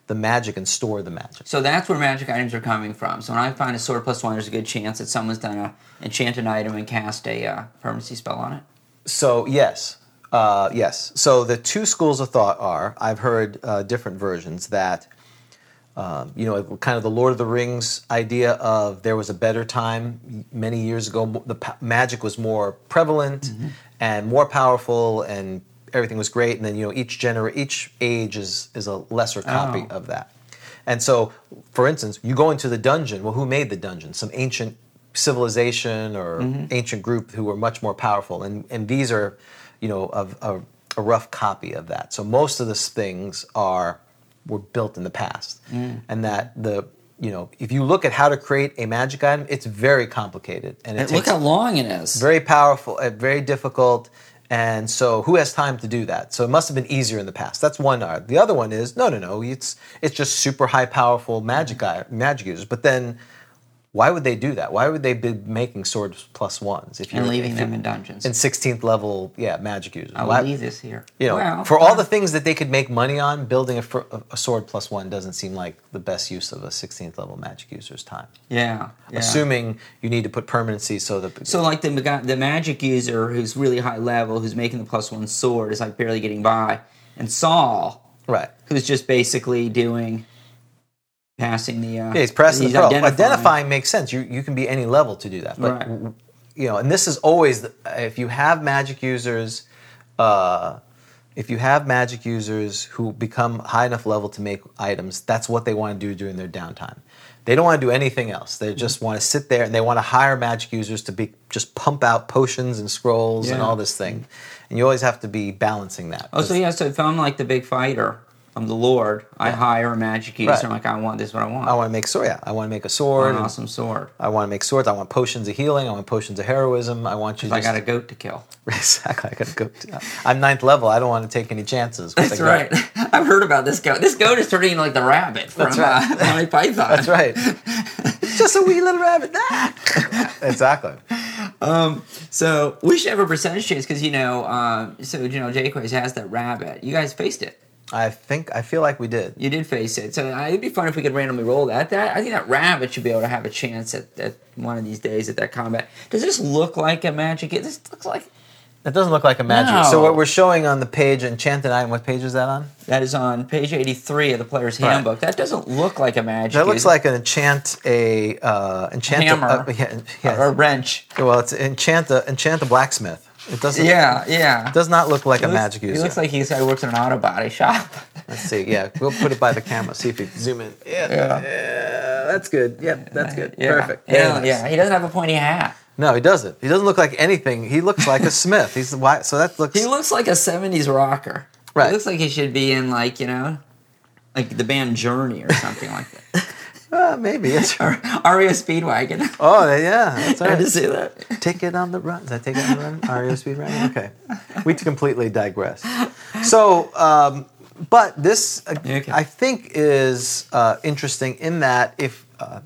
Speaker 2: the magic and store the magic.
Speaker 3: So that's where magic items are coming from. So when I find a sword plus one, there's a good chance that someone's done a enchant an item and cast a uh, permanency spell on it.
Speaker 2: So yes, uh, yes. So the two schools of thought are I've heard uh, different versions that um, you know, kind of the Lord of the Rings idea of there was a better time many years ago. mo- The pa- magic was more prevalent and more powerful, and everything was great. And then you know, each gener- each age is is a lesser copy
Speaker 3: Oh.
Speaker 2: of that. And so, for instance, you go into the dungeon. Well, who made the dungeon? Some ancient civilization or
Speaker 3: Mm-hmm.
Speaker 2: ancient group who were much more powerful. And and these are, you know, of a, a rough copy of that. So most of these things are were built in the past,
Speaker 3: Mm.
Speaker 2: and that the you know if you look at how to create a magic item, it's very complicated and it
Speaker 3: And look
Speaker 2: takes
Speaker 3: how long it is.
Speaker 2: very powerful, uh, very difficult. And so, who has time to do that? So it must have been easier in the past. That's one art. The other one is no, no, no. It's it's just super high powerful magic guy,
Speaker 3: Mm-hmm.
Speaker 2: magic users. But then, why would they do that? Why would they be making swords plus ones if you're
Speaker 3: and leaving
Speaker 2: if
Speaker 3: them
Speaker 2: you're-
Speaker 3: in dungeons.
Speaker 2: in sixteenth level? Yeah, magic users.
Speaker 3: I'll
Speaker 2: Why-
Speaker 3: leave this here.
Speaker 2: you know,
Speaker 3: Well, uh,
Speaker 2: for all the things that they could make money on, building a, fr- a sword plus one doesn't seem like the best use of a sixteenth level magic user's time.
Speaker 3: yeah, yeah.
Speaker 2: Assuming you need to put permanency so that
Speaker 3: So like the maga- the magic user who's really high level, who's making the plus one sword, is like barely getting by, and Saul,
Speaker 2: right.
Speaker 3: who's just basically doing passing the uh,
Speaker 2: Yeah, he's pressing
Speaker 3: he's
Speaker 2: the problem.
Speaker 3: identifying.
Speaker 2: Identifying. makes sense. You you can be any level to do that. But
Speaker 3: Right.
Speaker 2: w- you know, and this is always the, if you have magic users, uh, if you have magic users who become high enough level to make items, that's what they want to do during their downtime. They don't want to do anything else. They just want to sit there and they want to hire magic users to be just pump out potions and scrolls and
Speaker 3: Yeah.
Speaker 2: all this thing. And you always have to be balancing that.
Speaker 3: Oh, so yeah. So if I'm like the big fighter, I'm the Lord. I hire a magic user.
Speaker 2: Right.
Speaker 3: I'm like, I want this. is What I want.
Speaker 2: I want to make sword. Yeah, I want to make a sword.
Speaker 3: an
Speaker 2: and-
Speaker 3: awesome sword.
Speaker 2: I want to make swords. I want potions of healing. I want potions of heroism. I want you.
Speaker 3: I
Speaker 2: Just,
Speaker 3: got a goat to kill.
Speaker 2: exactly. I gotta go. To, I'm ninth level. I don't want to take any chances. with
Speaker 3: That's
Speaker 2: the goat.
Speaker 3: right. I've heard about this goat. This goat is turning into like the rabbit from
Speaker 2: That's right.
Speaker 3: uh, Monty Python.
Speaker 2: That's right. It's just a wee little rabbit. Ah! exactly.
Speaker 3: So we should have a percentage chance because you know, um, so you know, Jayquez has that rabbit. You guys faced it.
Speaker 2: I think I feel like we did.
Speaker 3: You did face it. So uh, it'd be fun if we could randomly roll that. That I think that rabbit should be able to have a chance at, at one of these days at that combat. Does this look like a magic? It this looks like
Speaker 2: That doesn't look like a magic.
Speaker 3: No.
Speaker 2: So what we're showing on the page, Enchanted Item. What page is that on?
Speaker 3: that is on page eighty-three of the player's
Speaker 2: Right.
Speaker 3: handbook. That doesn't look like a magic.
Speaker 2: That looks
Speaker 3: user.
Speaker 2: like an enchant a uh, enchant
Speaker 3: Hammer.
Speaker 2: uh, yeah, yeah.
Speaker 3: or a wrench.
Speaker 2: Well, it's enchant a enchant a blacksmith. It doesn't.
Speaker 3: Yeah, yeah.
Speaker 2: Does not look like a
Speaker 3: Looks-
Speaker 2: magic user.
Speaker 3: He looks like he's, he works in an auto body shop.
Speaker 2: Let's see. Yeah, we'll put it by the camera. See if you can zoom in. Yeah,
Speaker 3: Yeah.
Speaker 2: yeah, that's good. Yeah, that's good.
Speaker 3: Yeah.
Speaker 2: Perfect. Very
Speaker 3: Yeah,
Speaker 2: nice.
Speaker 3: yeah. He doesn't have a pointy hat.
Speaker 2: No, he doesn't. He doesn't look like anything. He looks like a smith. He's why. So that looks.
Speaker 3: He looks like a '70s rocker.
Speaker 2: Right.
Speaker 3: He looks like he should be in like you know, like the band Journey or something like that,
Speaker 2: uh, maybe. It's,
Speaker 3: or REO Speedwagon.
Speaker 2: oh yeah, that's
Speaker 3: Did you
Speaker 2: right.
Speaker 3: see that?
Speaker 2: Take it on the run. Is that take it on the run? E REO speed run. Okay. We completely digress. So, um, but this uh,
Speaker 3: Okay.
Speaker 2: I think is uh, interesting in that if uh,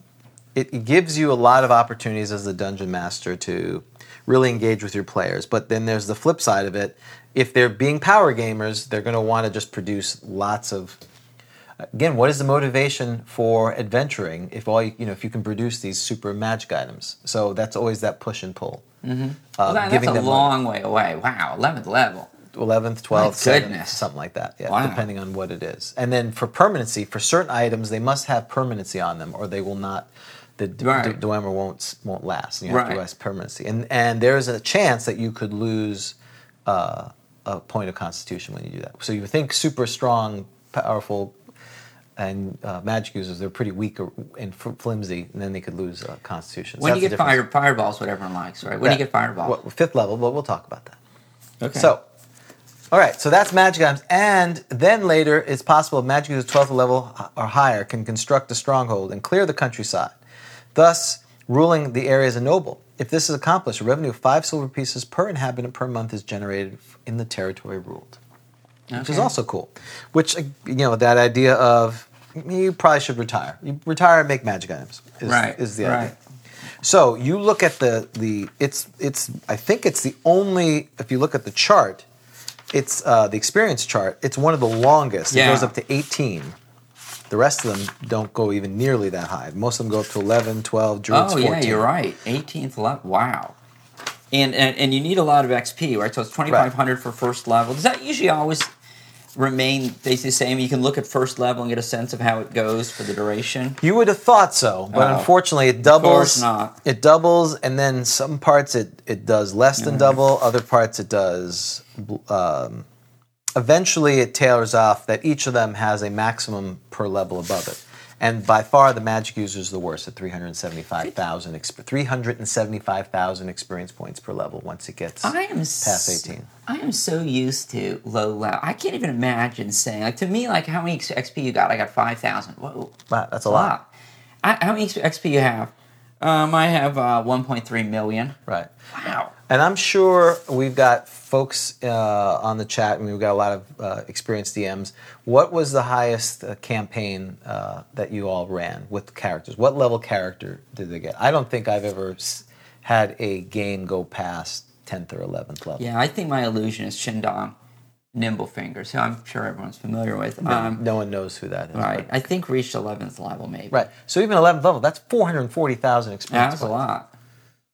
Speaker 2: it gives you a lot of opportunities as the dungeon master to really engage with your players. But then there's the flip side of it. If they're being power gamers, they're going to want to just produce lots of. Again, what is the motivation for adventuring if all you, you know if you can produce these super magic items? So that's always that push and pull. Mm-hmm.
Speaker 3: Well, that- that's a long way away. Wow, eleventh level.
Speaker 2: eleventh, twelfth, seventh,
Speaker 3: goodness.
Speaker 2: something like that. Yeah,
Speaker 3: Wow.
Speaker 2: depending on what it is. And then for permanency, for certain items, they must have permanency on them, or they will not. The d-
Speaker 3: Right.
Speaker 2: d- Dwemer won't s- won't last. You have to
Speaker 3: Right.
Speaker 2: rest permanency, and and there is a chance that you could lose uh, a point of constitution when you do that. So you think super strong, powerful. And uh, magic users, they're pretty weak or, and fl- flimsy, and then they could lose uh, constitution. So
Speaker 3: When
Speaker 2: that's the
Speaker 3: you get
Speaker 2: difference.
Speaker 3: fired, fireballs, what everyone likes, right? When you
Speaker 2: Yeah.
Speaker 3: get fireball,
Speaker 2: Well, fifth level, but we'll talk about that.
Speaker 3: okay.
Speaker 2: So, all right, so that's magic items. And then later, it's possible magic users 12th level or higher can construct a stronghold and clear the countryside, thus ruling the area as a noble. If this is accomplished, a revenue of five silver pieces per inhabitant per month is generated in the territory ruled, which is
Speaker 3: Okay.
Speaker 2: also cool. Which, uh, you know, that idea of you probably should retire. You retire and make magic items is,
Speaker 3: Right,
Speaker 2: is the
Speaker 3: right.
Speaker 2: idea. So you look at the the it's it's I think it's the only if you look at the chart, it's uh, the experience chart. It's one of the longest. It
Speaker 3: Yeah.
Speaker 2: goes up to 18. The rest of them don't go even nearly that high. Most of them go up to 11, 12, druids
Speaker 3: oh
Speaker 2: 14.
Speaker 3: yeah, you're right. Eighteenth level. Wow. And, and and you need a lot of XP, right? So it's twenty five hundred for first level. Does that usually always? remain basically the same? You can look at first level and get a sense of how it goes for the duration.
Speaker 2: You would have thought so, but
Speaker 3: Oh.
Speaker 2: unfortunately, it doubles.
Speaker 3: course not.
Speaker 2: It doubles, and then some parts it it does less
Speaker 3: Mm-hmm.
Speaker 2: than double. Other parts it does. bl- Um, eventually, it tailors off that each of them has a maximum per level above it. And by far, the magic user is the worst at 375,000 exp- 375,000 experience points per level once it gets
Speaker 3: I am
Speaker 2: past 18.
Speaker 3: I am so used to low level. I can't even imagine saying like to me like how many XP you got? I got five thousand. Whoa,
Speaker 2: Wow, that's a
Speaker 3: a
Speaker 2: lot.
Speaker 3: lot. I, how many XP you have? Um, I have uh, one point three million.
Speaker 2: Right.
Speaker 3: Wow.
Speaker 2: And I'm sure we've got folks uh, on the chat, and we've got a lot of uh, experienced DMs. What was the highest uh, campaign uh, that you all ran with characters? What level character did they get? I don't think I've ever s- had a game go past 10th or 11th level.
Speaker 3: Yeah, I think my illusion is Shindong Nimblefingers, who I'm sure everyone's familiar with. Um,
Speaker 2: No one knows who that is.
Speaker 3: right.
Speaker 2: but-
Speaker 3: I think reached eleventh level maybe.
Speaker 2: right. So even 11th level, that's 440,000
Speaker 3: Yeah,
Speaker 2: experience
Speaker 3: that's a
Speaker 2: points.
Speaker 3: lot.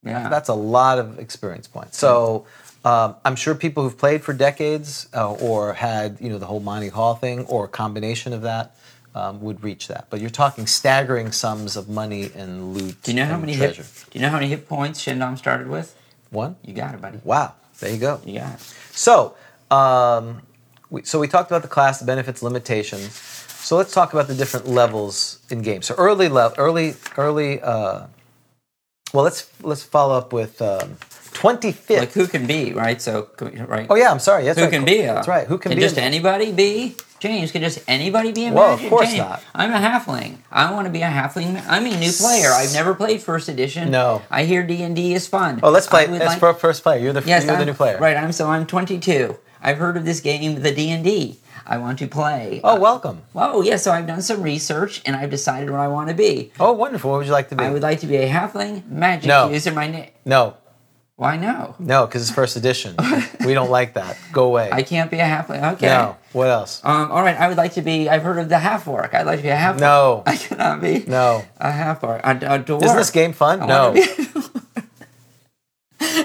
Speaker 3: Yeah.
Speaker 2: That's a lot of experience points. So um, I'm sure people who've played for decades uh, or had you know the whole Monty Hall thing or a combination of that um, would reach that. But you're talking staggering sums of money and loot.
Speaker 3: do you know how
Speaker 2: and
Speaker 3: many hit,
Speaker 2: treasure?
Speaker 3: Do you know how many hit points Shindong started with?
Speaker 2: One.
Speaker 3: You got it, buddy.
Speaker 2: Wow. There you go.
Speaker 3: You got it.
Speaker 2: So, um, we, so we talked about the class, the benefits, limitations. So let's talk about the different levels in games. So early level, early, early. Uh, well, let's let's follow up with um, 25th.
Speaker 3: Like who can be right? So right.
Speaker 2: Oh yeah, I'm sorry. That's
Speaker 3: Who
Speaker 2: right.
Speaker 3: can be? A,
Speaker 2: That's right. Who can,
Speaker 3: can
Speaker 2: be?
Speaker 3: Just
Speaker 2: a-
Speaker 3: anybody be? James, can just anybody be a
Speaker 2: Well, of
Speaker 3: magic?
Speaker 2: course
Speaker 3: James,
Speaker 2: not.
Speaker 3: I'm a halfling. I want to be a halfling. ma- I'm a new player. I've never played first edition.
Speaker 2: No.
Speaker 3: I hear D and D is fun.
Speaker 2: oh, let's play.
Speaker 3: I would
Speaker 2: That's
Speaker 3: like-
Speaker 2: pro first player. You're the
Speaker 3: Yes,
Speaker 2: you're
Speaker 3: I'm,
Speaker 2: the new player.
Speaker 3: Right. I'm so I'm 22. I've heard of this game, the D and D. I want to play.
Speaker 2: Oh, welcome.
Speaker 3: Whoa, yeah. So I've done some research and I've decided what I want to be.
Speaker 2: Oh, wonderful. What would you like to be?
Speaker 3: I would like to be a halfling magic
Speaker 2: No.
Speaker 3: user. My name.
Speaker 2: no,
Speaker 3: Why no?
Speaker 2: no, because it's first edition. we don't like that. Go away.
Speaker 3: I can't be a halfling. Okay.
Speaker 2: No. What else?
Speaker 3: Um, all right, I would like to be. I've heard of the half orc. I'd like to be a half.
Speaker 2: No.
Speaker 3: I cannot be.
Speaker 2: No.
Speaker 3: a half orc. A, a dwarf.
Speaker 2: Isn't this game fun?
Speaker 3: I
Speaker 2: no.
Speaker 3: wanna be-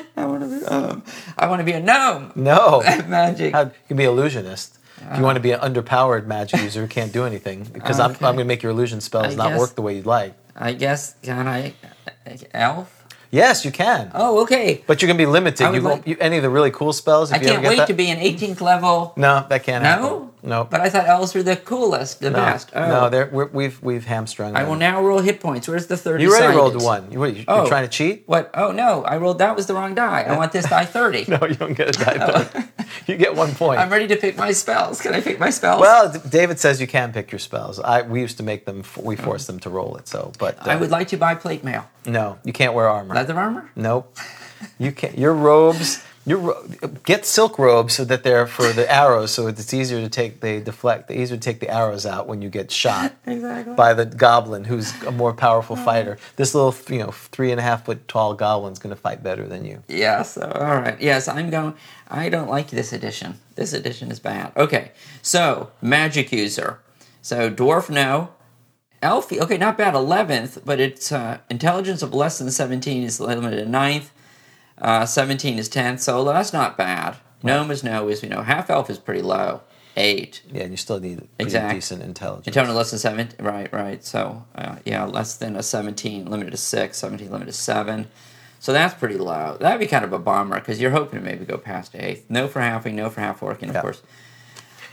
Speaker 3: I want to be. Um, I want to be a gnome.
Speaker 2: no.
Speaker 3: Magic.
Speaker 2: How, you can be illusionist. If you want to be an underpowered magic user who can't do anything, because I'm,
Speaker 3: Okay.
Speaker 2: I'm going to make your illusion spells
Speaker 3: I
Speaker 2: not
Speaker 3: guess-
Speaker 2: work the way you'd like.
Speaker 3: I guess can I? uh, Elf.
Speaker 2: Yes, you can.
Speaker 3: Oh, okay.
Speaker 2: But you're going to be limited.
Speaker 3: I would
Speaker 2: You, won't-
Speaker 3: like-
Speaker 2: you any of the really cool spells. If
Speaker 3: I
Speaker 2: you ever
Speaker 3: can't
Speaker 2: get
Speaker 3: wait
Speaker 2: that-
Speaker 3: to be an 18th level.
Speaker 2: No, that can't happen.
Speaker 3: No.
Speaker 2: No.
Speaker 3: But I thought elves were the coolest, the
Speaker 2: No,
Speaker 3: best. Oh.
Speaker 2: no, they're, we're, we've we've hamstrung.
Speaker 3: I
Speaker 2: them.
Speaker 3: will now roll hit points. Where's the thirty?
Speaker 2: You already rolled
Speaker 3: sided?
Speaker 2: one. You, you,
Speaker 3: Oh.
Speaker 2: are trying to cheat?
Speaker 3: What? Oh no! I rolled. That was the wrong die. I want this die thirty.
Speaker 2: No, you don't get a die. back. you get one point.
Speaker 3: I'm ready to pick my spells. Can I pick my spells?
Speaker 2: well, D- David says you can pick your spells. I we used to make them. f- We forced them to roll it. So, but uh,
Speaker 3: Mm. I would like to buy plate mail.
Speaker 2: no, you can't wear armor.
Speaker 3: Leather armor?
Speaker 2: Nope. You can't. Your robes. Your ro- get silk robes so that they're for the arrows. So it's easier to take. They deflect. They easier to take the arrows out when you get shot.
Speaker 3: Exactly.
Speaker 2: By the goblin, who's a more powerful
Speaker 3: Oh.
Speaker 2: fighter. This little, you know, three and a half foot tall goblin's going to fight better than you.
Speaker 3: Yeah, so all right. Yes, I'm going I don't like this edition. This edition is bad. Okay. So, magic user. So, dwarf no. Elfie. Okay, not bad. 11th, but it's uh, intelligence of less than 17 is limited to 9th. Uh, 17 is 10th. So, that's not bad. Gnome is no, as we know. Half elf is pretty low. 8.
Speaker 2: Yeah, and you still need pretty
Speaker 3: Exact.
Speaker 2: decent intelligence.
Speaker 3: Antonio less than seven. Right, right. So uh, yeah, less than a seventeen, limited to six. Seventeen, limited to seven. So that's pretty low. That'd be kind of a bomber because you're hoping to maybe go past eighth. No for halfing, no for half working, of
Speaker 2: Yeah.
Speaker 3: course.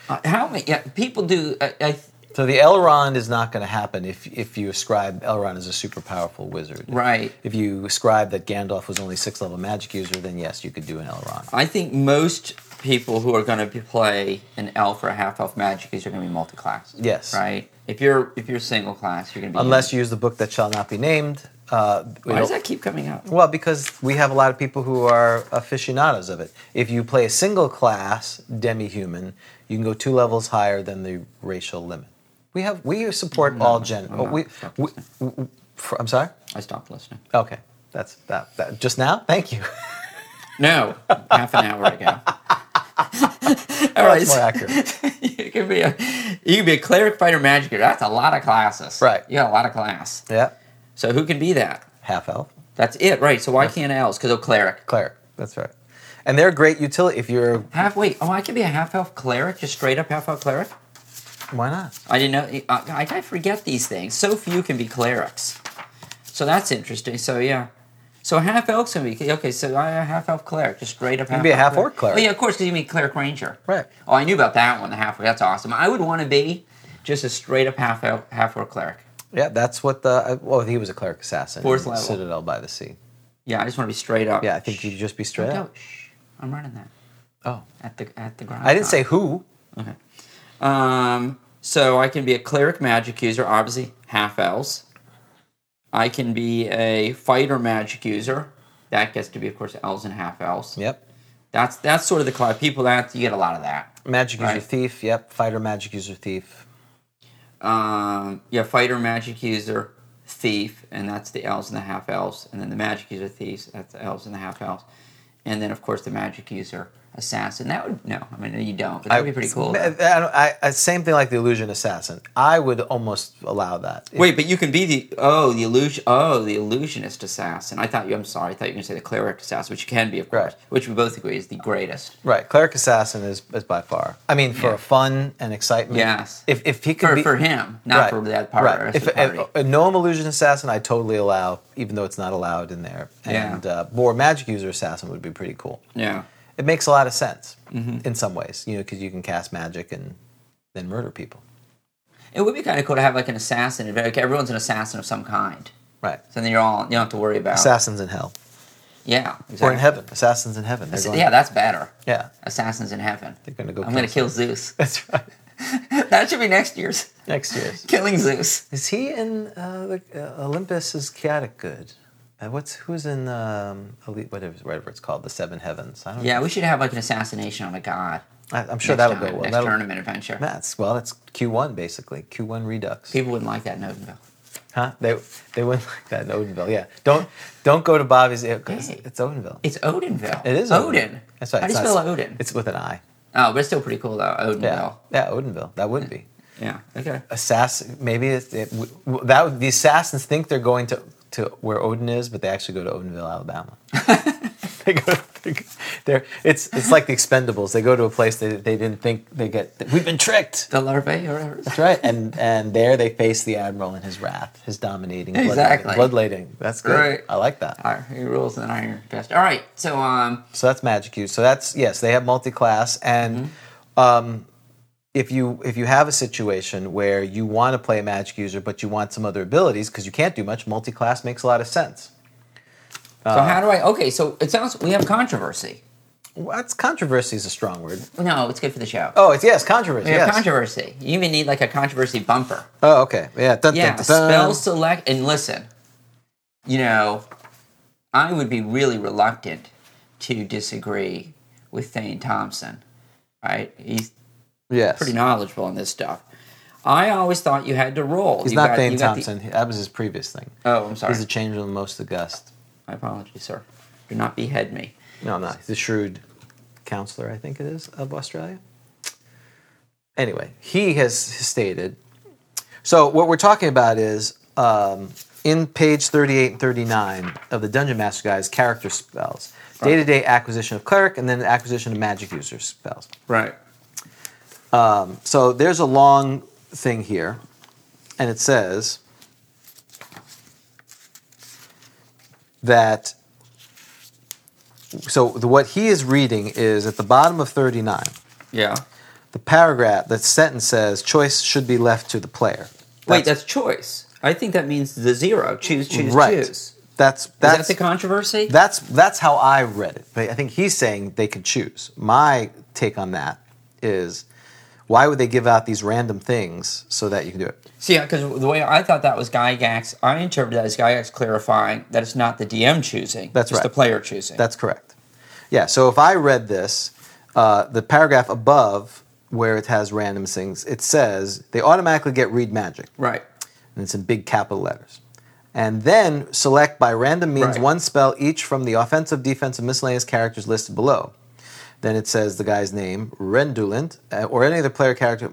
Speaker 3: Uh, how many? Yeah, people do. I, I,
Speaker 2: so the Elrond is not going to happen if if you ascribe Elrond as a super powerful wizard.
Speaker 3: right.
Speaker 2: If you ascribe that Gandalf was only six level magic user, then yes, you could do an Elrond.
Speaker 3: I think most people who are going to play an elf or a half elf magic user are going to be multi class.
Speaker 2: Yes.
Speaker 3: Right. If you're if you're single class, you're going to be
Speaker 2: Unless you use the book that shall not be named. Uh, you
Speaker 3: Why
Speaker 2: know-
Speaker 3: does that keep coming up?
Speaker 2: Well, because we have a lot of people who are aficionados of it. If you play a single class demi-human, you can go two levels higher than the racial limit. We have we support all gen.
Speaker 3: I'm not
Speaker 2: we, we,
Speaker 3: focused.
Speaker 2: we- for- I'm sorry.
Speaker 3: I stopped listening.
Speaker 2: Okay, that's that, that. Just now, thank you.
Speaker 3: No, half an hour ago. All right,
Speaker 2: That's more
Speaker 3: so
Speaker 2: accurate.
Speaker 3: you can be a you can be a cleric, fighter, magic. user. That's a lot of classes.
Speaker 2: Right.
Speaker 3: You got a lot of class.
Speaker 2: Yeah,
Speaker 3: So who can be that?
Speaker 2: half elf
Speaker 3: That's it, right? So why can't elves? Because they're cleric.
Speaker 2: cleric. That's right. and they're great utility. If you're,
Speaker 3: Half wait. Oh, I could be a half elf cleric, just straight up half elf cleric.
Speaker 2: why not?
Speaker 3: I didn't know. I, I, I forget these things. So few can be clerics. So that's interesting. So yeah. So half elf's can be okay. So I a half elf cleric, just straight up. You
Speaker 2: can be a half-orc cleric.
Speaker 3: Oh, yeah, of course. Because you mean cleric ranger.
Speaker 2: Right.
Speaker 3: Oh, I knew about that one. The half. That's awesome. I would want to be just a straight up half elf, half orc cleric.
Speaker 2: Yeah, that's what the. I- Well, he was a cleric assassin.
Speaker 3: Fourth
Speaker 2: in
Speaker 3: level.
Speaker 2: Citadel by the Sea.
Speaker 3: Yeah, I just want to be straight up.
Speaker 2: Yeah, I think you'd just be straight
Speaker 3: Don't go.
Speaker 2: up.
Speaker 3: Shh. I'm running that
Speaker 2: Oh,
Speaker 3: at the at the ground.
Speaker 2: I didn't say who.
Speaker 3: Okay. Um, so I can be a cleric magic user, obviously half elves. I can be a fighter magic user. That gets to be, of course, elves and half elves.
Speaker 2: Yep.
Speaker 3: That's that's sort of the class. People that you get a lot of that.
Speaker 2: Magic user
Speaker 3: Right.
Speaker 2: thief. Yep. Fighter magic user thief.
Speaker 3: Um, yeah, fighter magic user, thief, and that's the elves and the half elves, and then the magic user thieves. That's the elves and the half elves, and then of course the magic user assassin. That would no, I mean you don't, but that would be pretty cool.
Speaker 2: I, I- I- same thing like the illusion assassin. I would almost allow that.
Speaker 3: Wait, but you can be the oh the illusion oh the illusionist assassin. I thought you. I'm sorry. I thought you were going to say the cleric assassin, which you can be, of course,
Speaker 2: Right.
Speaker 3: which we both agree is the greatest.
Speaker 2: Right, cleric assassin is, is by far. I mean, for
Speaker 3: Yeah.
Speaker 2: fun and excitement.
Speaker 3: Yes.
Speaker 2: If, if he could
Speaker 3: For,
Speaker 2: be
Speaker 3: for him, not for that part. Right.
Speaker 2: If a, a gnome illusion assassin, I totally allow, even though it's not allowed in there.
Speaker 3: Yeah.
Speaker 2: And uh, more magic user assassin would be pretty cool.
Speaker 3: yeah.
Speaker 2: It makes a lot of sense
Speaker 3: Mm-hmm.
Speaker 2: in some ways, you know, because you can cast magic and then murder people.
Speaker 3: It would be kind of cool to have like an assassin. if, Like everyone's an assassin of some kind.
Speaker 2: Right.
Speaker 3: So then you're all you don't have to worry about.
Speaker 2: Assassins in hell
Speaker 3: Yeah. Exactly.
Speaker 2: or in heaven. Assassins in heaven. They're
Speaker 3: So-
Speaker 2: going-
Speaker 3: yeah, that's better.
Speaker 2: Yeah.
Speaker 3: Assassins in heaven.
Speaker 2: They're gonna go
Speaker 3: I'm going
Speaker 2: kill
Speaker 3: to kill Zeus.
Speaker 2: That's right.
Speaker 3: that should be next year's
Speaker 2: Next year's.
Speaker 3: killing Zeus.
Speaker 2: Is he in uh, the, uh, Olympus? Is chaotic good? Uh, what's who's in um, elite, whatever, whatever it's called, the seven heavens? I don't.
Speaker 3: Yeah, we should have like an assassination on a god.
Speaker 2: I, I'm sure
Speaker 3: next
Speaker 2: that'll
Speaker 3: time,
Speaker 2: go well.
Speaker 3: Next
Speaker 2: That'll-
Speaker 3: tournament adventure.
Speaker 2: That's well. That's Q1 basically. Q1 Redux.
Speaker 3: People wouldn't like that in Odenville.
Speaker 2: Huh? They they wouldn't like that in Odenville. Yeah. Don't don't go to Bobby's. It, it's,
Speaker 3: Hey.
Speaker 2: it's Odenville.
Speaker 3: It's Odenville.
Speaker 2: It is
Speaker 3: Odin.
Speaker 2: That's right.
Speaker 3: How do you
Speaker 2: it's
Speaker 3: spell
Speaker 2: not-
Speaker 3: Odin?
Speaker 2: It's with an I.
Speaker 3: oh, but it's still pretty cool though. Odenville.
Speaker 2: Yeah. Yeah. Odenville. That would be
Speaker 3: Yeah. Okay.
Speaker 2: assassin. Maybe it, it, w- w- that would, the assassins think they're going to to where Odin is, but they actually go to Odenville, Alabama. they go. They go they're, it's it's like the Expendables. They go to a place they, they didn't think they get. We've been tricked.
Speaker 3: The larvae or
Speaker 2: That's right. And and there they face the admiral in his wrath, his dominating bloodletting-
Speaker 3: Exactly.
Speaker 2: bloodletting. That's good.
Speaker 3: Right.
Speaker 2: I like that.
Speaker 3: Iron- he rules an iron fist. All right. So um
Speaker 2: So that's magic use. So that's yes, they have multi-class and um,
Speaker 3: Mm-hmm.
Speaker 2: if you if you have a situation where you want to play a magic user but you want some other abilities because you can't do much, multi-class makes a lot of sense.
Speaker 3: so
Speaker 2: Uh,
Speaker 3: how do I okay, so it sounds we have controversy.
Speaker 2: Well, that's controversy is a strong word.
Speaker 3: No, it's good for the show.
Speaker 2: Oh, it's yes, controversy.
Speaker 3: we have
Speaker 2: yes.
Speaker 3: controversy. You even need like a controversy bumper.
Speaker 2: oh, okay. Yeah. Dun,
Speaker 3: Yeah,
Speaker 2: dun, dun, dun.
Speaker 3: spell select and listen. You know, I would be really reluctant to disagree with Thane Thompson. Right? He's
Speaker 2: Yes.
Speaker 3: pretty knowledgeable on this stuff. I always thought you had to roll.
Speaker 2: He's
Speaker 3: You
Speaker 2: not
Speaker 3: got-
Speaker 2: Thane
Speaker 3: you got the-
Speaker 2: Thompson. that was his previous thing.
Speaker 3: oh, I'm sorry.
Speaker 2: He's a change of the most august.
Speaker 3: My apologies, sir. Do not behead me.
Speaker 2: No, I'm not. He's a shrewd counselor, I think it is, of Australia. Anyway, he has stated. So, what we're talking about is um, in page 38 and 39 of the Dungeon Master Guide's character spells day to day acquisition of cleric and then acquisition of magic user spells.
Speaker 3: Right.
Speaker 2: So, there's a long thing here, and it says that so the, what he is reading is at the bottom of 39
Speaker 3: Yeah.
Speaker 2: the paragraph that sentence says choice should be left to the player
Speaker 3: Wait, that's choice. I think that means the zero. Choose, choose,
Speaker 2: right
Speaker 3: choose. Is
Speaker 2: that's
Speaker 3: that
Speaker 2: that's
Speaker 3: the controversy?
Speaker 2: that's that's how i read it but i think he's saying they could choose my take on that is why would they give out these random things so that you can do it
Speaker 3: See, because the way I thought that was Gygax, I interpreted that as Gygax clarifying that it's not the DM choosing.
Speaker 2: That's
Speaker 3: it's
Speaker 2: right.
Speaker 3: the player choosing.
Speaker 2: That's correct. Yeah. So if I read this, uh, the paragraph above where it has random things, it says they automatically get read magic,
Speaker 3: right.
Speaker 2: and it's in big capital letters. And then select by random means
Speaker 3: Right.
Speaker 2: one spell each from the offensive, defensive, miscellaneous characters listed below. Then it says the guy's name, Rendulant, uh, or any other player character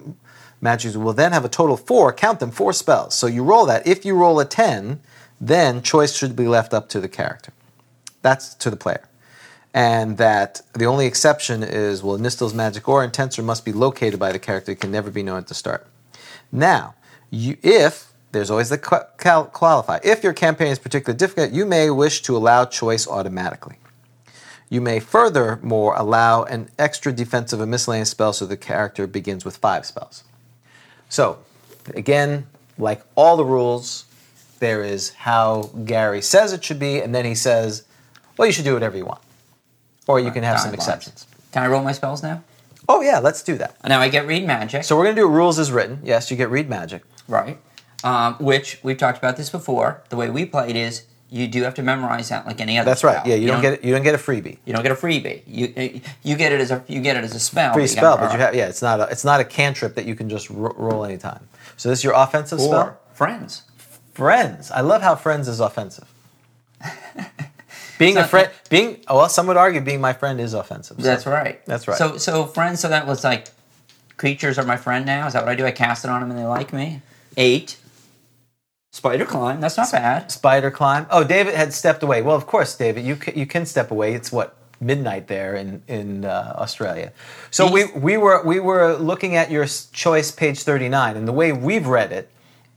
Speaker 2: matches will then have a total of four, count them, four spells. So you roll that. If you roll a 10, then choice should be left up to the character. That's to the player. and that the only exception is well, Nistel's magic aura and tensor must be located by the character; it can never be known at the start. Now, you, if there's always the qu- cal- qualify, if your campaign is particularly difficult, you may wish to allow choice automatically. You may furthermore allow an extra defensive and miscellaneous spell so the character begins with five spells. So, again, like all the rules, there is how Gary says it should be, and then he says, well, you should do whatever you want. Or you can have some
Speaker 3: Guidelines.
Speaker 2: exceptions.
Speaker 3: Can I roll my spells now?
Speaker 2: Oh, yeah, let's do that.
Speaker 3: Now I get read magic.
Speaker 2: So, we're going to do rules as written. Yes, you get read magic.
Speaker 3: Right. Um, which we've talked about this before. The way we played is you do have to memorize that like any other.
Speaker 2: That's right.
Speaker 3: spell.
Speaker 2: Yeah, you, don't, get it, you don't get a freebie.
Speaker 3: You don't get a freebie. You you get it as a you get it as a spell.
Speaker 2: Free
Speaker 3: but Oh, you
Speaker 2: spell,
Speaker 3: gotta
Speaker 2: but you
Speaker 3: borrow.
Speaker 2: have yeah, it's not a it's not a cantrip that you can just ro- roll anytime. So this is your offensive
Speaker 3: or
Speaker 2: spell.
Speaker 3: friends.
Speaker 2: Friends. I love how friends is offensive. being a
Speaker 3: It's not-
Speaker 2: friend, being oh, well, some would argue being my friend is offensive. So-
Speaker 3: That's right.
Speaker 2: That's right.
Speaker 3: So so friends. So that was like creatures are my friend now. Is that what I do? I cast it on them and they like me. Eight. Spider climb. That's not bad.
Speaker 2: Spider climb. Oh, David had stepped away. Well, of course, David, you can, you can step away. It's what midnight there in in uh, Australia. So we we were we were looking at your s- choice page thirty nine, and the way we've read it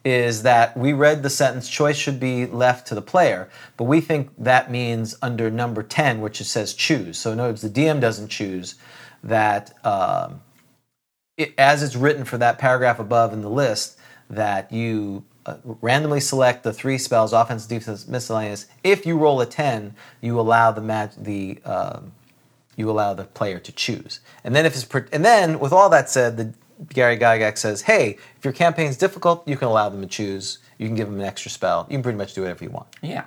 Speaker 2: is that we read the sentence choice should be left to the player, but we think that means under number ten, which it says choose. So in other words, the DM doesn't choose that. Um, it, as it's written for that paragraph above in the list, that you uh, randomly select the three spells, offense, defense, miscellaneous. If you roll a ten, you allow the match the um, you allow the player to choose. And then if it's per- and then with all that said, the Gary Gygax says, "Hey, if your campaign's difficult, you can allow them to choose. You can give them an extra spell. You can pretty much do whatever you want."
Speaker 3: Yeah.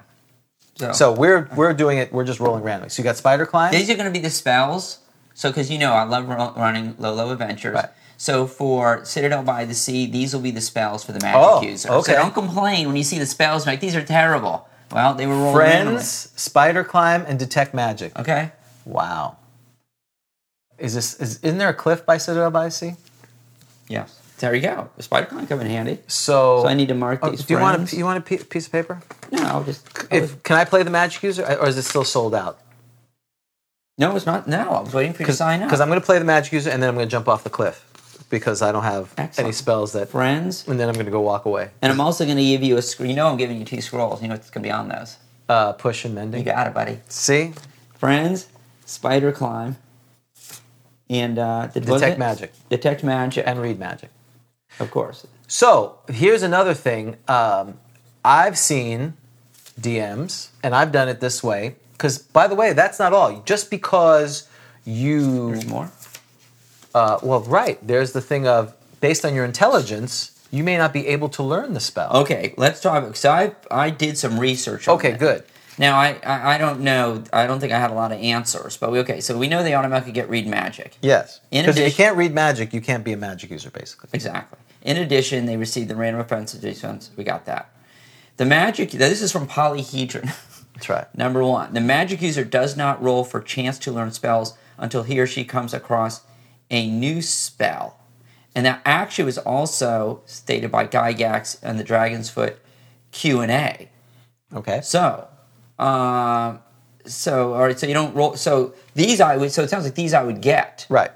Speaker 3: Oh.
Speaker 2: So we're we're doing it. We're just rolling randomly. So you got spider climb.
Speaker 3: These are going to be the spells. So, because you know, I love ro- running Lolo Adventures.
Speaker 2: Right.
Speaker 3: So, for Citadel by the Sea, these will be the spells for the magic
Speaker 2: Oh,
Speaker 3: user.
Speaker 2: okay.
Speaker 3: So, don't complain when you see the spells. Like, these are terrible. Well, they were rolling randomly.
Speaker 2: Friends, spider climb, and detect magic.
Speaker 3: Okay.
Speaker 2: Wow. Is this is isn't there a cliff by Citadel by the Sea?
Speaker 3: Yes. There you go. The spider climb come in handy.
Speaker 2: So,
Speaker 3: So I need to mark
Speaker 2: Oh,
Speaker 3: these.
Speaker 2: do you want a
Speaker 3: friends.
Speaker 2: p- you want a pi- piece of paper?
Speaker 3: No, I'll just. I'll just-
Speaker 2: If can I play the magic user I- or is it still sold out?
Speaker 3: no, it's not. No, I was waiting for you to sign up.
Speaker 2: Because I'm going to play the magic user and then I'm going to jump off the cliff because I don't have any
Speaker 3: Excellent.
Speaker 2: spells that.
Speaker 3: friends.
Speaker 2: And then I'm going to go walk away.
Speaker 3: And I'm also going to give you a screen. You know, I'm giving you two scrolls. You know what's going to be on those.
Speaker 2: Uh, push and
Speaker 3: You
Speaker 2: mending.
Speaker 3: got it, buddy.
Speaker 2: See,
Speaker 3: Friends, Spider Climb, and uh, the, was
Speaker 2: detect
Speaker 3: it?
Speaker 2: magic
Speaker 3: Detect Magic,
Speaker 2: and read magic.
Speaker 3: of course.
Speaker 2: So here's another thing. Um, I've seen DMs, and I've done it this way. Because by the way, that's not all. Just because you,
Speaker 3: There's more.
Speaker 2: uh, well, right? There's the thing of based on your intelligence, you may not be able to learn the spell.
Speaker 3: Okay, let's talk. So I I did some research. On
Speaker 2: Okay,
Speaker 3: it.
Speaker 2: good.
Speaker 3: Now I, I I don't know. I don't think I had a lot of answers, but we, okay. So we know they automatically get read magic.
Speaker 2: Yes.
Speaker 3: In
Speaker 2: Because if you
Speaker 3: addition-
Speaker 2: can't read magic, you can't be a magic user, basically.
Speaker 3: Exactly. In addition, they receive the random offensive defense. We got that. The magic. This is from Polyhedron.
Speaker 2: That's right.
Speaker 3: Number one, the magic user does not roll for chance to learn spells until he or she comes across a new spell. And that actually was also stated by Gygax and the Dragon's Foot Q&A.
Speaker 2: Okay.
Speaker 3: So, um, so all right, so you don't roll. So these I would, so it sounds like these I would get.
Speaker 2: Right.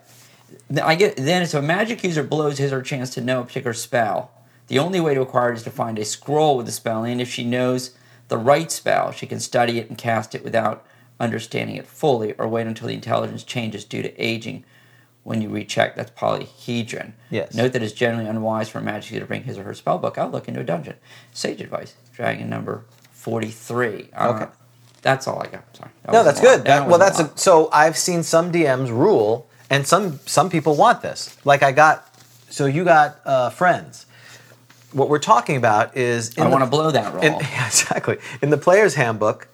Speaker 3: Then I get then so a magic user blows his or her chance to know a particular spell. The only way to acquire it is to find a scroll with the spell, and if she knows the right spell, she can study it and cast it without understanding it fully, or wait until the intelligence changes due to aging when you recheck. That's polyhedron.
Speaker 2: Yes.
Speaker 3: Note that it's generally unwise for a magic user to bring his or her spell book outlook into a dungeon. Sage advice, dragon number forty-three. Uh,
Speaker 2: Okay.
Speaker 3: That's all I got. Sorry. That
Speaker 2: No,
Speaker 3: wasn't
Speaker 2: that's
Speaker 3: a lot.
Speaker 2: good.
Speaker 3: That
Speaker 2: That- well,
Speaker 3: wasn't
Speaker 2: that's a,
Speaker 3: lot.
Speaker 2: so I've seen some DMs rule, and some some people want this. Like I got, so you got uh, friends. What we're talking about is in
Speaker 3: I
Speaker 2: the-
Speaker 3: want to blow that roll.
Speaker 2: in- yeah, exactly in the player's handbook.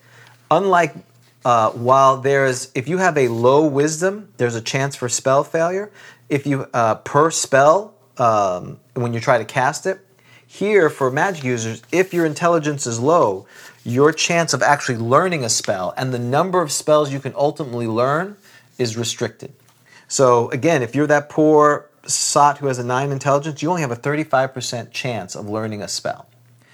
Speaker 2: Unlike uh, while there's if you have a low wisdom, there's a chance for spell failure. If you uh, per spell um, when you try to cast it. Here for magic users, if your intelligence is low, your chance of actually learning a spell and the number of spells you can ultimately learn is restricted. So again, if you're that poor sot who has a nine intelligence, you only have a 35% chance of learning a spell.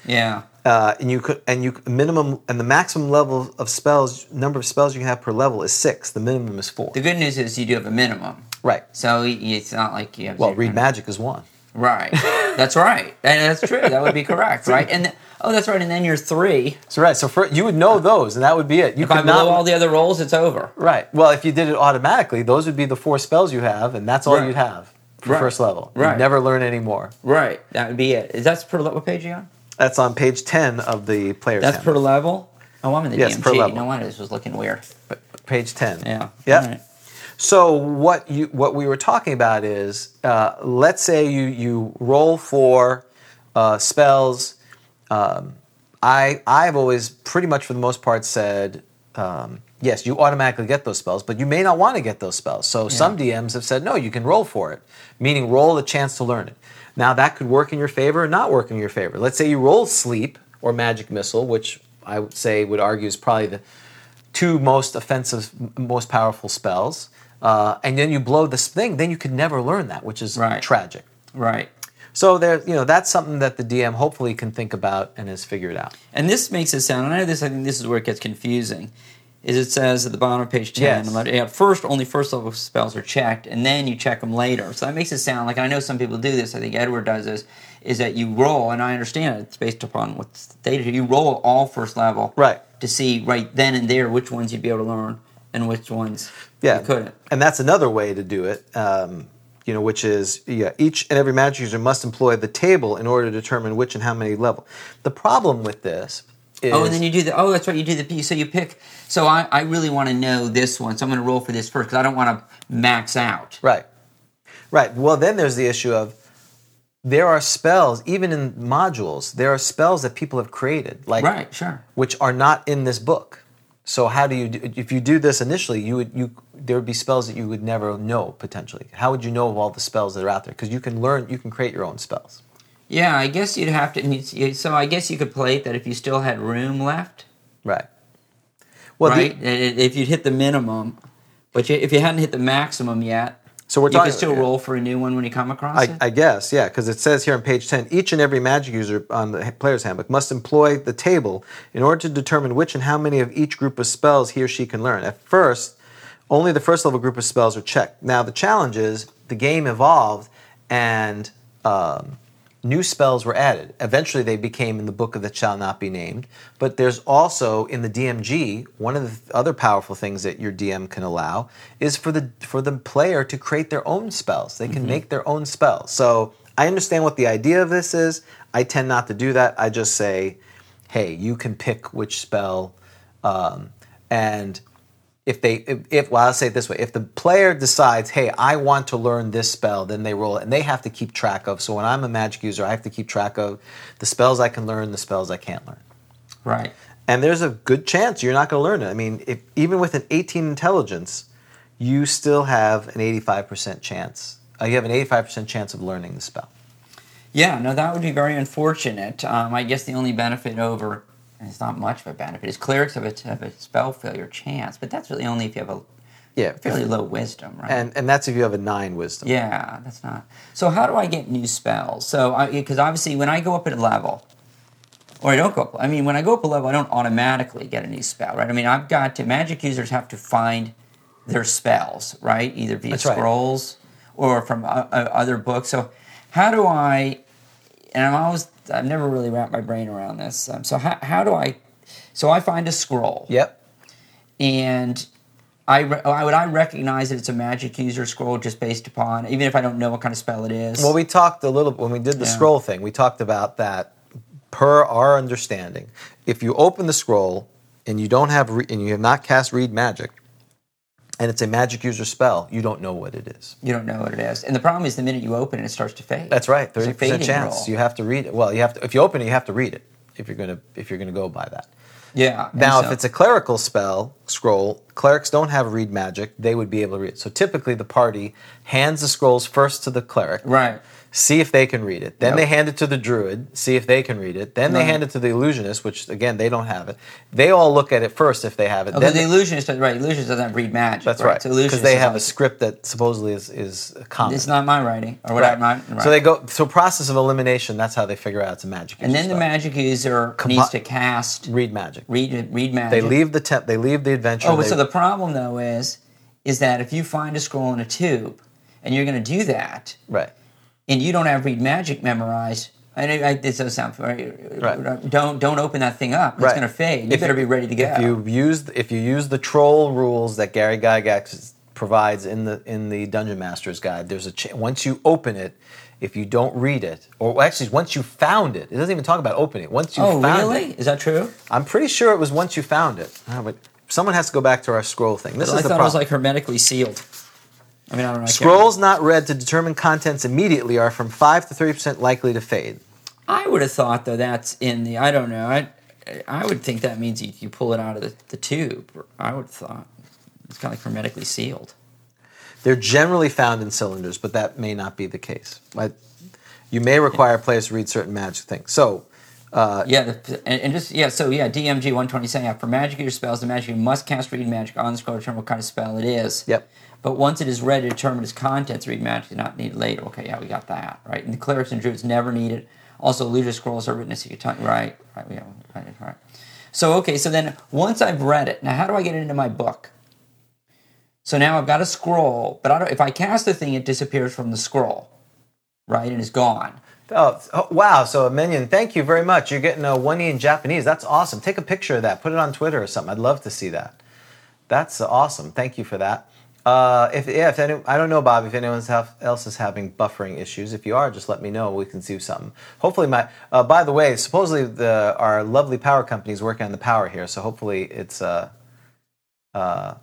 Speaker 3: yeah.
Speaker 2: Uh, and you could, and you minimum and the maximum level of spells number of spells you can have per level is six. The minimum is four.
Speaker 3: The good news is you do have a minimum.
Speaker 2: right.
Speaker 3: So it's not like you have
Speaker 2: Well,
Speaker 3: zero.
Speaker 2: read magic is one.
Speaker 3: Right. That's right. And that's true. That would be correct, right? And th- oh, that's right. And then you're three.
Speaker 2: So right. So for, you would know those, and that would be it. You
Speaker 3: If I
Speaker 2: could
Speaker 3: blow
Speaker 2: not.
Speaker 3: all the other rolls, it's over.
Speaker 2: right. Well, if you did it automatically, those would be the four spells you have, and that's all
Speaker 3: Right.
Speaker 2: you'd have for
Speaker 3: Right.
Speaker 2: first level.
Speaker 3: Right.
Speaker 2: You'd never learn any more.
Speaker 3: Right. That would be it. Is that's per level? What page are you on?
Speaker 2: That's on page ten of the player's
Speaker 3: That's per
Speaker 2: handbook.
Speaker 3: level. Oh, I'm in the
Speaker 2: Yes,
Speaker 3: DMT.
Speaker 2: per level.
Speaker 3: No wonder this was looking weird. But
Speaker 2: page ten.
Speaker 3: yeah.
Speaker 2: Yeah.
Speaker 3: All right.
Speaker 2: So what you what we were talking about is uh, let's say you you roll for uh, spells. Um, I I've always pretty much for the most part said um, yes you automatically get those spells, but you may not want to get those spells. So some DMs have said no, you can roll for it, meaning roll the chance to learn it. Now that could work in your favor or not work in your favor. Let's say you roll sleep or magic missile, which I would say would argue is probably the two most offensive, m- most powerful spells, uh, and then you blow this thing, then you could never learn that, which is
Speaker 3: Right.
Speaker 2: tragic.
Speaker 3: Right.
Speaker 2: So there, you know, that's something that the DM hopefully can think about and has figured out.
Speaker 3: And this makes it sound. And I know this. I think this is where it gets confusing. Is it says at the bottom of page ten?
Speaker 2: Yes.
Speaker 3: and let- yeah, first, only first level spells are checked, and then you check them later. So that makes it sound like and I know some people do this. I think Edward does this. Is that you roll, and I understand it's based upon what's data. You roll all first level,
Speaker 2: Right.
Speaker 3: to see right then and there which ones you'd be able to learn and which ones
Speaker 2: Yeah,
Speaker 3: you couldn't.
Speaker 2: and that's another way to do it. Um, you know, which is yeah, each and every magic user must employ the table in order to determine which and how many level. The problem with this is
Speaker 3: Oh, and then you do the. Oh, that's right. You do the piece. So you pick. So I, I really want to know this one. So I'm going to roll for this first because I don't want to max out.
Speaker 2: Right. Right. Well, then there's the issue of there are spells, even in modules, there are spells that people have created, like
Speaker 3: Right. Sure.
Speaker 2: which are not in this book. So how do you do, if you do this initially, you would you there would be spells that you would never know potentially. How would you know of all the spells that are out there? Because you can learn, you can create your own spells.
Speaker 3: Yeah, I guess you'd have to. and you'd- you- So I guess you could play it that if you still had room left,
Speaker 2: Right. Well, the-
Speaker 3: right? And if you'd hit the minimum, but you, if you hadn't hit the maximum yet,
Speaker 2: so we're
Speaker 3: you
Speaker 2: talking
Speaker 3: could still roll for a new one when you come across
Speaker 2: I,
Speaker 3: it.
Speaker 2: I guess, yeah, because it says here on page 10 each and every magic user on the player's handbook must employ the table in order to determine which and how many of each group of spells he or she can learn. At first, only the first level group of spells are checked. Now, the challenge is the game evolved and um, new spells were added. Eventually, they became in the book of that shall not be named. But there's also in the DMG one of the other powerful things that your DM can allow is for the for the player to create their own spells. They can make their own spells. So I understand what the idea of this is. I tend not to do that. I just say, hey, you can pick which spell, um, and if they if, if well i'll say it this way if the player decides hey i want to learn this spell then they roll it and they have to keep track of so when i'm a magic user i have to keep track of the spells i can learn the spells i can't learn
Speaker 3: right.
Speaker 2: and there's a good chance you're not going to learn it i mean if, even with an 18 intelligence you still have an 85% chance uh, you have an 85% chance of learning the spell
Speaker 3: Yeah, no, that would be very unfortunate. Um, I guess the only benefit over, and it's not much of a benefit, is clerics have a, have a spell failure chance, but that's really only if you have a
Speaker 2: yeah
Speaker 3: fairly low wisdom, right?
Speaker 2: and and that's if you have a 9 wisdom
Speaker 3: Yeah, that's not. So how do I get new spells? So because obviously when I go up a level, or I don't go up. I mean, when I go up a level, I don't automatically get a new spell, right? I mean, I've got to. Magic users have to find their spells, right? Either via
Speaker 2: That's right.
Speaker 3: scrolls or from uh, uh, other books. So how do I? And I'm always. I've never really wrapped my brain around this. Um, so how, how do I? So I find a scroll
Speaker 2: yep
Speaker 3: and I re- I would I recognize that it's a magic user scroll just based upon even if I don't know what kind of spell it is.
Speaker 2: Well, we talked a little when we did the
Speaker 3: Yeah.
Speaker 2: scroll thing. We talked about that. Per our understanding, if you open the scroll and you don't have re- and you have not cast read magic, and it's a magic user spell, you don't know what it is.
Speaker 3: you don't know what it is, and the problem is the minute you open it, it starts to fade.
Speaker 2: That's right,
Speaker 3: It's a
Speaker 2: thirty percent
Speaker 3: fading
Speaker 2: chance.
Speaker 3: roll.
Speaker 2: You have to read it. Well, you have to if you open it, you have to read it if you're gonna if you're gonna go by that.
Speaker 3: yeah. and
Speaker 2: Now,
Speaker 3: so-
Speaker 2: if it's a clerical spell scroll, clerics don't have read magic; they would be able to read it. So typically, the party hands the scrolls first to the cleric,
Speaker 3: right,
Speaker 2: see if they can read it. Then
Speaker 3: Yep.
Speaker 2: they hand it to the druid, see if they can read it. Then they hand it to the illusionist, which again they don't have it. They all look at it first if they have it.
Speaker 3: Oh,
Speaker 2: then
Speaker 3: the illusionist, does- right? Illusionist doesn't read magic.
Speaker 2: that's right
Speaker 3: So illusionist
Speaker 2: because they
Speaker 3: is
Speaker 2: have a
Speaker 3: like,
Speaker 2: script that supposedly is is common.
Speaker 3: It's not my writing or what
Speaker 2: Right.
Speaker 3: I'm not. Right.
Speaker 2: So they go so process of elimination. That's how they figure out it's a magic.
Speaker 3: and then
Speaker 2: user
Speaker 3: the
Speaker 2: spell.
Speaker 3: magic user needs to cast
Speaker 2: read magic.
Speaker 3: read read magic.
Speaker 2: They leave the temp. They leave the adventure.
Speaker 3: Oh,
Speaker 2: they-
Speaker 3: so the problem though is, is that if you find a scroll in a tube, and you're going to do that,
Speaker 2: right.
Speaker 3: and you don't have read magic memorized. I know I, this does sound very. uh,
Speaker 2: Right.
Speaker 3: Don't don't open that thing up. It's
Speaker 2: Right.
Speaker 3: going to fade. You
Speaker 2: If-
Speaker 3: better be ready to go.
Speaker 2: If you use if you use the troll rules that Gary Gygax provides in the in the Dungeon Master's Guide, there's a ch- once you open it, if you don't read it, or actually once you found it, it doesn't even talk about opening. it. Once you
Speaker 3: oh,
Speaker 2: found
Speaker 3: really?
Speaker 2: it,
Speaker 3: Is that true?
Speaker 2: I'm pretty sure it was once you found it. Ah, but someone has to go back to our scroll thing. This
Speaker 3: I
Speaker 2: is the
Speaker 3: thought
Speaker 2: problem.
Speaker 3: it was like hermetically sealed. I mean, I don't know. I can't-
Speaker 2: Scrolls not read to determine contents immediately are from five to thirty percent likely to fade.
Speaker 3: I would have thought though that's in the. I don't know. I I would think that means you, you pull it out of the, the tube. I would have thought it's kind of like hermetically sealed.
Speaker 2: They're generally found in cylinders, but that may not be the case. But you may require players to read certain magic things. So
Speaker 3: Yeah, the, and, and just yeah, so yeah, DMG one twenty saying after magic your spells, the magic user must cast read magic on the scroll to determine what kind of spell it is.
Speaker 2: Yep.
Speaker 3: But once it is read to determine its contents, read magic is not needed later. Okay, yeah, we got that right. And the clerics and druids never need it. Also, illusion scrolls are written as your tongue. Right, right, yeah, right, right. So okay, so then once I've read it, now how do I get it into my book? So now I've got a scroll, but I don't, if I cast the thing, it disappears from the scroll, right, and is gone.
Speaker 2: Oh, oh, wow. So, Minion, thank you very much. You're getting a one E in Japanese. That's awesome. Take a picture of that. Put it on Twitter or something. I'd love to see that. That's awesome. Thank you for that. Uh, if yeah, if any, I don't know, Bob, if anyone else is having buffering issues. If you are, just let me know. We can do something. Hopefully, my. Uh, by the way, supposedly the our lovely power company is working on the power here, so hopefully it's uh, uh,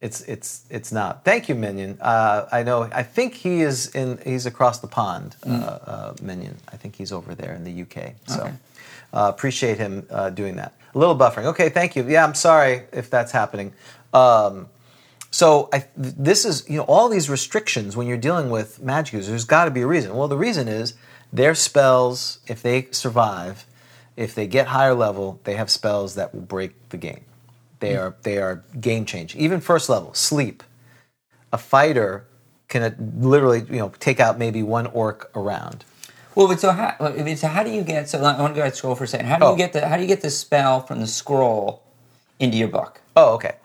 Speaker 2: it's it's it's not. Thank you, Minion. Uh, I know. I think he is in. He's across the pond, uh, uh, Minion. I think he's over there in the UK. So uh, appreciate him uh, doing that. A little buffering. Okay, thank you. Yeah, I'm sorry if that's happening. Um, so I, this is you know all these restrictions when you're dealing with magic users. There's got to be a reason. Well, the reason is their spells. If they survive, if they get higher level, they have spells that will break the game. They are they are game changing. Even first level sleep. A fighter can uh, literally you know take out maybe one orc around.
Speaker 3: Well, but so how, well, I mean, so how do you get? So I want to go to scroll for a second. How do
Speaker 2: Oh.
Speaker 3: you get the how do you get the spell from the scroll into your book?
Speaker 2: Oh, okay.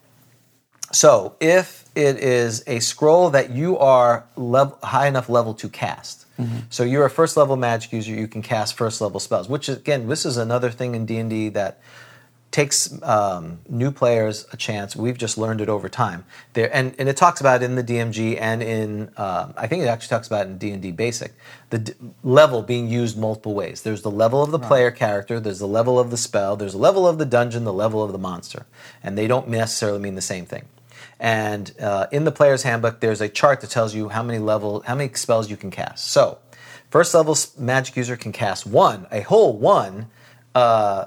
Speaker 2: So if it is a scroll that you are lev- high enough level to cast, so you're a first level magic user, you can cast first level spells. Which is, again, this is another thing in D and D that takes um, new players a chance. We've just learned it over time. There, and, and it talks about it in the DMG and in um, I think it actually talks about it in D and D Basic the d- level being used multiple ways. There's the level of the player character. There's the level of the spell. There's the level of the dungeon. The level of the monster, and they don't necessarily mean the same thing. And uh, in the player's handbook, there's a chart that tells you how many level, how many spells you can cast. So, first level s- magic user can cast one, a whole one, uh,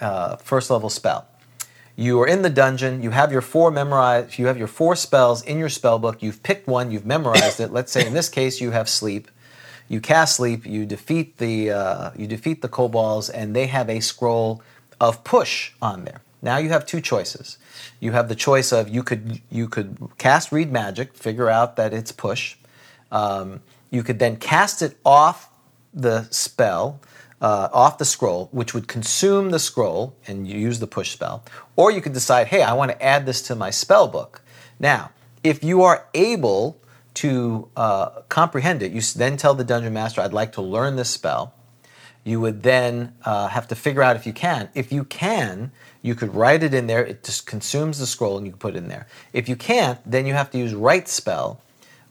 Speaker 2: uh, first level spell. You are in the dungeon. You have your four memorized. You have your four spells in your spell book. You've picked one. You've memorized it. Let's say in this case you have sleep. You cast sleep. You defeat the uh, you defeat the kobolds, and they have a scroll of push on there. Now you have two choices. You have the choice of you could you could cast read magic, figure out that it's push. Um, you could then cast it off the spell, uh, off the scroll, which would consume the scroll, and you use the push spell. Or you could decide, hey, I want to add this to my spell book. Now, if you are able to uh, comprehend it, you s- then tell the dungeon master, I'd like to learn this spell you would then uh, have to figure out if you can. If you can, you could write it in there. It just consumes the scroll and you can put it in there. If you can't, then you have to use write spell,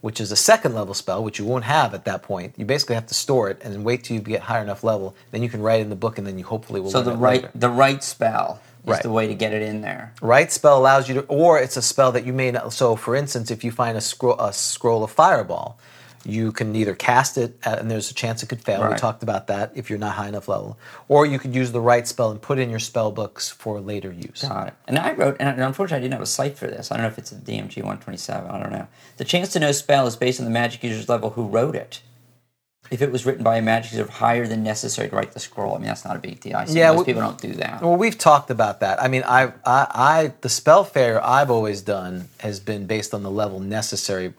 Speaker 2: which is a second level spell, which you won't have at that point. You basically have to store it and then wait till you get higher enough level. Then you can write it in the book and then you hopefully will
Speaker 3: So
Speaker 2: learn
Speaker 3: the
Speaker 2: it
Speaker 3: right
Speaker 2: later.
Speaker 3: the right spell is
Speaker 2: Right.
Speaker 3: the way to get it in there.
Speaker 2: Right spell allows you to, or it's a spell that you may not. So, for instance, if you find a scroll, a scroll of fireball, you can either cast it, at, and there's a chance it could fail. We
Speaker 3: Right.
Speaker 2: talked about that if you're not high enough level, or you could use the right spell and put in your spell books for later use.
Speaker 3: Got it. And I wrote, and unfortunately, I didn't have a site for this. I don't know if it's a DMG 127. I don't know. The chance to know spell is based on the magic user's level who wrote it. if it was written by a magic user higher than necessary to write the scroll, I mean that's not a big deal. I see
Speaker 2: Yeah,
Speaker 3: most
Speaker 2: we-
Speaker 3: people don't do that.
Speaker 2: Well, we've talked about that. I mean, I, I, I, the Spellfarer I've always done has been based on the level necessary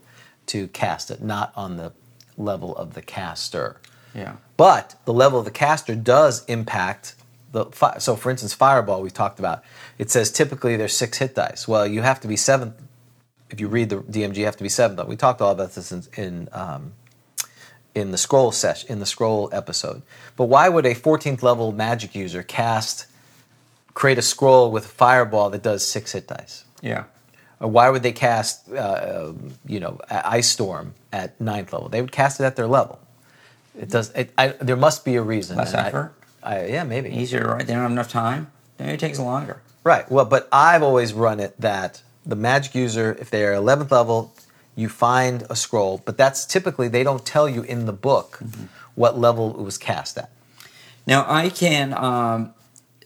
Speaker 2: to cast it, not on the level of the caster.
Speaker 3: yeah.
Speaker 2: But the level of the caster does impact the fi- so for instance fireball we talked about it says typically there's six hit dice. Well, you have to be seventh if you read the DMG you have to be seventh. We talked all about this in in, um, in the scroll sesh in the scroll episode. But why would a 14th level magic user cast create a scroll with fireball that does six hit dice?
Speaker 3: Yeah.
Speaker 2: Or Uh, why would they cast, uh, um, you know, a- Ice Storm at ninth level? They would cast it at their level. It does. It, I, there must be a reason.
Speaker 3: Less
Speaker 2: and I-
Speaker 3: effort?
Speaker 2: I, yeah, maybe.
Speaker 3: Easier to write. They don't have enough time. Maybe it takes longer.
Speaker 2: Right. Well, but I've always run it that the magic user, if they are 11th level, you find a scroll, but that's typically they don't tell you in the book
Speaker 3: Mm-hmm.
Speaker 2: what level it was cast at.
Speaker 3: Now I can. Um,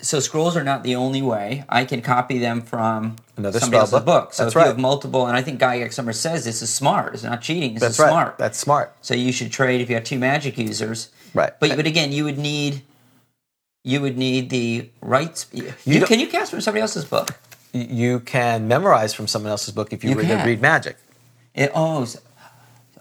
Speaker 3: so scrolls are not the only way. I can copy them from
Speaker 2: Another
Speaker 3: somebody
Speaker 2: spell
Speaker 3: else's
Speaker 2: book.
Speaker 3: book. So
Speaker 2: That's
Speaker 3: if you
Speaker 2: right.
Speaker 3: have multiple, and I think Guy X Summer says this is smart. It's not cheating. This
Speaker 2: That's
Speaker 3: is
Speaker 2: right.
Speaker 3: smart.
Speaker 2: That's smart.
Speaker 3: so you should trade if you have two magic users.
Speaker 2: Right.
Speaker 3: But but again, you would need. You would need the rights. You,
Speaker 2: don't-
Speaker 3: can you cast from somebody else's book?
Speaker 2: Y- You can memorize from someone else's book if you,
Speaker 3: You
Speaker 2: read,
Speaker 3: can.
Speaker 2: read magic.
Speaker 3: It, oh, so,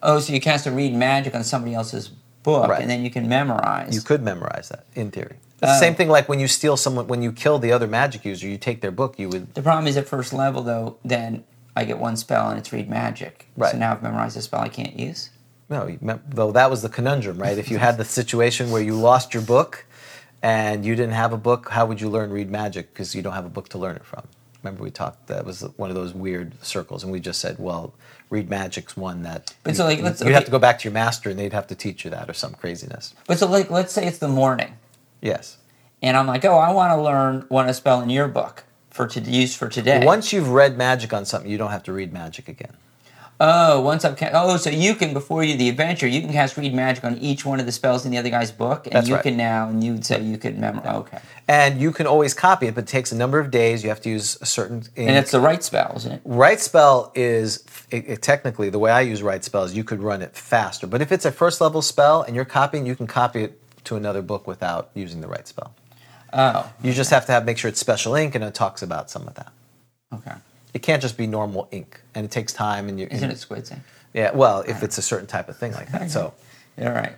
Speaker 3: oh, so you cast a read magic on somebody else's book,
Speaker 2: Right.
Speaker 3: and then you can memorize.
Speaker 2: You could memorize that in theory. It's
Speaker 3: Uh,
Speaker 2: the same thing like when you steal someone, when you kill the other magic user, you take their book, you would.
Speaker 3: The problem is at first level though, then I get one spell and it's read magic.
Speaker 2: Right.
Speaker 3: So now I've memorized a spell I can't use.
Speaker 2: No, you mem- though that was the conundrum, right? If you had the situation where you lost your book and you didn't have a book, how would you learn read magic? Because you don't have a book to learn it from. Remember, we talked, that was one of those weird circles, and we just said, well, read magic's one that.
Speaker 3: But
Speaker 2: you,
Speaker 3: so, like, let's-
Speaker 2: you'd have
Speaker 3: okay.
Speaker 2: to go back to your master and they'd have to teach you that or some craziness.
Speaker 3: But so like let's say it's the morning
Speaker 2: Yes.
Speaker 3: and I'm like, oh, I want to learn one spell in your book for to use for today.
Speaker 2: Once you've read magic on something, you don't have to read magic again.
Speaker 3: Oh, once I've ca- oh, so you can before you the adventure, you can cast read magic on each one of the spells in the other guy's book, and
Speaker 2: That's
Speaker 3: you
Speaker 2: right.
Speaker 3: can now and you would say you could memorize. Okay,
Speaker 2: And you can always copy it, but it takes a number of days. You have to use a certain. ink.
Speaker 3: and it's the right spell, isn't it?
Speaker 2: Right spell is it, it- technically the way I use right spell is you could run it faster. But if it's a first level spell and you're copying, you can copy it to another book without using the right spell.
Speaker 3: Oh,
Speaker 2: You just have to have make sure it's special ink and it talks about some of that.
Speaker 3: okay.
Speaker 2: It can't just be normal ink, and it takes time. And you
Speaker 3: Isn't it Squid Game?
Speaker 2: yeah, well, if it's a certain type of thing like that. So,
Speaker 3: All right.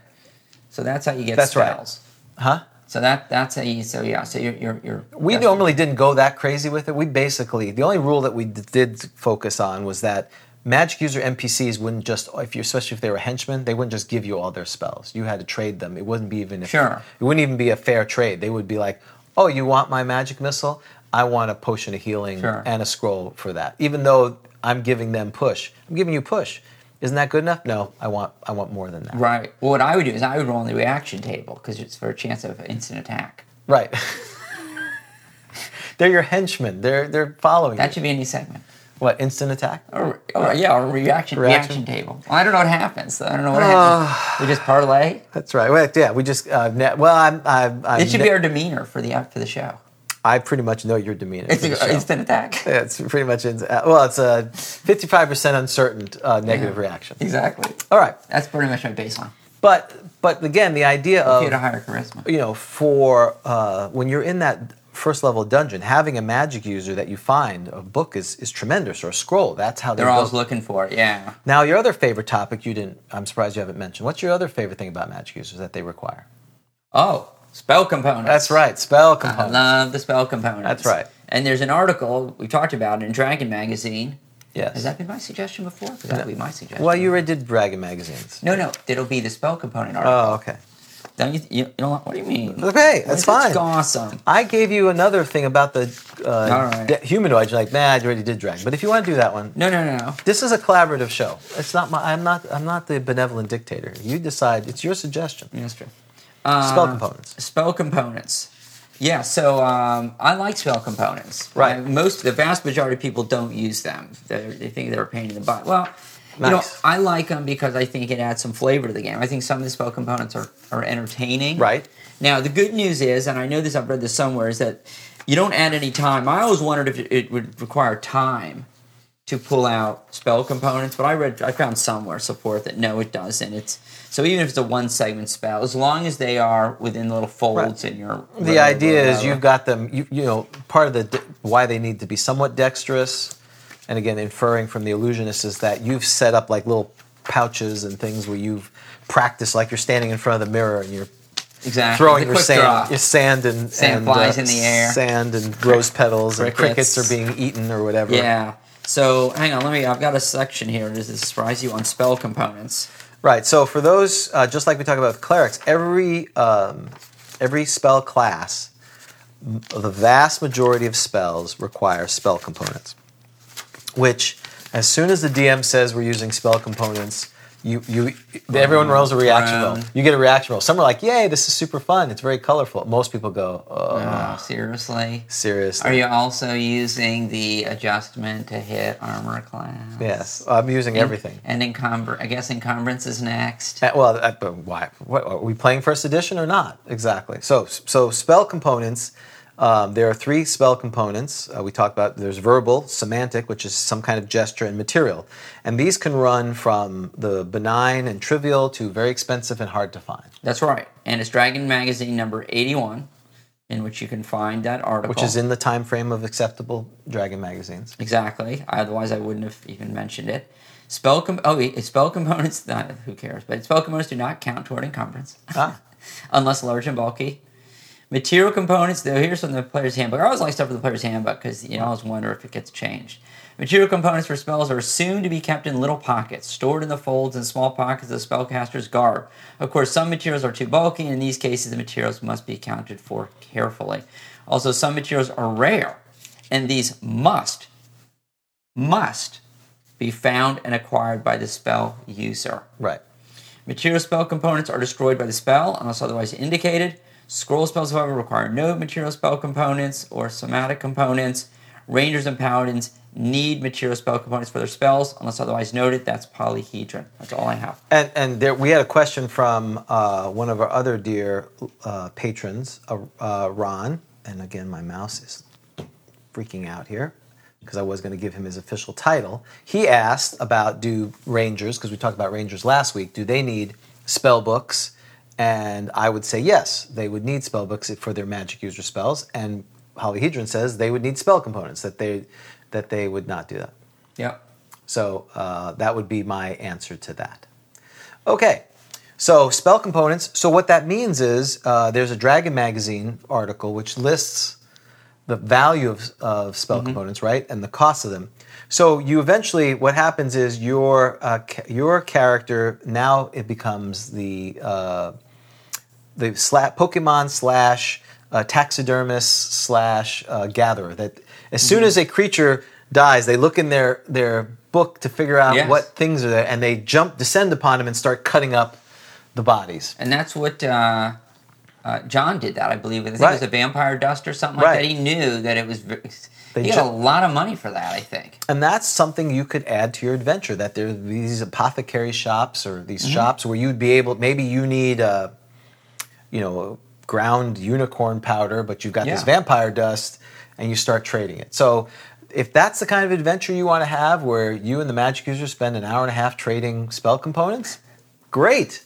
Speaker 3: So that's how you get
Speaker 2: That's right.
Speaker 3: spells.
Speaker 2: huh?
Speaker 3: So that that's how you. So yeah. So you're you're. you're
Speaker 2: We
Speaker 3: that's-
Speaker 2: normally didn't go that crazy with it. We basically the only rule that we d- did focus on was that magic user NPCs wouldn't just if you especially if they were henchmen, they wouldn't just give you all their spells. You had to trade them. It wouldn't be even if,
Speaker 3: Sure.
Speaker 2: It wouldn't even be a fair trade. They would be like, "Oh, you want my magic missile? I want a potion of healing
Speaker 3: Sure.
Speaker 2: and a scroll for that." Even though I'm giving them push. I'm giving you push. Isn't that good enough? No, I want I want more than that.
Speaker 3: Right. Well, what I would do is I would roll on the reaction table because it's for a chance of instant attack.
Speaker 2: Right. they're your henchmen. They're they're following
Speaker 3: That
Speaker 2: you.
Speaker 3: should be a new segment.
Speaker 2: What instant attack?
Speaker 3: Or, or yeah, or reaction, reaction
Speaker 2: Uh, Reaction.
Speaker 3: table. Well, I don't know what happens. I don't know what happens. We just parlay.
Speaker 2: That's right. Well, yeah, we just uh, ne- well, I'm, I'm, I'm
Speaker 3: It should
Speaker 2: ne-
Speaker 3: be our demeanor for the for the show.
Speaker 2: I pretty much know your demeanor.
Speaker 3: It's
Speaker 2: for the
Speaker 3: a,
Speaker 2: show.
Speaker 3: instant attack.
Speaker 2: Yeah, it's pretty much in, uh, well, it's a fifty-five percent uncertain uh, negative reaction.
Speaker 3: Exactly.
Speaker 2: All right,
Speaker 3: That's pretty much my baseline.
Speaker 2: but but again, the idea
Speaker 3: You had a
Speaker 2: of
Speaker 3: higher charisma.
Speaker 2: Oh. you know for uh, when you're in that first level dungeon, having a magic user that you find a book is is tremendous or a scroll. That's how they
Speaker 3: They're
Speaker 2: go.
Speaker 3: always looking for it. Yeah.
Speaker 2: now, your other favorite topic you didn't. I'm surprised you haven't mentioned. What's your other favorite thing about magic users that they require?
Speaker 3: Oh, spell component.
Speaker 2: That's right, spell
Speaker 3: I
Speaker 2: components.
Speaker 3: love the spell component.
Speaker 2: That's right.
Speaker 3: And there's an article we talked about in Dragon Magazine.
Speaker 2: yes.
Speaker 3: Has that been my suggestion before? Because that would be my suggestion.
Speaker 2: Well, you already did Dragon magazines.
Speaker 3: No, no, it'll be the spell component article.
Speaker 2: Oh, okay.
Speaker 3: Don't you, you, you know what? What do you mean?
Speaker 2: Okay, that's fine.
Speaker 3: It's awesome.
Speaker 2: I gave you another thing about the uh,
Speaker 3: All right.
Speaker 2: de- humanoid. You're like, nah, I already did Dragon. But if you want to do that one,
Speaker 3: No, no, no, no.
Speaker 2: this is a collaborative show. It's not my. I'm not. I'm not the benevolent dictator. You decide. It's your suggestion.
Speaker 3: That's true. Uh,
Speaker 2: Spell components.
Speaker 3: Spell components. Yeah, so um, I like spell components.
Speaker 2: Right.
Speaker 3: Uh, most, the vast majority of people don't use them. They're, they think they're a pain in the butt. Well, you know,
Speaker 2: Nice.
Speaker 3: I like them because I think it adds some flavor to the game. I think some of the spell components are, are entertaining.
Speaker 2: Right.
Speaker 3: Now, the good news is, and I know this, I've read this somewhere, is that you don't add any time. I always wondered if it, it would require time to pull out spell components, but I read I found somewhere support that no, it doesn't. It's so even if it's a one segment spell, as long as they are within little folds in your.
Speaker 2: the idea is you've got them you, you know part of the de- why they need to be somewhat dexterous and again inferring from the illusionist is that you've set up like little pouches and things where you've practiced like you're standing in front of the mirror and you're
Speaker 3: exactly
Speaker 2: throwing
Speaker 3: the
Speaker 2: your
Speaker 3: quick
Speaker 2: sand
Speaker 3: draw.
Speaker 2: your sand and
Speaker 3: Sand
Speaker 2: and, uh,
Speaker 3: flies in the air.
Speaker 2: sand and rose petals and
Speaker 3: Crickets.
Speaker 2: crickets are being eaten or whatever
Speaker 3: Yeah. So hang on, let me. I've got a section here. Does it surprise you on spell components?
Speaker 2: Right. So for those, uh, just like we talk about with clerics, every um, every spell class, m- the vast majority of spells require spell components. Which, as soon as the DM says we're using spell components, you you everyone rolls a reaction roll.
Speaker 3: Groan.
Speaker 2: You get a reaction roll. Some are like, "Yay, this is super fun! It's very colorful." Most people go, "Oh,
Speaker 3: Oh, seriously.
Speaker 2: seriously."
Speaker 3: Are you also using the adjustment to hit armor class?
Speaker 2: yes, I'm using everything.
Speaker 3: And encumber. I guess encumbrance is next.
Speaker 2: Uh, well, uh, but why? What, are we playing first edition or not? Exactly. So, so spell components. Um, there are three spell components. Uh, we talked about there's verbal, semantic, which is some kind of gesture, and material. And these can run from the benign and trivial to very expensive and hard to find,
Speaker 3: That's right. And it's Dragon Magazine number 81, in which you can find that article.
Speaker 2: which is in the time frame of acceptable dragon magazines.
Speaker 3: Exactly. Otherwise, I wouldn't have even mentioned it. Spell com- oh, wait, spell components. Not, who cares? But spell components do not count toward encumbrance,
Speaker 2: Ah.
Speaker 3: unless large and bulky. Material components, though, here's from the player's handbook. I always like stuff from the player's handbook because you know, I always wonder if it gets changed. Material components for spells are assumed to be kept in little pockets, stored in the folds and small pockets of the spellcaster's garb. Of course, some materials are too bulky, and in these cases, the materials must be accounted for carefully. Also, some materials are rare, and these must must be found and acquired by the spell user.
Speaker 2: Right.
Speaker 3: Material spell components are destroyed by the spell unless otherwise indicated. Scroll spells, however, require no material spell components or somatic components. Rangers and paladins need material spell components for their spells unless otherwise noted. That's polyhedron. That's all I have.
Speaker 2: And, and there, we had a question from uh, one of our other dear uh, patrons, uh, uh, Ron. And again, my mouse is freaking out here because I was going to give him his official title. He asked about do Rangers, because we talked about Rangers last week, do they need spell books? And I would say yes, they would need spell books for their magic user spells. And Polyhedron says they would need spell components, that they, that they would not do that.
Speaker 3: Yep.
Speaker 2: So uh, that would be my answer to that. Okay, so spell components. So what that means is uh, there's a Dragon Magazine article which lists the value of, of spell components, right, and the cost of them. So you eventually, what happens is your uh, ca- your character now it becomes the uh, the sla- Pokemon slash uh, taxidermist slash uh, gatherer. That as soon as a creature dies, they look in their their book to figure out
Speaker 3: Yes.
Speaker 2: what things are there, and they jump descend upon him and start cutting up the bodies.
Speaker 3: And that's what uh, uh, John did that, I believe. I think it was
Speaker 2: Right.
Speaker 3: a vampire dust or something
Speaker 2: Right.
Speaker 3: like that. He knew that it was. v-
Speaker 2: They
Speaker 3: he got a
Speaker 2: ju-
Speaker 3: lot of money for that, I think.
Speaker 2: And that's something you could add to your adventure. That there are these apothecary shops or these shops where you'd be able. Maybe you need, uh, you know, ground unicorn powder, but you've got this
Speaker 3: Yeah.
Speaker 2: vampire dust, and you start trading it. So, if that's the kind of adventure you want to have, where you and the magic user spend an hour and a half trading spell components, great.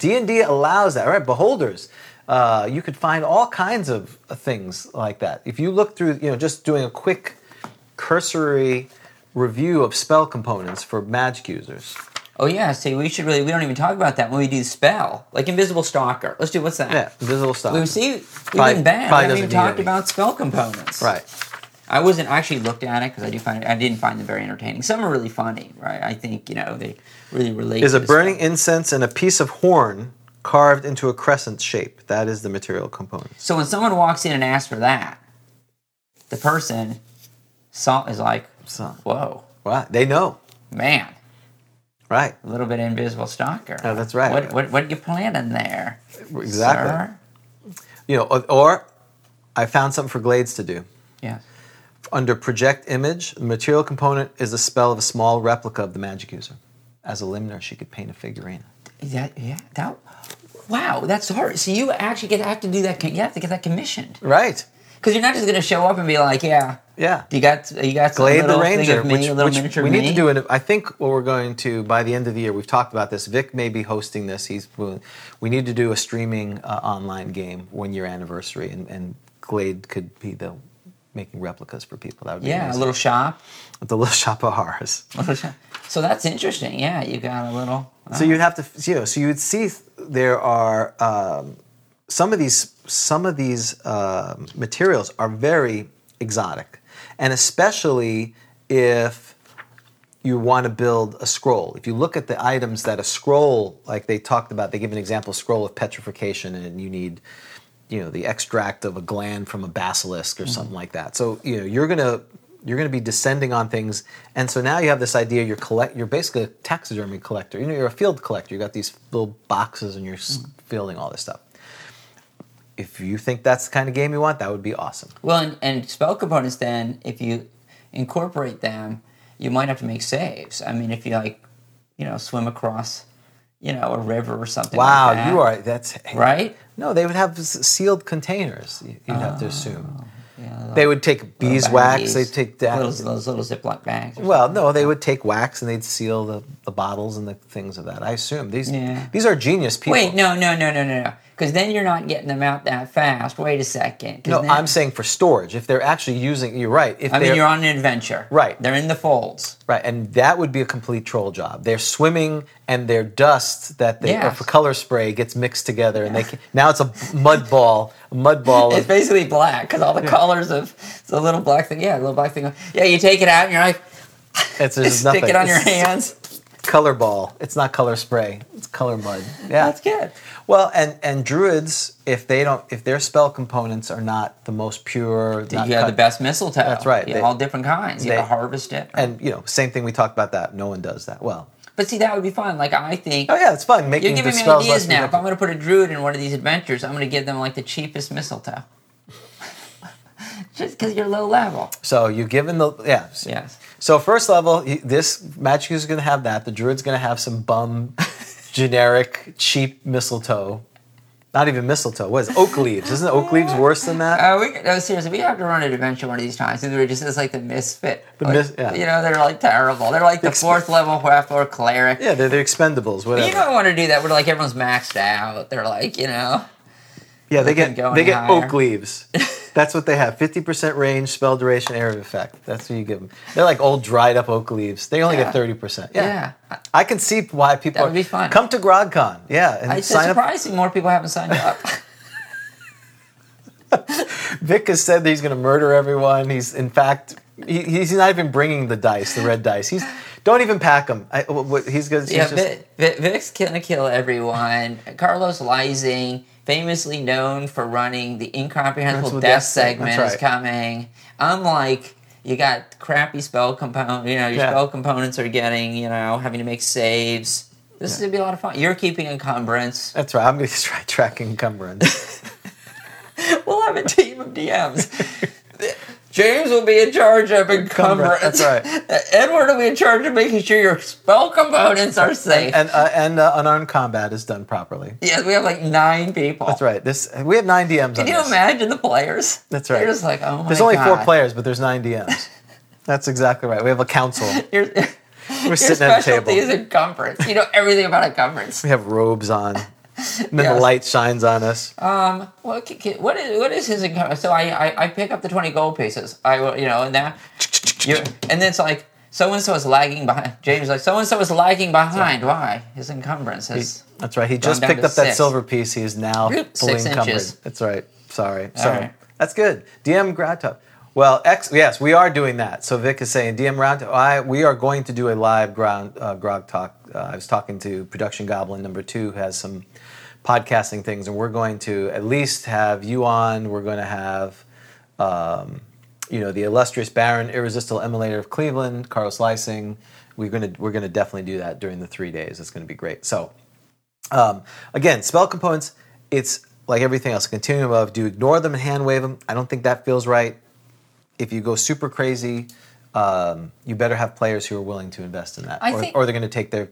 Speaker 2: D and D allows that. All right, beholders. Uh, you could find all kinds of uh, things like that. If you look through, you know, just doing a quick cursory review of spell components for magic users.
Speaker 3: Oh yeah, see, we should really we don't even talk about that when we do spell, like invisible stalker. Let's do what's that?
Speaker 2: Yeah, invisible stuff.
Speaker 3: We see we've
Speaker 2: Probably-
Speaker 3: been
Speaker 2: probably
Speaker 3: bad. We haven't
Speaker 2: doesn't
Speaker 3: even
Speaker 2: need
Speaker 3: talked
Speaker 2: any.
Speaker 3: about spell components.
Speaker 2: Right.
Speaker 3: I wasn't I actually looked at it because I do find I didn't find them very entertaining. Some are really funny, right? I think you know they really relate.
Speaker 2: Is
Speaker 3: to
Speaker 2: a
Speaker 3: the spell.
Speaker 2: burning incense and a piece of horn carved into a crescent shape. That is the material component.
Speaker 3: So when someone walks in and asks for that, the person saw is like,
Speaker 2: So,
Speaker 3: "Whoa,
Speaker 2: right. They know.
Speaker 3: man,
Speaker 2: Right.
Speaker 3: a little bit of invisible stalker."
Speaker 2: Oh, that's right.
Speaker 3: What what what you planning there?
Speaker 2: Exactly.
Speaker 3: sir?
Speaker 2: You know, or, or I found something for glades to do.
Speaker 3: Yes.
Speaker 2: Under project image, the material component is the spell of a small replica of the magic user. As a limner, she could paint a figurine.
Speaker 3: That yeah that wow that's hard. So you actually get have to do that. You have to get that commissioned.
Speaker 2: Right.
Speaker 3: because you're not just going to show up and be like, yeah,
Speaker 2: Yeah.
Speaker 3: you got you got some
Speaker 2: Glade the
Speaker 3: little thing
Speaker 2: Ranger,
Speaker 3: of me,
Speaker 2: which,
Speaker 3: a little
Speaker 2: which
Speaker 3: miniature
Speaker 2: we
Speaker 3: me.
Speaker 2: need to do. An, I think what we're going to by the end of the year, we've talked about this. Vic may be hosting this. He's we need to do a streaming uh, online game one year anniversary, and, and Glade could be the making replicas for people. That would be
Speaker 3: Yeah, a
Speaker 2: amazing.
Speaker 3: little shop.
Speaker 2: the little shop of horrors.
Speaker 3: Little shop. So that's interesting. Yeah, you got a little. uh,
Speaker 2: So you'd have to, you know, so you would see th- there are um, some of these some of these um materials are very exotic, and especially if you want to build a scroll. If you look at the items that a scroll, like they talked about, they give an example scroll of petrification, and you need, you know, the extract of a gland from a basilisk or
Speaker 3: Mm-hmm.
Speaker 2: something like that. So you know you're gonna you're gonna be descending on things, and so now you have this idea. You're collect. You're basically a taxidermy collector. You know, you're a field collector. You got these little boxes, and you're s
Speaker 3: Mm-hmm.
Speaker 2: fielding all this stuff. If you think that's the kind of game you want, that would be awesome.
Speaker 3: Well, and, and spell components, then, if you incorporate them, you might have to make saves. I mean, if you like, you know, swim across, you know, a river or something. like
Speaker 2: Wow,
Speaker 3: that,
Speaker 2: you are that's
Speaker 3: right.
Speaker 2: No, they would have s- sealed containers. you- You'd have to assume.
Speaker 3: Yeah,
Speaker 2: They would take
Speaker 3: Oh. little
Speaker 2: beeswax.
Speaker 3: baggies,
Speaker 2: They'd take
Speaker 3: Those,
Speaker 2: that.
Speaker 3: those little Ziploc bags. or
Speaker 2: Well, no, they would take wax and they'd seal the, the bottles and the things of that. I assume these
Speaker 3: Yeah.
Speaker 2: these are genius people.
Speaker 3: Wait, no, no, no, no, no, no. Because then you're not getting them out that fast. Wait a second. 'cause
Speaker 2: No,
Speaker 3: then-
Speaker 2: I'm saying for storage. If they're actually using, you're right. If
Speaker 3: I mean,
Speaker 2: they're-
Speaker 3: you're on an adventure.
Speaker 2: Right.
Speaker 3: They're in the folds.
Speaker 2: right, and that would be a complete troll job. They're swimming, and their dust that they or
Speaker 3: Yes.
Speaker 2: for color spray gets mixed together, and they can, now it's a mud ball, a mud ball.
Speaker 3: It's
Speaker 2: Of,
Speaker 3: basically black because all the colors of the little black thing. Yeah, the little black thing. Yeah, you take it out and you're like,
Speaker 2: it's there's
Speaker 3: stick
Speaker 2: nothing.
Speaker 3: it on your
Speaker 2: It's
Speaker 3: hands.
Speaker 2: Color ball. It's not color spray. It's color mud. Yeah,
Speaker 3: That's good.
Speaker 2: Well, and and druids, if they don't, if their spell components are not the most pure,
Speaker 3: You
Speaker 2: not
Speaker 3: have the
Speaker 2: cut-
Speaker 3: best mistletoe.
Speaker 2: That's right.
Speaker 3: Yeah,
Speaker 2: They-
Speaker 3: all different kinds. You
Speaker 2: they-
Speaker 3: gotta harvest it.
Speaker 2: and you know, same thing we talked about that. No one does that. Well,
Speaker 3: but see, that would be fun. Like I think
Speaker 2: oh yeah, it's fun making
Speaker 3: you're giving
Speaker 2: the
Speaker 3: me
Speaker 2: spells
Speaker 3: ideas
Speaker 2: less
Speaker 3: now. If
Speaker 2: ridiculous.
Speaker 3: I'm gonna put a druid in one of these adventures, I'm gonna give them like the cheapest mistletoe. Just because you're low level.
Speaker 2: So you give them the yeah.
Speaker 3: Yes.
Speaker 2: So first level, y- this magic is going to have that. The druid's going to have some bum, generic, cheap mistletoe. Not even mistletoe. What is it? oak leaves? Isn't oak leaves worse than that?
Speaker 3: Uh, we, no, seriously, we have to run an adventure one of these times. And they're just it's like the misfit.
Speaker 2: The
Speaker 3: Like,
Speaker 2: mis- yeah.
Speaker 3: You know, they're like terrible. They're like the
Speaker 2: Expe-
Speaker 3: fourth level half or cleric.
Speaker 2: Yeah, they're the expendables. Whatever.
Speaker 3: You don't want to do that where like everyone's maxed out. They're like, you know.
Speaker 2: Yeah, they
Speaker 3: Nothing
Speaker 2: get
Speaker 3: going
Speaker 2: they get
Speaker 3: higher.
Speaker 2: oak leaves. That's what they have. Fifty percent range, spell duration, area of effect. That's what you give them. They're like old dried up oak leaves. They only
Speaker 3: Yeah.
Speaker 2: get thirty percent.
Speaker 3: Yeah.
Speaker 2: Yeah. I can see why people
Speaker 3: That would
Speaker 2: are-
Speaker 3: be fun.
Speaker 2: Come to GrogCon. Yeah, and
Speaker 3: It's
Speaker 2: sign up.
Speaker 3: surprising more people haven't signed up.
Speaker 2: Vic has said that he's going to murder everyone. He's in fact he, he's not even bringing the dice, the red dice. He's don't even pack them. I, what, what- he's going to
Speaker 3: yeah,
Speaker 2: just
Speaker 3: Vic, Vic, Vic's gonna kill everyone. Carlos Lysing, famously known for running the incomprehensible
Speaker 2: Incomprehensible
Speaker 3: death
Speaker 2: Death Segment,
Speaker 3: segment,
Speaker 2: that's
Speaker 3: is coming. Unlike you got crappy spell component, you know your
Speaker 2: Yeah.
Speaker 3: spell components are getting, you know, having to make saves. This is gonna be a lot of fun. You're keeping encumbrance.
Speaker 2: That's right. I'm going to try tracking encumbrance.
Speaker 3: We'll have a team of DMs. James will be in charge of encumbrance.
Speaker 2: That's right.
Speaker 3: Edward will be in charge of making sure your spell components are safe.
Speaker 2: and uh, and uh, unarmed combat is done properly.
Speaker 3: yes, we have like nine people.
Speaker 2: That's right. This we have nine DMs. on
Speaker 3: Can you
Speaker 2: this.
Speaker 3: imagine the players?
Speaker 2: That's right.
Speaker 3: They're just like, oh my
Speaker 2: There's only four
Speaker 3: God.
Speaker 2: players, but there's nine DMs. That's exactly right. We have a council.
Speaker 3: Your,
Speaker 2: We're
Speaker 3: your
Speaker 2: sitting at a table.
Speaker 3: specialty is encumbrance. You know everything about encumbrance.
Speaker 2: We have robes on. And then
Speaker 3: Yes.
Speaker 2: the light shines on us.
Speaker 3: Um, what, ca- ca- what is what is his encumbrance? So I, I I pick up the twenty gold pieces. I will- you know and that you're, and then it's like so and so is lagging behind. James is like so and so is lagging behind. Why his encumbrance is
Speaker 2: That's right. He just
Speaker 3: down
Speaker 2: picked
Speaker 3: to
Speaker 2: up that
Speaker 3: six.
Speaker 2: silver piece. He is now
Speaker 3: Oop,
Speaker 2: fully
Speaker 3: six
Speaker 2: encumbered.
Speaker 3: inches.
Speaker 2: That's right. Sorry. Sorry.
Speaker 3: right.
Speaker 2: That's good. DM Groutup. Well, X, yes, we are doing that. So Vic is saying, DM Round, I, we are going to do a live ground, uh, Grog Talk. Uh, I was talking to Production Goblin number two, who has some podcasting things, and we're going to at least have you on. We're going to have um, you know, the illustrious Baron, irresistible emulator of Cleveland, Carlos Lysing. We're gonna we're gonna definitely do that during the three days. It's gonna be great. So, um, again, spell components. It's like everything else. Continuum of do you ignore them and hand wave them? I don't think that feels right. If you go super crazy, um, you better have players who are willing to invest in that,
Speaker 3: I
Speaker 2: or,
Speaker 3: think-
Speaker 2: or they're gonna take their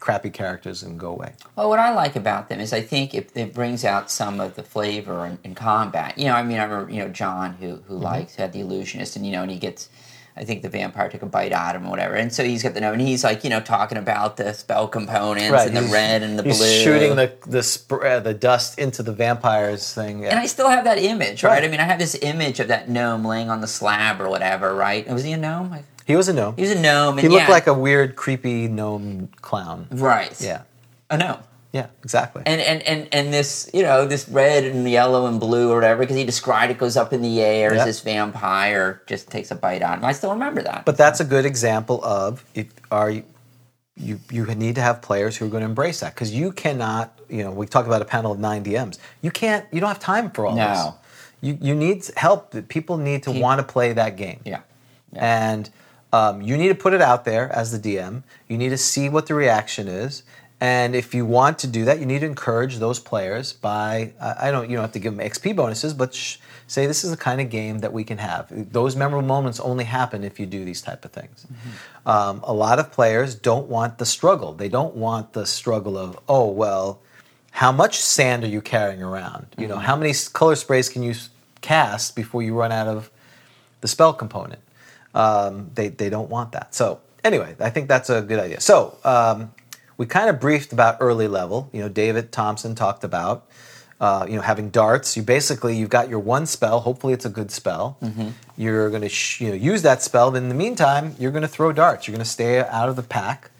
Speaker 2: crappy characters and go away.
Speaker 3: Well, what I like about them is I think it, it brings out some of the flavor in, in combat. You know, I mean, I remember you know John who who
Speaker 2: Mm-hmm.
Speaker 3: likes had the illusionist, and you know, and he gets. I think the vampire took a bite out of him, or whatever, and so he's got the no, and he's like, you know, talking about the spell components
Speaker 2: Right,
Speaker 3: and the
Speaker 2: he's-
Speaker 3: red and the
Speaker 2: He's
Speaker 3: blue.
Speaker 2: shooting the the spr- uh, the dust into the vampires thing.
Speaker 3: and I still have that image, right?
Speaker 2: Right.
Speaker 3: I mean, I have this image of that gnome laying on the slab or whatever, right? Was he a gnome? I-
Speaker 2: he was a gnome.
Speaker 3: He was a gnome. And
Speaker 2: He looked
Speaker 3: yeah,
Speaker 2: like a weird, creepy gnome clown.
Speaker 3: right.
Speaker 2: Yeah,
Speaker 3: a gnome.
Speaker 2: yeah, exactly.
Speaker 3: and and and and this you know this red and yellow and blue or whatever because he described it goes up in the air
Speaker 2: Yeah.
Speaker 3: as this vampire just takes a bite out of him. I still remember that.
Speaker 2: but that's a good example of if are you you, you need to have players who are going to embrace that because you cannot you know we talk about a panel of nine DMs you can't you don't have time for all
Speaker 3: No.
Speaker 2: this you you need help people need to want to play that game
Speaker 3: yeah,
Speaker 2: and um, you need to put it out there as the DM. You need to see what the reaction is, and if you want to do that, you need to encourage those players by I I don't you don't have to give them XP bonuses, but sh- say this is the kind of game that we can have. Those memorable moments only happen if you do these type of things. Um, a lot of players don't want the struggle. They don't want the struggle of oh well, how much sand are you carrying around? You know how many s- color sprays can you s- cast before you run out of the spell component. Um, they, they don't want that. So anyway, I think that's a good idea. So um, we kind of briefed about early level. You know, David Thompson talked about uh, you know having darts. You basically you've got your one spell. Hopefully, it's a good spell. You're going to sh- you know use that spell. But in the meantime, you're going to throw darts. You're going to stay out of the pack,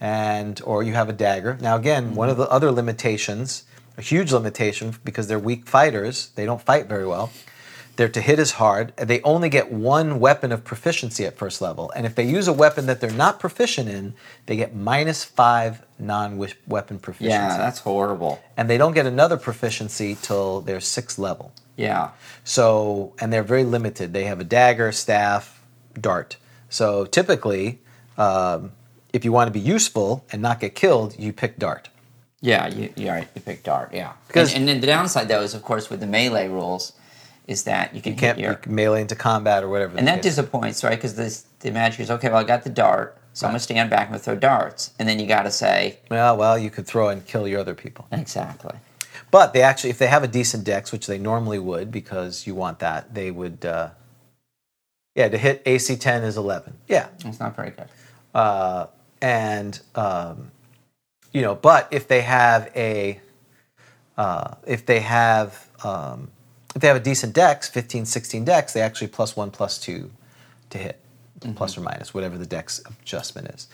Speaker 2: and or you have a dagger. Now again, one of the other limitations, a huge limitation, because they're weak fighters. They don't fight very well. They're to hit is hard. They only get one weapon of proficiency at first level. And if they use a weapon that they're not proficient in, they get minus five non weapon proficiency.
Speaker 3: yeah, that's horrible.
Speaker 2: and they don't get another proficiency till their sixth level.
Speaker 3: Yeah,
Speaker 2: So, and they're very limited. They have a dagger, staff, dart. So typically, um, if you want to be useful and not get killed, you pick dart.
Speaker 3: yeah, you you, right, you picked dart. Yeah,
Speaker 2: Because-
Speaker 3: and, and then the downside though is of course with the melee rules is that you can
Speaker 2: You can't
Speaker 3: hit your,
Speaker 2: you can melee into combat or whatever.
Speaker 3: and
Speaker 2: the
Speaker 3: that
Speaker 2: case.
Speaker 3: disappoints right because this the magic is okay. Well, I got the dart, so I'm gonna stand back and throw darts, and then you got to say
Speaker 2: well, well, you could throw and kill your other people.
Speaker 3: exactly.
Speaker 2: But they actually, if they have a decent dex, which they normally would, because you want that, they would. Uh, yeah, to hit AC ten is eleven. Yeah,
Speaker 3: It's not very good.
Speaker 2: uh, and um, you know, but if they have a, uh, if they have, um, if they have a decent dex, 15, 16 dex, they actually plus one, plus two to hit, plus or minus whatever the dex adjustment is.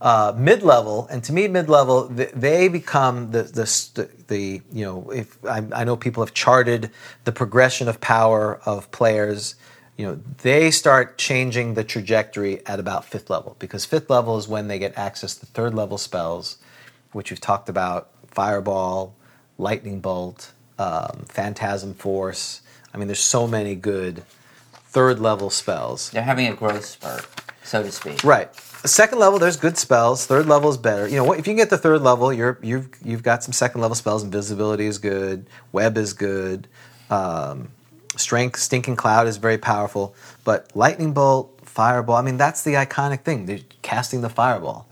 Speaker 2: Uh, mid level, and to me, mid level, th- they become the the st- the you know, if I, I know people have charted the progression of power of players you know they start changing the trajectory at about fifth level because fifth level is when they get access to third level spells which we've talked about fireball lightning bolt um, phantasm force i mean there's so many good third level spells
Speaker 3: They're having a growth spurt, so to speak.
Speaker 2: Right. Second level, there's good spells. Third level is better. You know, what- if you can get to third level, you're you've you've got some second level spells. Invisibility is good. Web is good. Um, strength, stinking cloud is very powerful. But lightning bolt, fireball. I mean, that's the iconic thing. They're casting the fireball.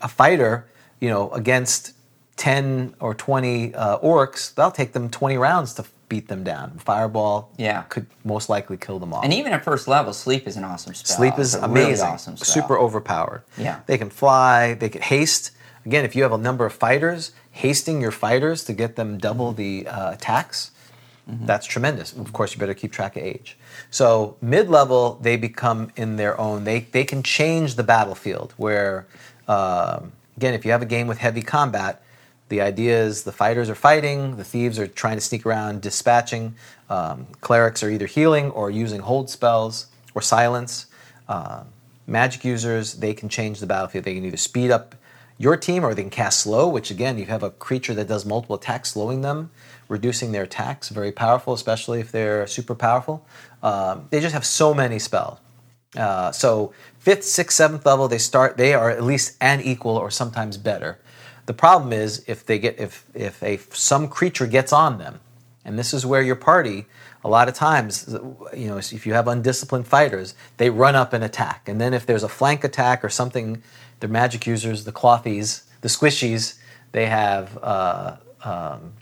Speaker 2: A fighter, you know, against ten or twenty uh, orcs, that'll take them twenty rounds to beat them down. Fireball,
Speaker 3: Yeah.
Speaker 2: could most likely kill them all.
Speaker 3: And even at first level, sleep is an awesome spell.
Speaker 2: Sleep
Speaker 3: It's
Speaker 2: is
Speaker 3: a
Speaker 2: amazing,
Speaker 3: Really awesome spell.
Speaker 2: super overpowered.
Speaker 3: Yeah.
Speaker 2: they can fly. They can haste. Again, if you have a number of fighters, hasting your fighters to get them double the uh, attacks, that's tremendous. Of course, you better keep track of age. So mid level, they become in their own. They they can change the battlefield. Where um, again, if you have a game with heavy combat, the idea is the fighters are fighting, the thieves are trying to sneak around, dispatching. Um, clerics are either healing or using hold spells or silence. Um, magic users, they can change the battlefield. They can either speed up your team or they can cast slow, which again, you have a creature that does multiple attacks, slowing them, reducing their attacks. Very powerful, especially if they're super powerful. Um, they just have so many spells. Uh, so fifth, sixth, seventh level, they start. They are at least an equal or sometimes better. The problem is if they get if if a some creature gets on them, and this is where your party a lot of times, you know, if you have undisciplined fighters, they run up and attack. And then if there's a flank attack or something, the magic users, the clothies, the squishies, they have, uh, um,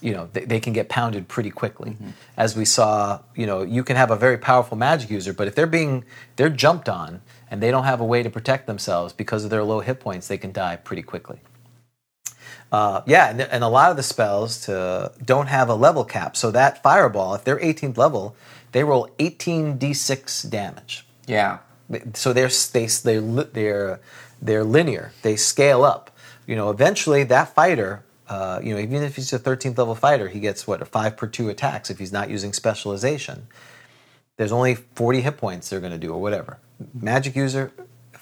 Speaker 2: you know, they, they can get pounded pretty quickly. As we saw, you know, you can have a very powerful magic user, but if they're being, they're jumped on and they don't have a way to protect themselves because of their low hit points, they can die pretty quickly. Uh, yeah, and, and a lot of the spells to don't have a level cap. So that fireball, if they're 18th level, they roll 18d6 damage.
Speaker 3: Yeah.
Speaker 2: So they're they, they're li- they're they're linear. They scale up. You know, eventually that fighter, uh, you know, even if he's a 13th level fighter, he gets what a five per two attacks if he's not using specialization. There's only 40 hit points they're going to do or whatever. Magic user.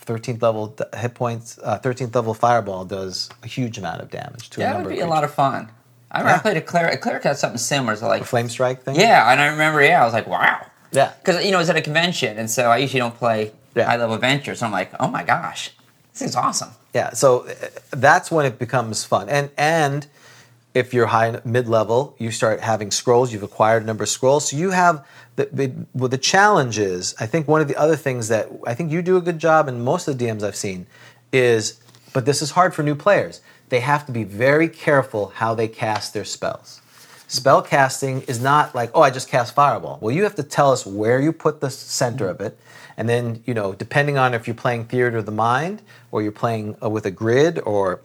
Speaker 2: 13th level d- hit points, uh, 13th level fireball does a huge amount of damage to a
Speaker 3: That
Speaker 2: number
Speaker 3: would be
Speaker 2: of
Speaker 3: a lot of fun. I remember
Speaker 2: Yeah.
Speaker 3: I played a cleric. A cleric had something similar to like
Speaker 2: creatures. flame strike thing.
Speaker 3: Yeah, and I remember, yeah, I was like, wow.
Speaker 2: Yeah.
Speaker 3: Because, you know, it's at a convention, and so I usually don't play
Speaker 2: Yeah.
Speaker 3: high level adventures. So I'm like, oh my gosh, this is awesome.
Speaker 2: Yeah, so uh, that's when it becomes fun. And and if you're high mid level, you start having scrolls. You've acquired a number of scrolls, so you have the, the well, the challenge is. I think one of the other things that I think you do a good job, and most of the DMs I've seen, is but this is hard for new players. They have to be very careful how they cast their spells. Spell casting is not like, oh, I just cast fireball. Well, you have to tell us where you put the center of it. And then, you know, depending on if you're playing theater of the mind or you're playing uh, with a grid or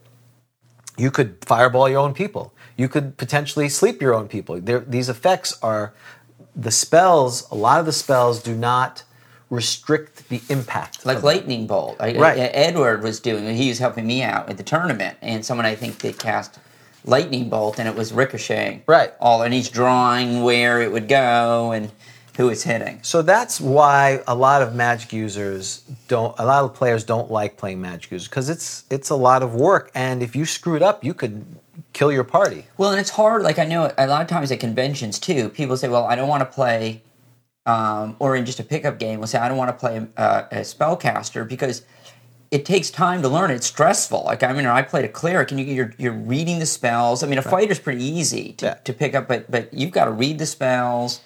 Speaker 2: you could fireball your own people. You could potentially sleep your own people. There, these effects are the spells, a lot of the spells do not restrict the impact.
Speaker 3: Like
Speaker 2: of-
Speaker 3: Lightning Bolt. I,
Speaker 2: Right.
Speaker 3: I- Edward was doing, he was helping me out at the tournament, and someone I think they cast Lightning Bolt, and it was ricocheting.
Speaker 2: Right.
Speaker 3: All, and he's drawing where it would go and who it's hitting.
Speaker 2: So that's why a lot of magic users don't a lot of players don't like playing magic users because it's it's a lot of work and if you screwed up you could kill your party.
Speaker 3: Well, and it's hard. Like I know a lot of times at conventions too, people say, "Well, I don't want to play," um, or in just a pickup game, will say, "I don't want to play uh, a spellcaster because it takes time to learn. It's stressful." Like I mean, I played a cleric, and you, you're you're reading the spells. I mean, a fighter's pretty easy to,
Speaker 2: Yeah.
Speaker 3: to pick up, but but you've got to read the spells,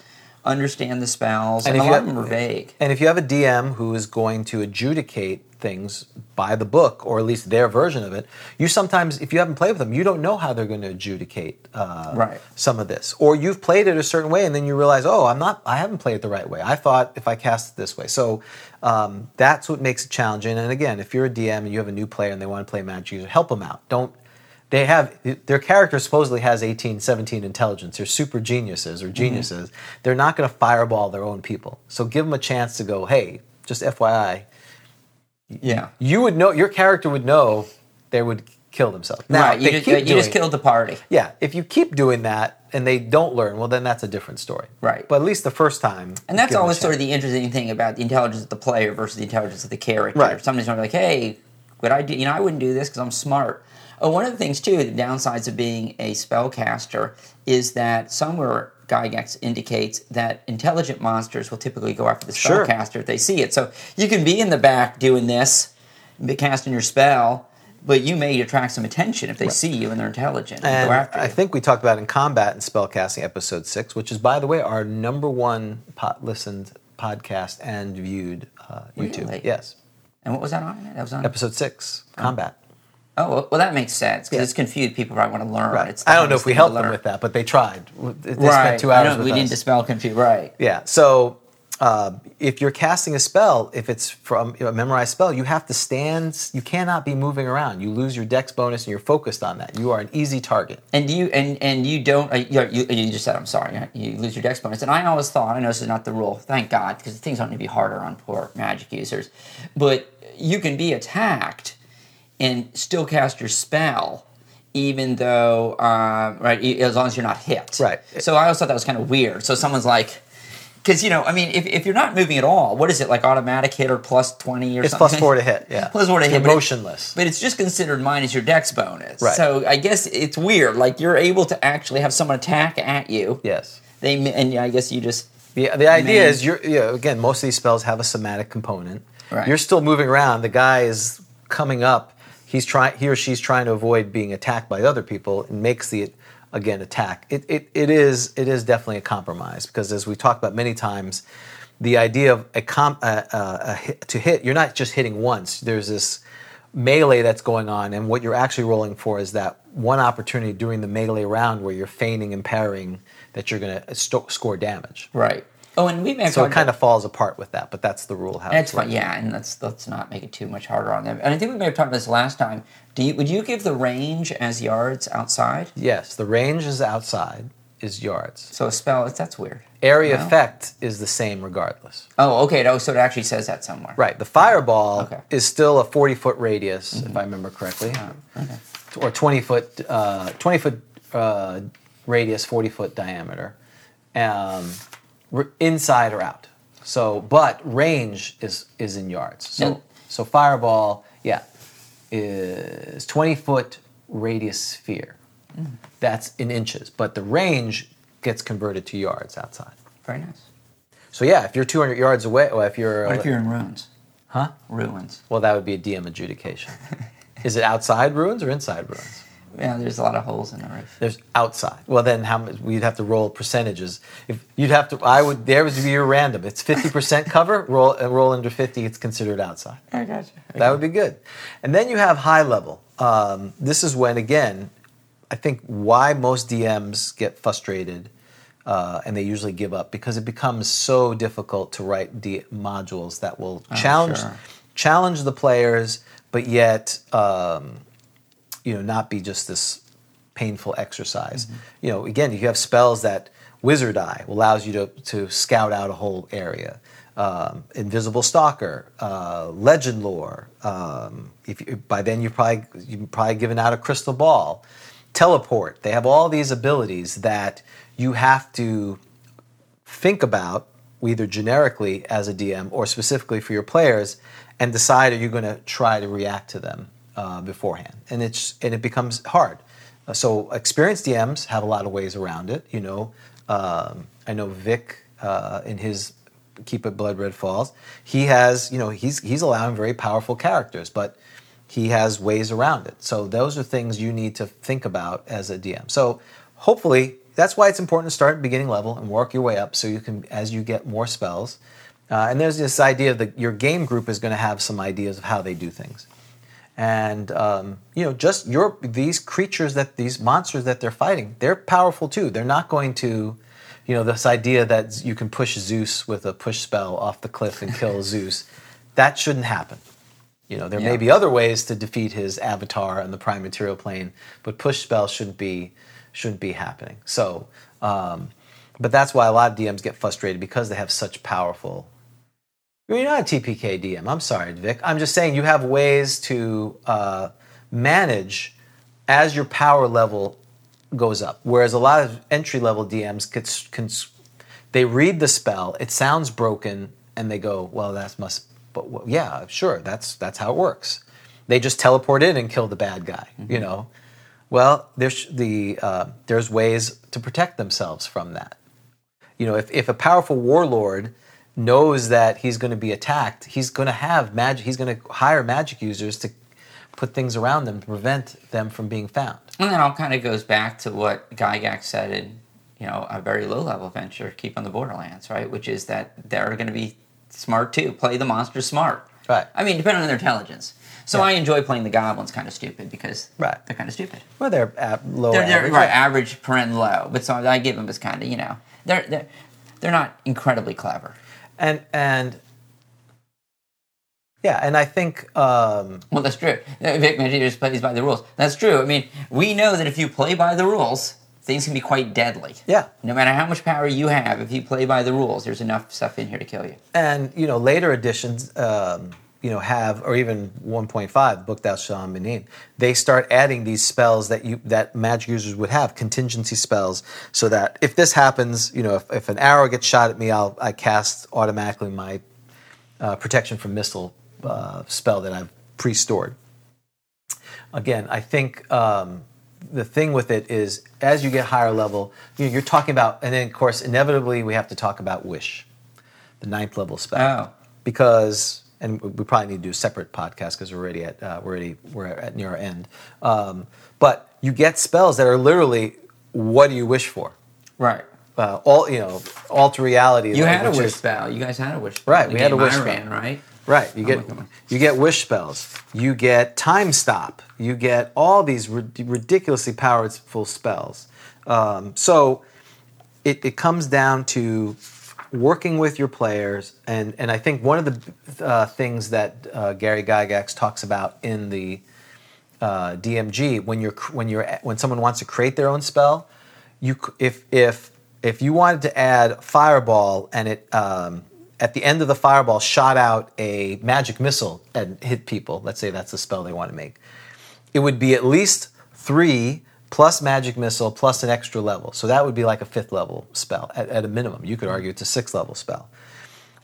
Speaker 3: understand the spells, and,
Speaker 2: if
Speaker 3: a
Speaker 2: you
Speaker 3: lot
Speaker 2: have-
Speaker 3: of them are vague.
Speaker 2: And if you have a DM who is going to adjudicate things by the book or at least their version of it, you sometimes if you haven't played with them you don't know how they're going to adjudicate uh,
Speaker 3: Right.
Speaker 2: some of this or you've played it a certain way and then you realize oh i'm not i haven't played it the right way i thought if i cast it this way so um, that's what makes it challenging and again if you're a dm and you have a new player and they want to play magic user help them out don't they have their character supposedly has 18 17 intelligence they're super geniuses
Speaker 3: Mm-hmm.
Speaker 2: or geniuses they're not going to fireball their own people so give them a chance to go hey just fyi
Speaker 3: Yeah.
Speaker 2: you would know your character would know they would kill themselves now
Speaker 3: right.
Speaker 2: they
Speaker 3: You just,
Speaker 2: keep
Speaker 3: you just
Speaker 2: doing-
Speaker 3: killed the party.
Speaker 2: yeah, if you keep doing that and they don't learn, well, then that's a different story.
Speaker 3: Right.
Speaker 2: But at least the first time.
Speaker 3: And that's always sort of the interesting thing about the intelligence of the player versus the intelligence of the character.
Speaker 2: Right.
Speaker 3: Somebody's going to be like, hey, would I do, you know, I wouldn't do this because I'm smart. Oh, one of the things, too, the downsides of being a spellcaster is that somewhere Gygax indicates that intelligent monsters will typically go after the
Speaker 2: Sure.
Speaker 3: spellcaster if they see it. So you can be in the back doing this, be casting your spell, but you may attract some attention if they see you and they're intelligent and,
Speaker 2: And
Speaker 3: go after
Speaker 2: I
Speaker 3: you.
Speaker 2: think we talked about in combat and spellcasting episode six, which is, by the way, our number one po- listened podcast and viewed uh, YouTube.
Speaker 3: Really?
Speaker 2: Yes,
Speaker 3: and what was that on? That was on.
Speaker 2: episode six, combat.
Speaker 3: Oh, well, well, that makes sense because
Speaker 2: Yeah.
Speaker 3: it's confused. People probably want to learn. It's the
Speaker 2: I don't know
Speaker 3: hardest
Speaker 2: if we
Speaker 3: thing to
Speaker 2: helped them
Speaker 3: learn.
Speaker 2: with that, but they tried. They
Speaker 3: right.
Speaker 2: spent two hours
Speaker 3: I know,
Speaker 2: with
Speaker 3: we
Speaker 2: us.
Speaker 3: didn't dispel confuse. Right.
Speaker 2: Yeah. So uh, if you're casting a spell, if it's from a memorized spell, you have to stand. You cannot be moving around. You lose your dex bonus, and you're focused on that. You are an easy target.
Speaker 3: And you and and you don't. Uh, you, you, you just said I'm sorry. You you lose your dex bonus. And I always thought. I know this is not the rule. Thank God, because things aren't going to be harder on poor magic users. But you can be attacked and still cast your spell. Even though, um, right, you- as long as you're not hit.
Speaker 2: Right.
Speaker 3: So I always thought that was kind of weird. So someone's like, because, you know, I mean, if, if you're not moving at all, what is it, like automatic hit or plus 20 or
Speaker 2: It's
Speaker 3: something?
Speaker 2: plus four to hit. Yeah.
Speaker 3: Plus four to
Speaker 2: You're
Speaker 3: hit, but it-
Speaker 2: Motionless.
Speaker 3: But it's just considered minus your dex bonus.
Speaker 2: Right.
Speaker 3: So I guess it's weird. Like you're able to actually have someone attack at you.
Speaker 2: yes.
Speaker 3: They ma- and I guess you just
Speaker 2: The, the idea
Speaker 3: Man.
Speaker 2: is you're you know, again. Most of these spells have a somatic component.
Speaker 3: Right.
Speaker 2: You're still moving around. The guy is coming up. He's trying. He or she's trying to avoid being attacked by other people, and makes the again attack. It, it, it is it is definitely a compromise because as we talked about many times, the idea of a comp uh, uh, a hit, to hit you're not just hitting once. There's this melee that's going on, and what you're actually rolling for is that one opportunity during the melee round where you're feigning and parrying that you're going to st- score damage.
Speaker 3: Right. Oh, and we may have
Speaker 2: So it
Speaker 3: talked
Speaker 2: kind of falls apart with that, but that's the rule. How
Speaker 3: That's
Speaker 2: it's
Speaker 3: fine, yeah, and let's let's not make it too much harder on them. And I think we may have talked about this last time. Do you would you give the range as yards outside?
Speaker 2: Yes, the range is outside is yards.
Speaker 3: So a spell it's, that's weird.
Speaker 2: Area
Speaker 3: No?
Speaker 2: effect is the same regardless.
Speaker 3: Oh, okay. No, so it actually says that somewhere.
Speaker 2: Right. The fireball
Speaker 3: Okay. Mm-hmm.
Speaker 2: is still a 40 foot radius, if I remember correctly, or 20 foot, uh, 20 foot uh, radius, 40 foot diameter, um, r- inside or out. So, but range is is in yards. So,
Speaker 3: Yeah.
Speaker 2: so fireball, yeah, is 20 foot radius sphere.
Speaker 3: Mm-hmm.
Speaker 2: That's in inches, but the range gets converted to yards outside.
Speaker 3: Very nice.
Speaker 2: So yeah, if you're 200 yards away, or if you're
Speaker 3: What if you're in ruins?
Speaker 2: huh?
Speaker 3: Ruins.
Speaker 2: Well, that would be a DM adjudication. Is it outside ruins or inside ruins?
Speaker 3: Yeah, there's a lot of holes in the roof.
Speaker 2: There's outside. Well, then how much? We'd have to roll percentages. If you'd have to, I would. There would be your random. It's fifty percent cover. Roll uh, roll under fifty. It's considered outside.
Speaker 3: I gotcha.
Speaker 2: That would be good. And then you have high level. Um, this is when, again, I think why most DMs get frustrated uh, and they usually give up because it becomes so difficult to write D- modules that will challenge
Speaker 3: sure.
Speaker 2: challenge the players, but yet um, you know not be just this painful exercise. You know, again, you have spells that Wizard Eye allows you to to scout out a whole area. Um, Invisible Stalker, uh, Legend Lore. Um, if you, by then you've probably you've probably given out a crystal ball, teleport. They have all these abilities that you have to think about either generically as a DM or specifically for your players and decide are you going to try to react to them uh, beforehand and it's and it becomes hard Uh, so experienced DMs have a lot of ways around it you know um, I know Vic uh, in his keep it blood red falls he has you know he's he's allowing very powerful characters but he has ways around it. So those are things you need to think about as a DM. So hopefully that's why it's important to start at beginning level and work your way up so you can as you get more spells. Uh, and there's this idea that your game group is going to have some ideas of how they do things. And um, you know, just your these creatures that these monsters that they're fighting, they're powerful too. They're not going to, you know, this idea that you can push Zeus with a push spell off the cliff and kill Zeus. That shouldn't happen. You know, there may
Speaker 3: Yeah.
Speaker 2: be other ways to defeat his avatar on the prime material plane, but push spells shouldn't be shouldn't be happening. So, um, but that's why a lot of DMs get frustrated because they have such powerful. You're not a TPK DM. I'm sorry, Vic. I'm just saying you have ways to uh, manage as your power level goes up. Whereas a lot of entry level DMs get, s- can, s- they read the spell, it sounds broken, and they go, "Well, that must." But well, yeah, sure, that's that's how it works. They just teleport in and kill the bad guy. You know, well, there's the uh, there's ways to protect themselves from that. You know, if if a powerful warlord knows that he's going to be attacked, he's going to have magic. He's going to hire magic users to put things around them to prevent them from being found.
Speaker 3: And that all kind of goes back to what Gygax said in, you know, a very low level venture, Keep on the Borderlands, right? Which is that they're going to be smart too. Play the monster smart.
Speaker 2: Right.
Speaker 3: I mean, depending on their intelligence. So I enjoy playing the goblins kind of stupid because
Speaker 2: Right.
Speaker 3: they're kind of stupid.
Speaker 2: Well, they're at low.
Speaker 3: They're, they're
Speaker 2: average.
Speaker 3: right, average, parent low. But so I give them as kind of, you know, they're, they're, they're not incredibly clever.
Speaker 2: and and yeah, and I think um,
Speaker 3: Well, that's true. Uh, Vic mentioned he just plays by the rules. That's true. I mean, we know that if you play by the rules, things can be quite deadly.
Speaker 2: Yeah.
Speaker 3: No matter how much power you have, if you play by the rules, there's enough stuff in here to kill you.
Speaker 2: and you know later editions um, you know have or even 1.5 book thou shalt not name they start adding these spells that you that magic users would have contingency spells so that if this happens you know if, if an arrow gets shot at me i'll i cast automatically my uh, protection from missile uh, spell that i've pre-stored again, I think um, the thing with it is as you get higher level, you you're talking about, and then of course, inevitably, we have to talk about Wish, the ninth level spell,
Speaker 3: Oh.
Speaker 2: because, and we probably need to do a separate podcast because we're already at uh, we're already we're at near our end, um, but you get spells that are literally what do you wish for?
Speaker 3: Right.
Speaker 2: Uh, all you know, alter reality.
Speaker 3: You
Speaker 2: like,
Speaker 3: had a
Speaker 2: which
Speaker 3: wish
Speaker 2: is-
Speaker 3: spell. You guys had a wish spell.
Speaker 2: Right, we had a wish
Speaker 3: Iran,
Speaker 2: spell.
Speaker 3: right?
Speaker 2: Right. You
Speaker 3: my
Speaker 2: get
Speaker 3: God.
Speaker 2: you get wish spells. You get time stop. You get all these rid- ridiculously powerful spells. Um, so it, it comes down to working with your players, and and I think one of the uh, things that uh, Gary Gygax talks about in the uh, DMG when you're when you're when someone wants to create their own spell, you c- if if if you wanted to add fireball and it um, at the end of the fireball shot out a magic missile and hit people, let's say that's the spell they want to make, it would be at least three plus magic missile plus an extra level. So that would be like a fifth level spell at, at a minimum. You could argue it's a sixth level spell.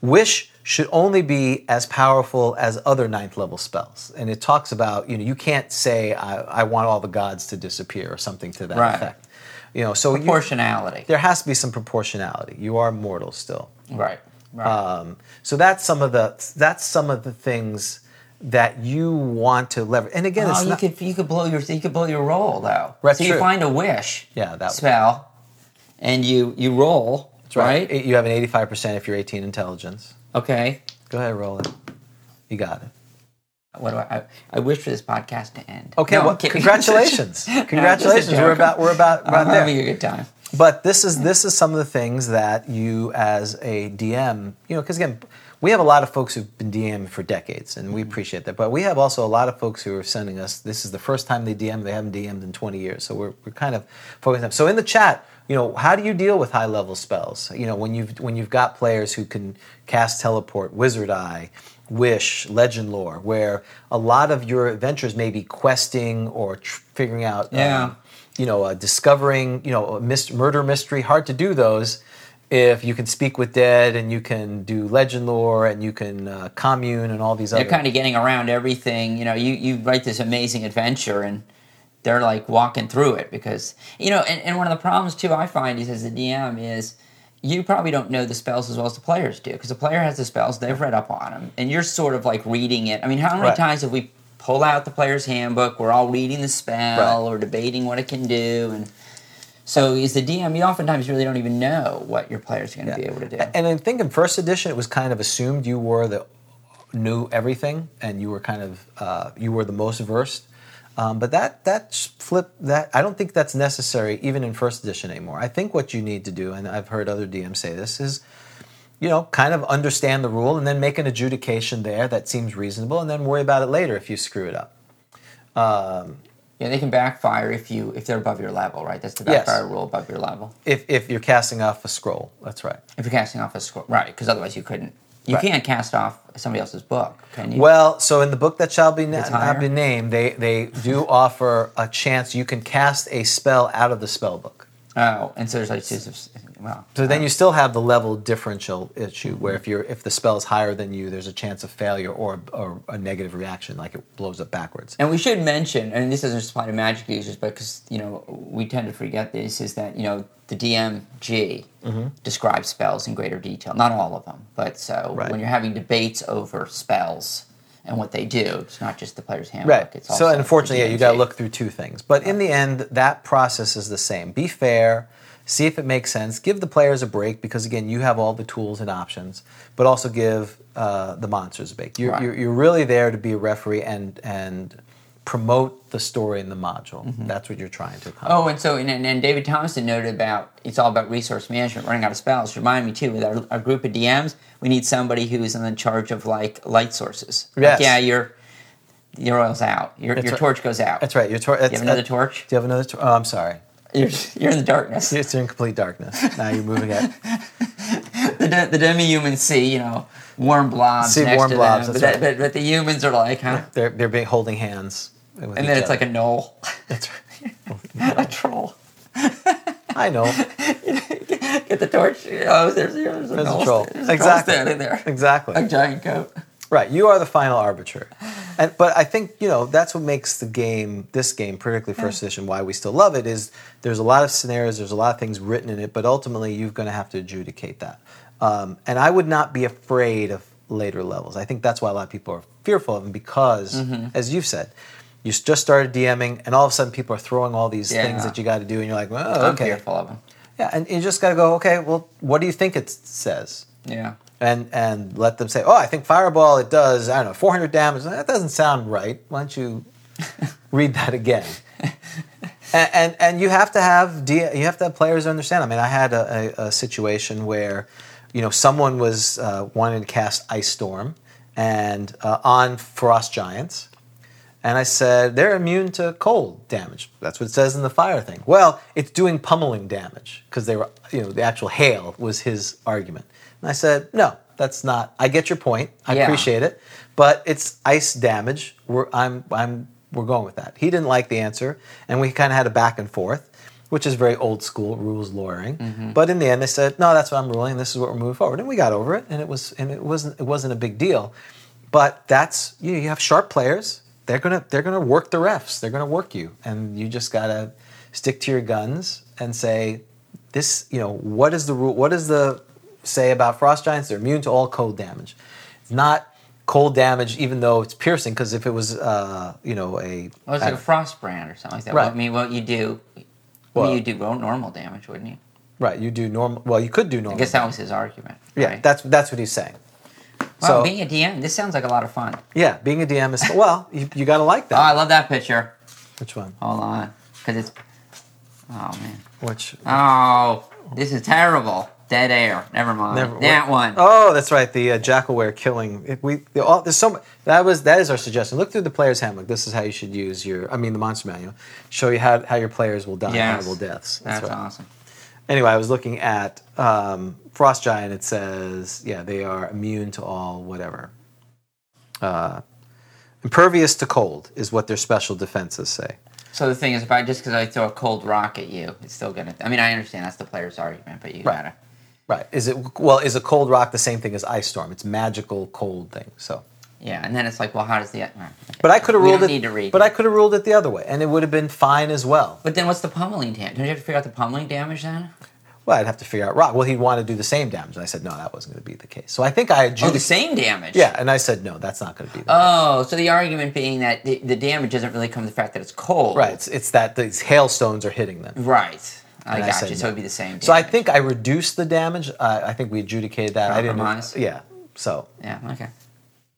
Speaker 2: Wish should only be as powerful as other ninth level spells. And it talks about, you know, you can't say, I, I want all the gods to disappear or something to that
Speaker 3: Right.
Speaker 2: effect. You know, so you,
Speaker 3: Proportionality.
Speaker 2: there has to be some proportionality. You are mortal still.
Speaker 3: Right. Uh, Right.
Speaker 2: Um, so that's some of the that's some of the things that you want to leverage. And again,
Speaker 3: oh,
Speaker 2: it's
Speaker 3: you
Speaker 2: not,
Speaker 3: could you could blow your you could blow your roll though.
Speaker 2: Right,
Speaker 3: So you
Speaker 2: true.
Speaker 3: find a wish.
Speaker 2: Yeah, that-
Speaker 3: spell, and you you roll. That's right.
Speaker 2: You have an 85% if you're 18 intelligence.
Speaker 3: Okay.
Speaker 2: Go ahead, roll it. You got it.
Speaker 3: What do I, I? I wish for this podcast to end.
Speaker 2: Okay,
Speaker 3: No, I'm
Speaker 2: well,
Speaker 3: kidding.
Speaker 2: congratulations. Congratulations.
Speaker 3: joke.
Speaker 2: we're about we're about, about
Speaker 3: I'm
Speaker 2: there.
Speaker 3: having a good time.
Speaker 2: But this is this is some of the things that you as a DM, you know, because again, we have a lot of folks who've been DM for decades, and we appreciate that. But we have also a lot of folks who are sending us. This is the first time they DM. They haven't DM'd in 20 years, so we're, we're kind of focusing. on So in the chat, you know, how do you deal with high level spells? You know, when you've when you've got players who can cast teleport, wizard eye, wish, legend lore, where a lot of your adventures may be questing or tr- figuring out. um,
Speaker 3: Yeah.
Speaker 2: you know, uh, discovering, you know, a mys- murder mystery. Hard to do those if you can speak with dead and you can do legend lore and you can uh, commune and all these
Speaker 3: They're
Speaker 2: other.
Speaker 3: kind of getting around everything. You know, you you write this amazing adventure and. They're like walking through it because you know, and, and one of the problems too I find is as a DM is you probably don't know the spells as well as the players do because the player has the spells they've read up on them and you're sort of like reading it i mean how many
Speaker 2: Right.
Speaker 3: times have we pull out the player's handbook we're all reading the spell
Speaker 2: Right.
Speaker 3: or debating what it can do and so as the dm you oftentimes really don't even know what your players are going to be able to do
Speaker 2: and I think in first edition, it was kind of assumed you were the knew everything and you were kind of uh, you were the most versed. Um, but that that s- flip that I don't think that's necessary even in first edition anymore. I think what you need to do, and I've heard other DMs say this, is you know kind of understand the rule and then make an adjudication there that seems reasonable, and then worry about it later if you screw it up.
Speaker 3: yeah they can backfire if you if they're above your level right that's the
Speaker 2: Yes.
Speaker 3: backfire rule above your level
Speaker 2: If if you're casting off a scroll, that's right.
Speaker 3: if you're casting off a scroll right because otherwise you couldn't you
Speaker 2: Right.
Speaker 3: can't cast off somebody else's book can you
Speaker 2: Well, so in the book that shall be na-
Speaker 3: higher?
Speaker 2: not be named, they they do offer a chance you can cast a spell out of the spell book.
Speaker 3: oh and so there's like two subs- well
Speaker 2: So then you still have the level differential issue where if you're if the spell is higher than you, there's a chance of failure or, or a negative reaction, like it blows up backwards.
Speaker 3: And we should mention, and this doesn't just apply to magic users, but because you know we tend to forget this, is that you know the DMG
Speaker 2: Mm-hmm.
Speaker 3: describes spells in greater detail. Not all of them, but so
Speaker 2: Right.
Speaker 3: when you're having debates over spells and what they do, it's not just the player's handbook.
Speaker 2: Right.
Speaker 3: It's also
Speaker 2: so unfortunately,
Speaker 3: the
Speaker 2: yeah, you got to
Speaker 3: DMG.
Speaker 2: look through two things. But in the end, that process is the same. Be fair. See if it makes sense. Give the players a break because again, you have all the tools and options. But also give uh, the monsters a break. You're,
Speaker 3: Right.
Speaker 2: you're, you're really there to be a referee and and promote the story in the module. That's what you're trying to accomplish.
Speaker 3: Mm-hmm. Oh, and so and, and, and David Thompson noted about it's all about resource management, running out of spells. Remind me too, with our, our group of DMs, we need somebody who's in the charge of like light sources. Like,
Speaker 2: Yes.
Speaker 3: yeah, your your oil's out. Your, your
Speaker 2: right.
Speaker 3: torch goes out.
Speaker 2: That's right. Uh, Your tor- that's,
Speaker 3: You have another
Speaker 2: that-
Speaker 3: torch?
Speaker 2: Do you have another torch? Oh, I'm sorry.
Speaker 3: You're, you're in the darkness.
Speaker 2: It's in complete darkness. Now you're moving it.
Speaker 3: The, de- the demi-humans see, you know, warm blobs
Speaker 2: See
Speaker 3: next
Speaker 2: warm
Speaker 3: to
Speaker 2: blobs,
Speaker 3: them.
Speaker 2: that's
Speaker 3: But, that-
Speaker 2: right.
Speaker 3: but, but the humans are like, huh?
Speaker 2: They're they're being holding hands. with
Speaker 3: And
Speaker 2: each
Speaker 3: then it's
Speaker 2: other.
Speaker 3: like a knoll,
Speaker 2: That's right.
Speaker 3: a troll.
Speaker 2: I know.
Speaker 3: Get the torch. Oh, there's, there's a
Speaker 2: There's
Speaker 3: knoll.
Speaker 2: a troll.
Speaker 3: There's a
Speaker 2: Exactly.
Speaker 3: troll standing there.
Speaker 2: Exactly.
Speaker 3: A giant goat.
Speaker 2: Right. You are the final arbiter. And but I think, you know, that's what makes the game this game, particularly first edition, why we still love it, is there's a lot of scenarios, there's a lot of things written in it, but ultimately you're gonna have to adjudicate that. Um, and I would not be
Speaker 3: Mm-hmm.
Speaker 2: afraid of later levels. I think that's why a lot of people are fearful of them because, as you've said, You s- just started DMing, and all of a sudden, people are throwing all these
Speaker 3: Yeah.
Speaker 2: things that you got to do, and you're like, oh,
Speaker 3: I'm
Speaker 2: okay,
Speaker 3: fearful of them.
Speaker 2: yeah, and you just got to go, okay, well, what do you think it says?
Speaker 3: Yeah.
Speaker 2: And and let them say, oh, I think fireball it does I don't know 400 damage. That doesn't sound right. Why don't you read that again? and, and and you have to have D, you have to have players who understand. I mean, I had a, a, a situation where, you know, someone was uh, wanting to cast Ice Storm and uh, on Frost Giants, and I said they're immune to cold damage. That's what it says in the fire thing. Well, it's doing pummeling damage because they were, you know, the actual hail was his argument. And I said, no, that's not. I get your point. I
Speaker 3: Yeah.
Speaker 2: appreciate it, but it's ice damage. We're I'm I'm we're going with that. He didn't like the answer, and we kind of had a back and forth, which is very old school rules lawyering. But in the end, they said, no, that's what I'm ruling. This is what we're moving forward, and we got over it, and it was and it wasn't it wasn't a big deal. But that's you, know, you have sharp players. They're gonna they're gonna work the refs. They're gonna work you, and you just gotta stick to your guns and say, this you know what is the rule? What is the say about frost giants? They're immune to all cold damage. It's not cold damage, even though it's piercing. Because if it was uh, you know a
Speaker 3: Well, Oh, it's
Speaker 2: I
Speaker 3: like a
Speaker 2: don't-
Speaker 3: frost brand or something like that.
Speaker 2: Right.
Speaker 3: Well, I mean, what you do,
Speaker 2: Well-
Speaker 3: well, you do normal damage, wouldn't you?
Speaker 2: right, you do normal. Well, you could do normal.
Speaker 3: I guess that was his argument.
Speaker 2: Oh. yeah,
Speaker 3: right?
Speaker 2: that's that's what he's saying.
Speaker 3: Wow,
Speaker 2: so-
Speaker 3: being a DM, this sounds like a lot of fun.
Speaker 2: Yeah, being a DM is well, you, you gotta like
Speaker 3: Oh, I
Speaker 2: that.
Speaker 3: love that picture.
Speaker 2: Which one?
Speaker 3: Hold on, because it's. Oh man.
Speaker 2: Which?
Speaker 3: Oh, this is terrible. Dead air. Never mind.
Speaker 2: Never-
Speaker 3: that
Speaker 2: what-
Speaker 3: one.
Speaker 2: Oh, that's right. The uh, Jackalware killing. If we the, all, there's so mu- that was that is our suggestion. Look through the player's handbook. This is how you should use your. I mean, the monster manual. Show you how, how your players will die
Speaker 3: Yes.
Speaker 2: horrible deaths.
Speaker 3: That's
Speaker 2: right.
Speaker 3: awesome.
Speaker 2: Anyway, I was looking at um, Frost Giant. It says, yeah, they are immune to all whatever. Uh, impervious to cold is what their special defenses say.
Speaker 3: So the thing is, if I just because I throw a cold rock at you, it's still gonna. I mean, I understand that's the player's argument, but you
Speaker 2: Right.
Speaker 3: gotta.
Speaker 2: Right. Is it well? Is a cold rock the same thing as ice storm? It's magical cold thing. So.
Speaker 3: Yeah, and then it's like, well, how does the? well, okay.
Speaker 2: But I could have
Speaker 3: We
Speaker 2: ruled
Speaker 3: don't
Speaker 2: it.
Speaker 3: need to read
Speaker 2: But
Speaker 3: it.
Speaker 2: I could have ruled it the other way, and it would have been fine as well.
Speaker 3: But then what's the pummeling damage? Don't you have to figure out the pummeling damage then?
Speaker 2: Well, I'd have to figure out rock. Well, he'd want to do the same damage, and I said no, that wasn't going to be the case. So I think I
Speaker 3: Oh, the
Speaker 2: adjudicated.
Speaker 3: same damage.
Speaker 2: yeah, and I said no, that's not going to be. The
Speaker 3: Oh, so the argument being that the, the damage doesn't really come from the fact that it's cold.
Speaker 2: Right. It's, it's that these hailstones are hitting them.
Speaker 3: Right. I
Speaker 2: And I
Speaker 3: got
Speaker 2: said
Speaker 3: you. So
Speaker 2: no.
Speaker 3: it'd be the same. Damage.
Speaker 2: So I think I reduced the damage. Uh, I think we adjudicated that.
Speaker 3: Compromise.
Speaker 2: I didn't. Yeah. So
Speaker 3: Yeah. Okay.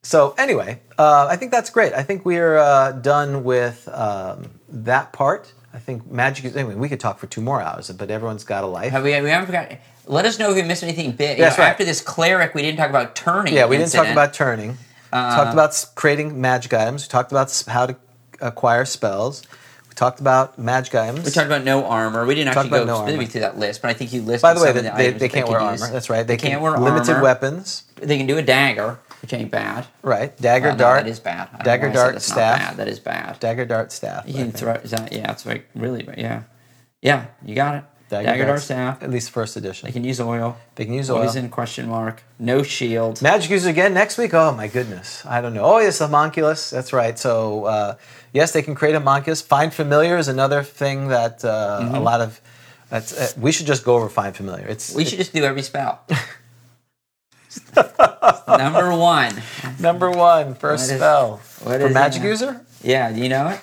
Speaker 2: so anyway, uh, I think that's great. I think we're uh, done with um, that part. I think magic is. Anyway, we could talk for two more hours, but everyone's got a life.
Speaker 3: Have we? We haven't forgotten. Let us know if we missed anything big. You
Speaker 2: That's
Speaker 3: know,
Speaker 2: right.
Speaker 3: After this cleric, we didn't talk about turning.
Speaker 2: Yeah, we didn't talk
Speaker 3: incident. Uh,
Speaker 2: about turning. we talked about s- creating magic items. We talked about s- how to acquire spells. We talked about magic items.
Speaker 3: We talked about no armor. We didn't
Speaker 2: Talked
Speaker 3: actually go
Speaker 2: about no
Speaker 3: specifically
Speaker 2: armor.
Speaker 3: through that list, but I think you listed.
Speaker 2: By the way,
Speaker 3: some
Speaker 2: they,
Speaker 3: of the
Speaker 2: they,
Speaker 3: items
Speaker 2: they
Speaker 3: that
Speaker 2: can't
Speaker 3: could
Speaker 2: wear
Speaker 3: use.
Speaker 2: armor. That's right. They,
Speaker 3: They can't
Speaker 2: can
Speaker 3: wear
Speaker 2: limited
Speaker 3: armor.
Speaker 2: weapons.
Speaker 3: They can do a dagger, which ain't bad.
Speaker 2: Right, dagger,
Speaker 3: Well, no,
Speaker 2: dart,
Speaker 3: that is bad. I don't know
Speaker 2: dagger,
Speaker 3: why I said
Speaker 2: dart,
Speaker 3: that's not
Speaker 2: staff,
Speaker 3: bad. That is bad.
Speaker 2: dagger, dart, staff.
Speaker 3: you
Speaker 2: I
Speaker 3: can
Speaker 2: think.
Speaker 3: throw. Is that, yeah, it's like really. But yeah, yeah, you got it. Dagger, dart staff.
Speaker 2: At least first edition.
Speaker 3: They can use oil.
Speaker 2: They can use oil.
Speaker 3: Poison question mark. No shield.
Speaker 2: Magic user again next week. Oh my goodness, I don't know. Oh yes, homunculus. That's right. So uh, yes, they can create homunculus. Find familiar is another thing that uh, a lot of. That's, uh, we should just go over find familiar. It's
Speaker 3: Mm-hmm. We should just do every spell. Number one.
Speaker 2: Number one, first
Speaker 3: What is-
Speaker 2: spell.
Speaker 3: what
Speaker 2: For
Speaker 3: is
Speaker 2: magic
Speaker 3: it?
Speaker 2: user?
Speaker 3: Yeah, you know it.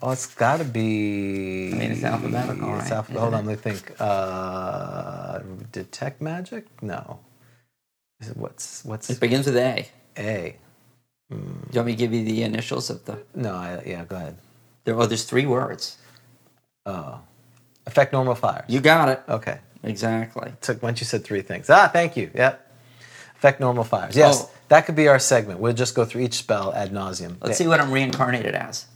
Speaker 2: Oh, it's got to be. I
Speaker 3: mean, it's alphabetical,
Speaker 2: It's
Speaker 3: right?
Speaker 2: alpha- Hold on, let me think. Uh, detect magic? No. Is it- What's what's
Speaker 3: It begins with A.
Speaker 2: A?
Speaker 3: Do you want me to give you the initials of the?
Speaker 2: No, I, yeah, go ahead.
Speaker 3: There, oh, there's three words.
Speaker 2: Oh, affect normal fire.
Speaker 3: You got it.
Speaker 2: Okay.
Speaker 3: Exactly.
Speaker 2: Took once you said three things. Ah, thank you. Yep. Affect normal fires. Yes,
Speaker 3: Oh.
Speaker 2: that could be our segment. We'll just go through each spell ad nauseum.
Speaker 3: Let's see what I'm reincarnated as.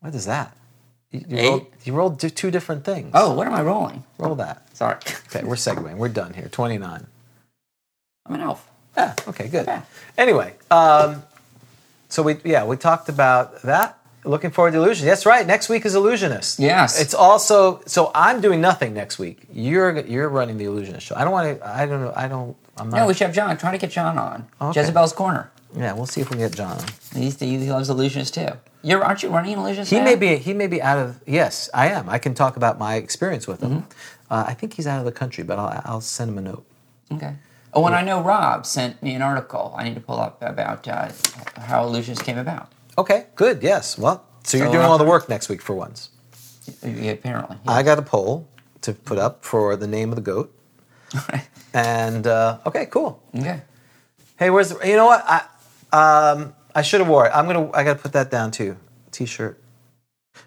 Speaker 2: What is that? You, you
Speaker 3: Eight.
Speaker 2: rolled, you rolled d- two different things.
Speaker 3: Oh, what am I rolling?
Speaker 2: roll that.
Speaker 3: Sorry.
Speaker 2: Okay, we're segueing. We're done here. 29.
Speaker 3: I'm an elf.
Speaker 2: Ah, okay, good.
Speaker 3: Okay.
Speaker 2: Anyway, um, so we yeah we talked about that. Looking forward to illusion. That's right. Next week is illusionist.
Speaker 3: Yes.
Speaker 2: It's also so I'm doing nothing next week. You're you're running the illusionist show. I don't want to. I don't know. I don't. I'm not.
Speaker 3: No, we should have John. Try to get John on.
Speaker 2: Okay.
Speaker 3: Jezebel's Corner.
Speaker 2: yeah, we'll see if we can get John.
Speaker 3: He, used to- he loves illusions too. You're aren't you running an illusions?
Speaker 2: He
Speaker 3: now?
Speaker 2: may be. He may be out of. Yes, I am. I can talk about my experience with him. Uh, I think he's out of the country, but I'll, I'll send him a note.
Speaker 3: Okay. Oh, and I know Rob sent me an article. I need to pull up about uh, how illusions came about.
Speaker 2: Okay, good. Yes. Well, so you're
Speaker 3: So,
Speaker 2: doing all the
Speaker 3: uh,
Speaker 2: work next week for once.
Speaker 3: Yeah, apparently.
Speaker 2: I got a poll to put up for the name of the goat, and uh, okay, cool.
Speaker 3: yeah.
Speaker 2: Hey, where's the, you know what I um I should have wore it. I'm gonna I gotta put that down too. T-shirt.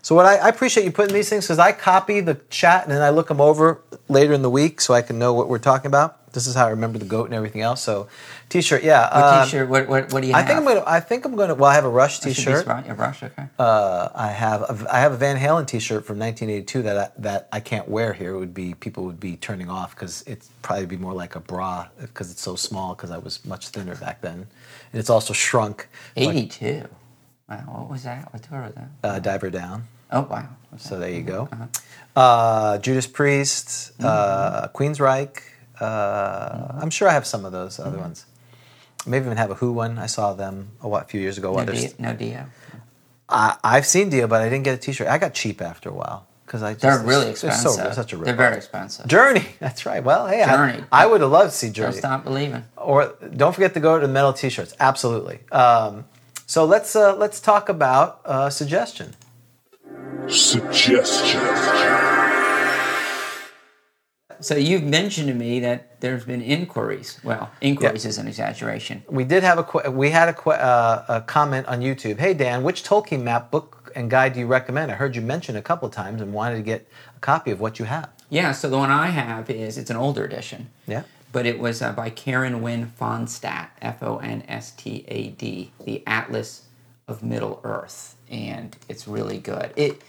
Speaker 2: So what I, I appreciate you putting these things because I copy the chat and then I look them over later in the week so I can know what we're talking about. This is how I remember the goat and everything else. So, T-shirt, yeah.
Speaker 3: What
Speaker 2: um,
Speaker 3: t-shirt? What, what, what do you
Speaker 2: I
Speaker 3: have?
Speaker 2: think I'm gonna. I think I'm gonna. Well, I have a Rush
Speaker 3: Should be
Speaker 2: T-shirt.
Speaker 3: Spr- yeah, brush, okay.
Speaker 2: Uh, I have a, I have a Van Halen T-shirt from 1982 that I, that I can't wear here. It would be people would be turning off because it's probably be more like a bra because it's so small because I was much thinner back then, and it's also shrunk. Like,
Speaker 3: 82. Wow, what was that? What tour was that?
Speaker 2: uh, Diver Down.
Speaker 3: Oh, wow. What's
Speaker 2: So
Speaker 3: that?
Speaker 2: there you go.
Speaker 3: Uh-huh.
Speaker 2: Uh, Judas Priest, uh,
Speaker 3: Mm-hmm.
Speaker 2: Queensryche. Uh, I'm sure I have some of those
Speaker 3: Mm-hmm.
Speaker 2: other ones. Maybe even have a Who one. I saw them a wh- a few years ago. while
Speaker 3: No,
Speaker 2: they're
Speaker 3: D-
Speaker 2: st-
Speaker 3: no Dio.
Speaker 2: I, I've seen Dio, but I didn't get a T-shirt. I got cheap after a while because I just,
Speaker 3: They're really
Speaker 2: it's- it's
Speaker 3: expensive.
Speaker 2: so- it's such a
Speaker 3: They're
Speaker 2: ripoff.
Speaker 3: very expensive.
Speaker 2: Journey. That's right. Well, hey, I-
Speaker 3: Journey.
Speaker 2: I, would have loved to see
Speaker 3: Don't
Speaker 2: Journey.
Speaker 3: stop believing.
Speaker 2: Or don't forget to go to the metal T-shirts. Absolutely. Um, so let's uh, let's talk about uh, suggestion.
Speaker 1: Suggestion.
Speaker 3: So you've mentioned to me that there's been inquiries. Well, inquiries is an exaggeration.
Speaker 2: We did have a que- we had a, que- uh, a comment on YouTube. Hey Dan, which Tolkien map book and guide do you recommend? I heard you mention a couple times and wanted to get a copy of what you have.
Speaker 3: Yeah, so the one I have is it's an older edition.
Speaker 2: Yeah.
Speaker 3: But it was uh, by Karen Wynne Fonstad, F O N S T A D, The Atlas of Middle Earth. And it's really good. It,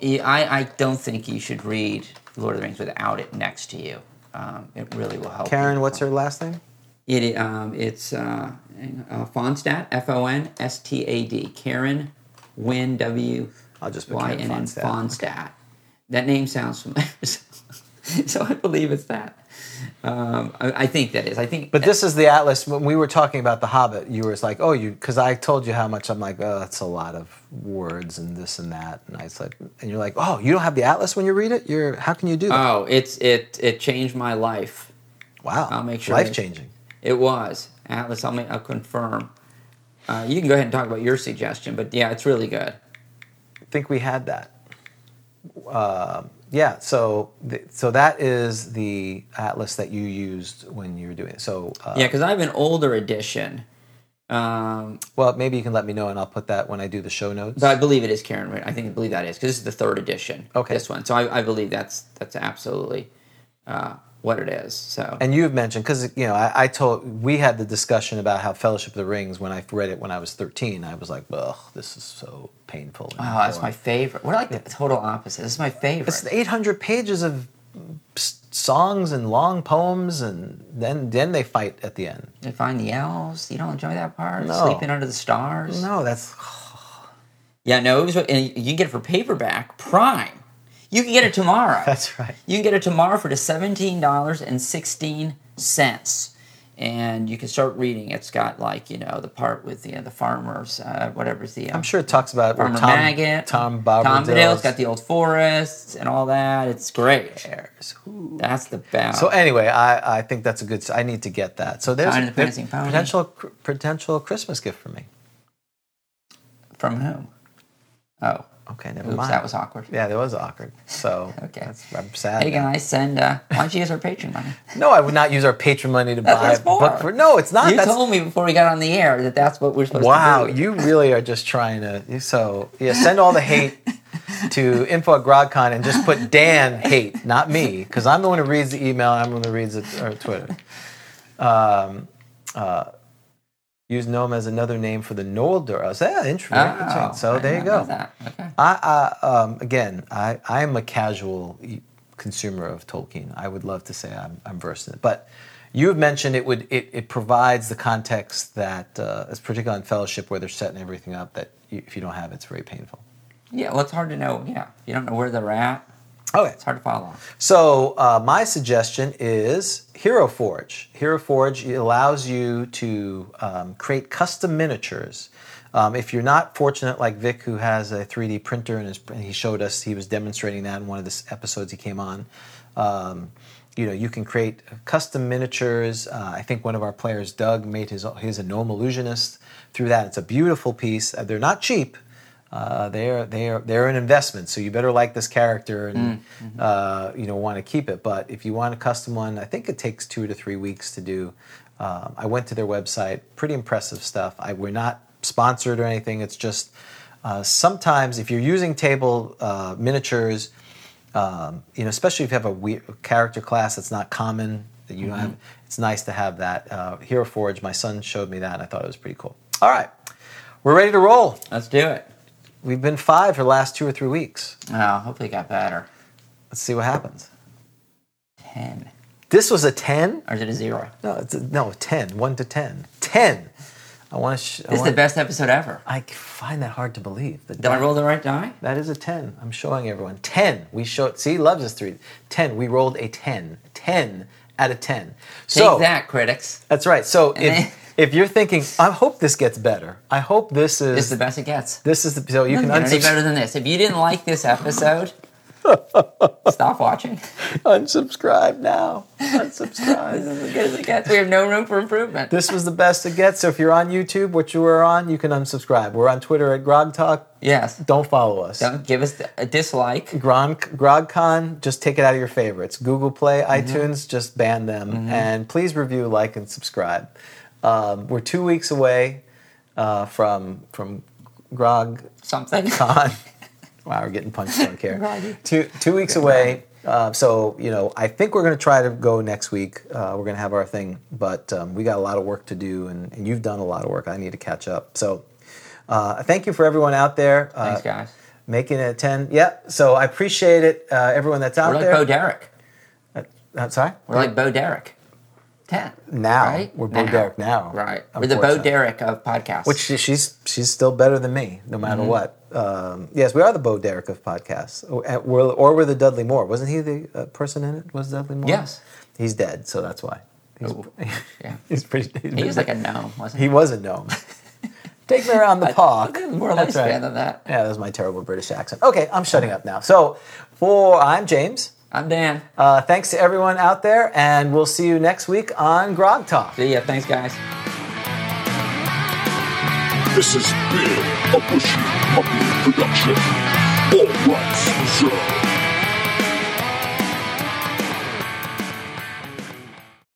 Speaker 3: it- I, I don't think you should read Lord of the Rings without it next to you. Um, it really will help.
Speaker 2: Karen,
Speaker 3: you.
Speaker 2: what's her last name?
Speaker 3: It um, it's uh, hang on, uh, Fonstad, F O N S T A D. Karen Wynn W.
Speaker 2: I'll just put
Speaker 3: Y
Speaker 2: Karen
Speaker 3: N N
Speaker 2: Fonstad.
Speaker 3: Fonstad. That name sounds familiar, so, so I believe it's that. Um, I, I think that is. I think.
Speaker 2: But this is the atlas. When we were talking about the Hobbit, you were like, "Oh, you," because I told you how much I'm like, "Oh, that's a lot of words and this and that," and I was like, and you're like, "Oh, you don't have the atlas when you read it? You're how can you do that?
Speaker 3: oh, it's it it changed my life.
Speaker 2: wow,
Speaker 3: I'll make sure
Speaker 2: life
Speaker 3: that-
Speaker 2: changing.
Speaker 3: It was Atlas. I'll, make, I'll confirm. Uh, you can go ahead and talk about your suggestion, but yeah, it's really good.
Speaker 2: I think we had that. Uh, yeah, so th- so that is the atlas that you used when you were doing it. So uh,
Speaker 3: Yeah, because I have an older edition. Um,
Speaker 2: well, maybe you can let me know, and I'll put that when I do the show notes.
Speaker 3: But I believe it is Karen Wynn. I think I believe that is because this is the third edition.
Speaker 2: Okay.
Speaker 3: This one. So I, I believe that's that's absolutely uh, what it is. So
Speaker 2: And you've mentioned because you know I, I told we had the discussion about how Fellowship of the Rings when I read it when I was thirteen I was like ugh this is so painful. and
Speaker 3: oh, that's my
Speaker 2: boring."
Speaker 3: favorite. We're like the total opposite. This is my favorite.
Speaker 2: It's eight hundred pages of s- songs and long poems and then then they fight at the end.
Speaker 3: You find the elves. You don't enjoy that part.
Speaker 2: No.
Speaker 3: Sleeping under the stars.
Speaker 2: No, that's
Speaker 3: Yeah. No. It was. And you can get it for paperback. Prime. You can get it tomorrow.
Speaker 2: that's right.
Speaker 3: You can get it tomorrow for just seventeen dollars and sixteen cents, and you can start reading. It's got like you know the part with the the farmers, uh, whatever's the.
Speaker 2: I'm sure it talks about where
Speaker 3: Farmer
Speaker 2: Tom
Speaker 3: Maggot,
Speaker 2: Tom Bombadil's
Speaker 3: has got the old forests and all that. It's great.
Speaker 2: heirs. Ooh.
Speaker 3: That's the best.
Speaker 2: So anyway, I, I think that's a good. s- I need to get that. So there's
Speaker 3: Sign
Speaker 2: a
Speaker 3: of the Prancing Pony.
Speaker 2: potential cr- potential Christmas gift for me.
Speaker 3: From whom? Oh,
Speaker 2: Okay, never
Speaker 3: oops,
Speaker 2: mind.
Speaker 3: that was awkward.
Speaker 2: Yeah, that was awkward. So
Speaker 3: Okay.
Speaker 2: that's, I'm sad.
Speaker 3: Hey
Speaker 2: now.
Speaker 3: guys, send. Uh, why don't you use our Patreon money?
Speaker 2: No, I would not use our patron money to
Speaker 3: That's
Speaker 2: buy
Speaker 3: what
Speaker 2: a
Speaker 3: it's for.
Speaker 2: book for. No, it's not.
Speaker 3: you
Speaker 2: Ah, that's,
Speaker 3: told me before we got on the air that that's what we're supposed
Speaker 2: wow,
Speaker 3: to do.
Speaker 2: you really are just trying to. So yeah, send all the hate to info at grodcon and just put Dan hate, not me, because I'm the one who reads the email. I'm the one who reads it or Twitter. Um, uh, use gnome as another name for the Noldor. I was yeah, interesting.
Speaker 3: Oh,
Speaker 2: so
Speaker 3: I
Speaker 2: there you
Speaker 3: didn't know
Speaker 2: go.
Speaker 3: that. Okay.
Speaker 2: I, I um, again, I I am a casual e- consumer of Tolkien. I would love to say I'm, I'm versed in it, but you have mentioned it would it, it provides the context that, uh, it's particularly on Fellowship, where they're setting everything up. That you, if you don't have, it, it's very painful.
Speaker 3: Yeah, well, it's hard to know. Yeah, you don't know where they're at.
Speaker 2: Okay,
Speaker 3: It's hard to follow.
Speaker 2: So uh, my suggestion is Hero Forge. Hero Forge allows you to um, create custom miniatures. Um, if you're not fortunate like Vic, who has a 3D printer and, is, and he showed us he was demonstrating that in one of the s- episodes he came on. Um, you know you can create custom miniatures. Uh, I think one of our players, Doug, made his his a gnome illusionist through that. It's a beautiful piece. Uh, They're not cheap. Uh, they're they're they're an investment, so you better like this character and uh, you know want to keep it. But if you want a custom one, I think it takes two to three weeks to do. Um, I went to their website, pretty impressive stuff. I, we're not sponsored or anything. It's just uh, sometimes if you're using table uh, miniatures, um, you know, especially if you have a we- character class that's not common that you don't have, it's nice to have that. Uh, Hero Forge, my son showed me that, and I thought it was pretty cool. All right, we're ready to roll.
Speaker 3: Let's do it.
Speaker 2: We've been five for the last two or three weeks.
Speaker 3: Oh, hopefully it got better.
Speaker 2: Let's see what happens.
Speaker 3: Ten.
Speaker 2: This was a ten.
Speaker 3: Or is it a zero?
Speaker 2: No, it's a, no ten. One to ten. Ten. I want to. Sh- I
Speaker 3: This is the
Speaker 2: wanna-
Speaker 3: best episode ever.
Speaker 2: I find that hard to believe. The
Speaker 3: Did I roll the right die?
Speaker 2: That is a 10. I'm showing everyone. 10. We showed, see, loves us three. 10. We rolled a 10. 10 out of 10.
Speaker 3: Take
Speaker 2: so
Speaker 3: that, critics.
Speaker 2: that's right. So
Speaker 3: then-
Speaker 2: if, if you're thinking, I hope this gets better. I hope this is,
Speaker 3: This is the best it gets.
Speaker 2: this is the, so you can
Speaker 3: Doesn't get any better
Speaker 2: unsubs-
Speaker 3: than this. If you didn't like this episode, stop watching.
Speaker 2: unsubscribe now. Unsubscribe.
Speaker 3: This is as good as it gets. We have no room for improvement.
Speaker 2: this was the best it gets. So if you're on YouTube, which you were on, you can unsubscribe. We're on Twitter at Grog Talk.
Speaker 3: Yes.
Speaker 2: Don't follow us.
Speaker 3: Don't give us a dislike.
Speaker 2: Gron, GrogCon, just take it out of your favorites. Google Play, iTunes, just ban them. And please review, like, and subscribe. Um, we're two weeks away uh, from from GrogCon.
Speaker 3: Something.
Speaker 2: Uh, wow, we're getting punched. Don't care.
Speaker 3: Groggy.
Speaker 2: two two weeks away. Uh, so you know, I think we're going to try to go next week. Uh, we're going to have our thing, but um, we got a lot of work to do, and, and you've done a lot of work. I need to catch up. So. Uh, thank you for everyone out there. Uh,
Speaker 3: Thanks, guys.
Speaker 2: Making it a 10. Yep. So I appreciate it, uh, everyone that's out
Speaker 3: We're like
Speaker 2: there.
Speaker 3: Bo Derek.
Speaker 2: I'm sorry?
Speaker 3: We're like Bo Derek. Ten.
Speaker 2: Now.
Speaker 3: Right?
Speaker 2: We're Bo
Speaker 3: Now.
Speaker 2: Derek now.
Speaker 3: Right. We're the Bo
Speaker 2: unfortunately.
Speaker 3: Derek of podcasts.
Speaker 2: Which she- she's, she's still better than me, no matter what. Um, yes, we are the Bo Derek of podcasts. Or, and we're, or we're the Dudley Moore. Wasn't he the uh, person in it? Was Dudley Moore?
Speaker 3: Yes.
Speaker 2: He's dead, so that's why. He's,
Speaker 3: Ooh. yeah.
Speaker 2: he's pretty. he's
Speaker 3: He
Speaker 2: been-
Speaker 3: was like a gnome, wasn't
Speaker 2: he
Speaker 3: he?
Speaker 2: was a gnome. Take me around the park.
Speaker 3: More
Speaker 2: That's
Speaker 3: lifespan
Speaker 2: right.
Speaker 3: than that.
Speaker 2: Yeah, that was my terrible British accent. Okay, I'm shutting up now. So, for I'm James.
Speaker 3: I'm Dan.
Speaker 2: Uh, thanks to everyone out there, and we'll see you next week on Grog Talk.
Speaker 3: See ya. Thanks, guys.
Speaker 1: This has been a Bushy Puppy production. All rights reserved.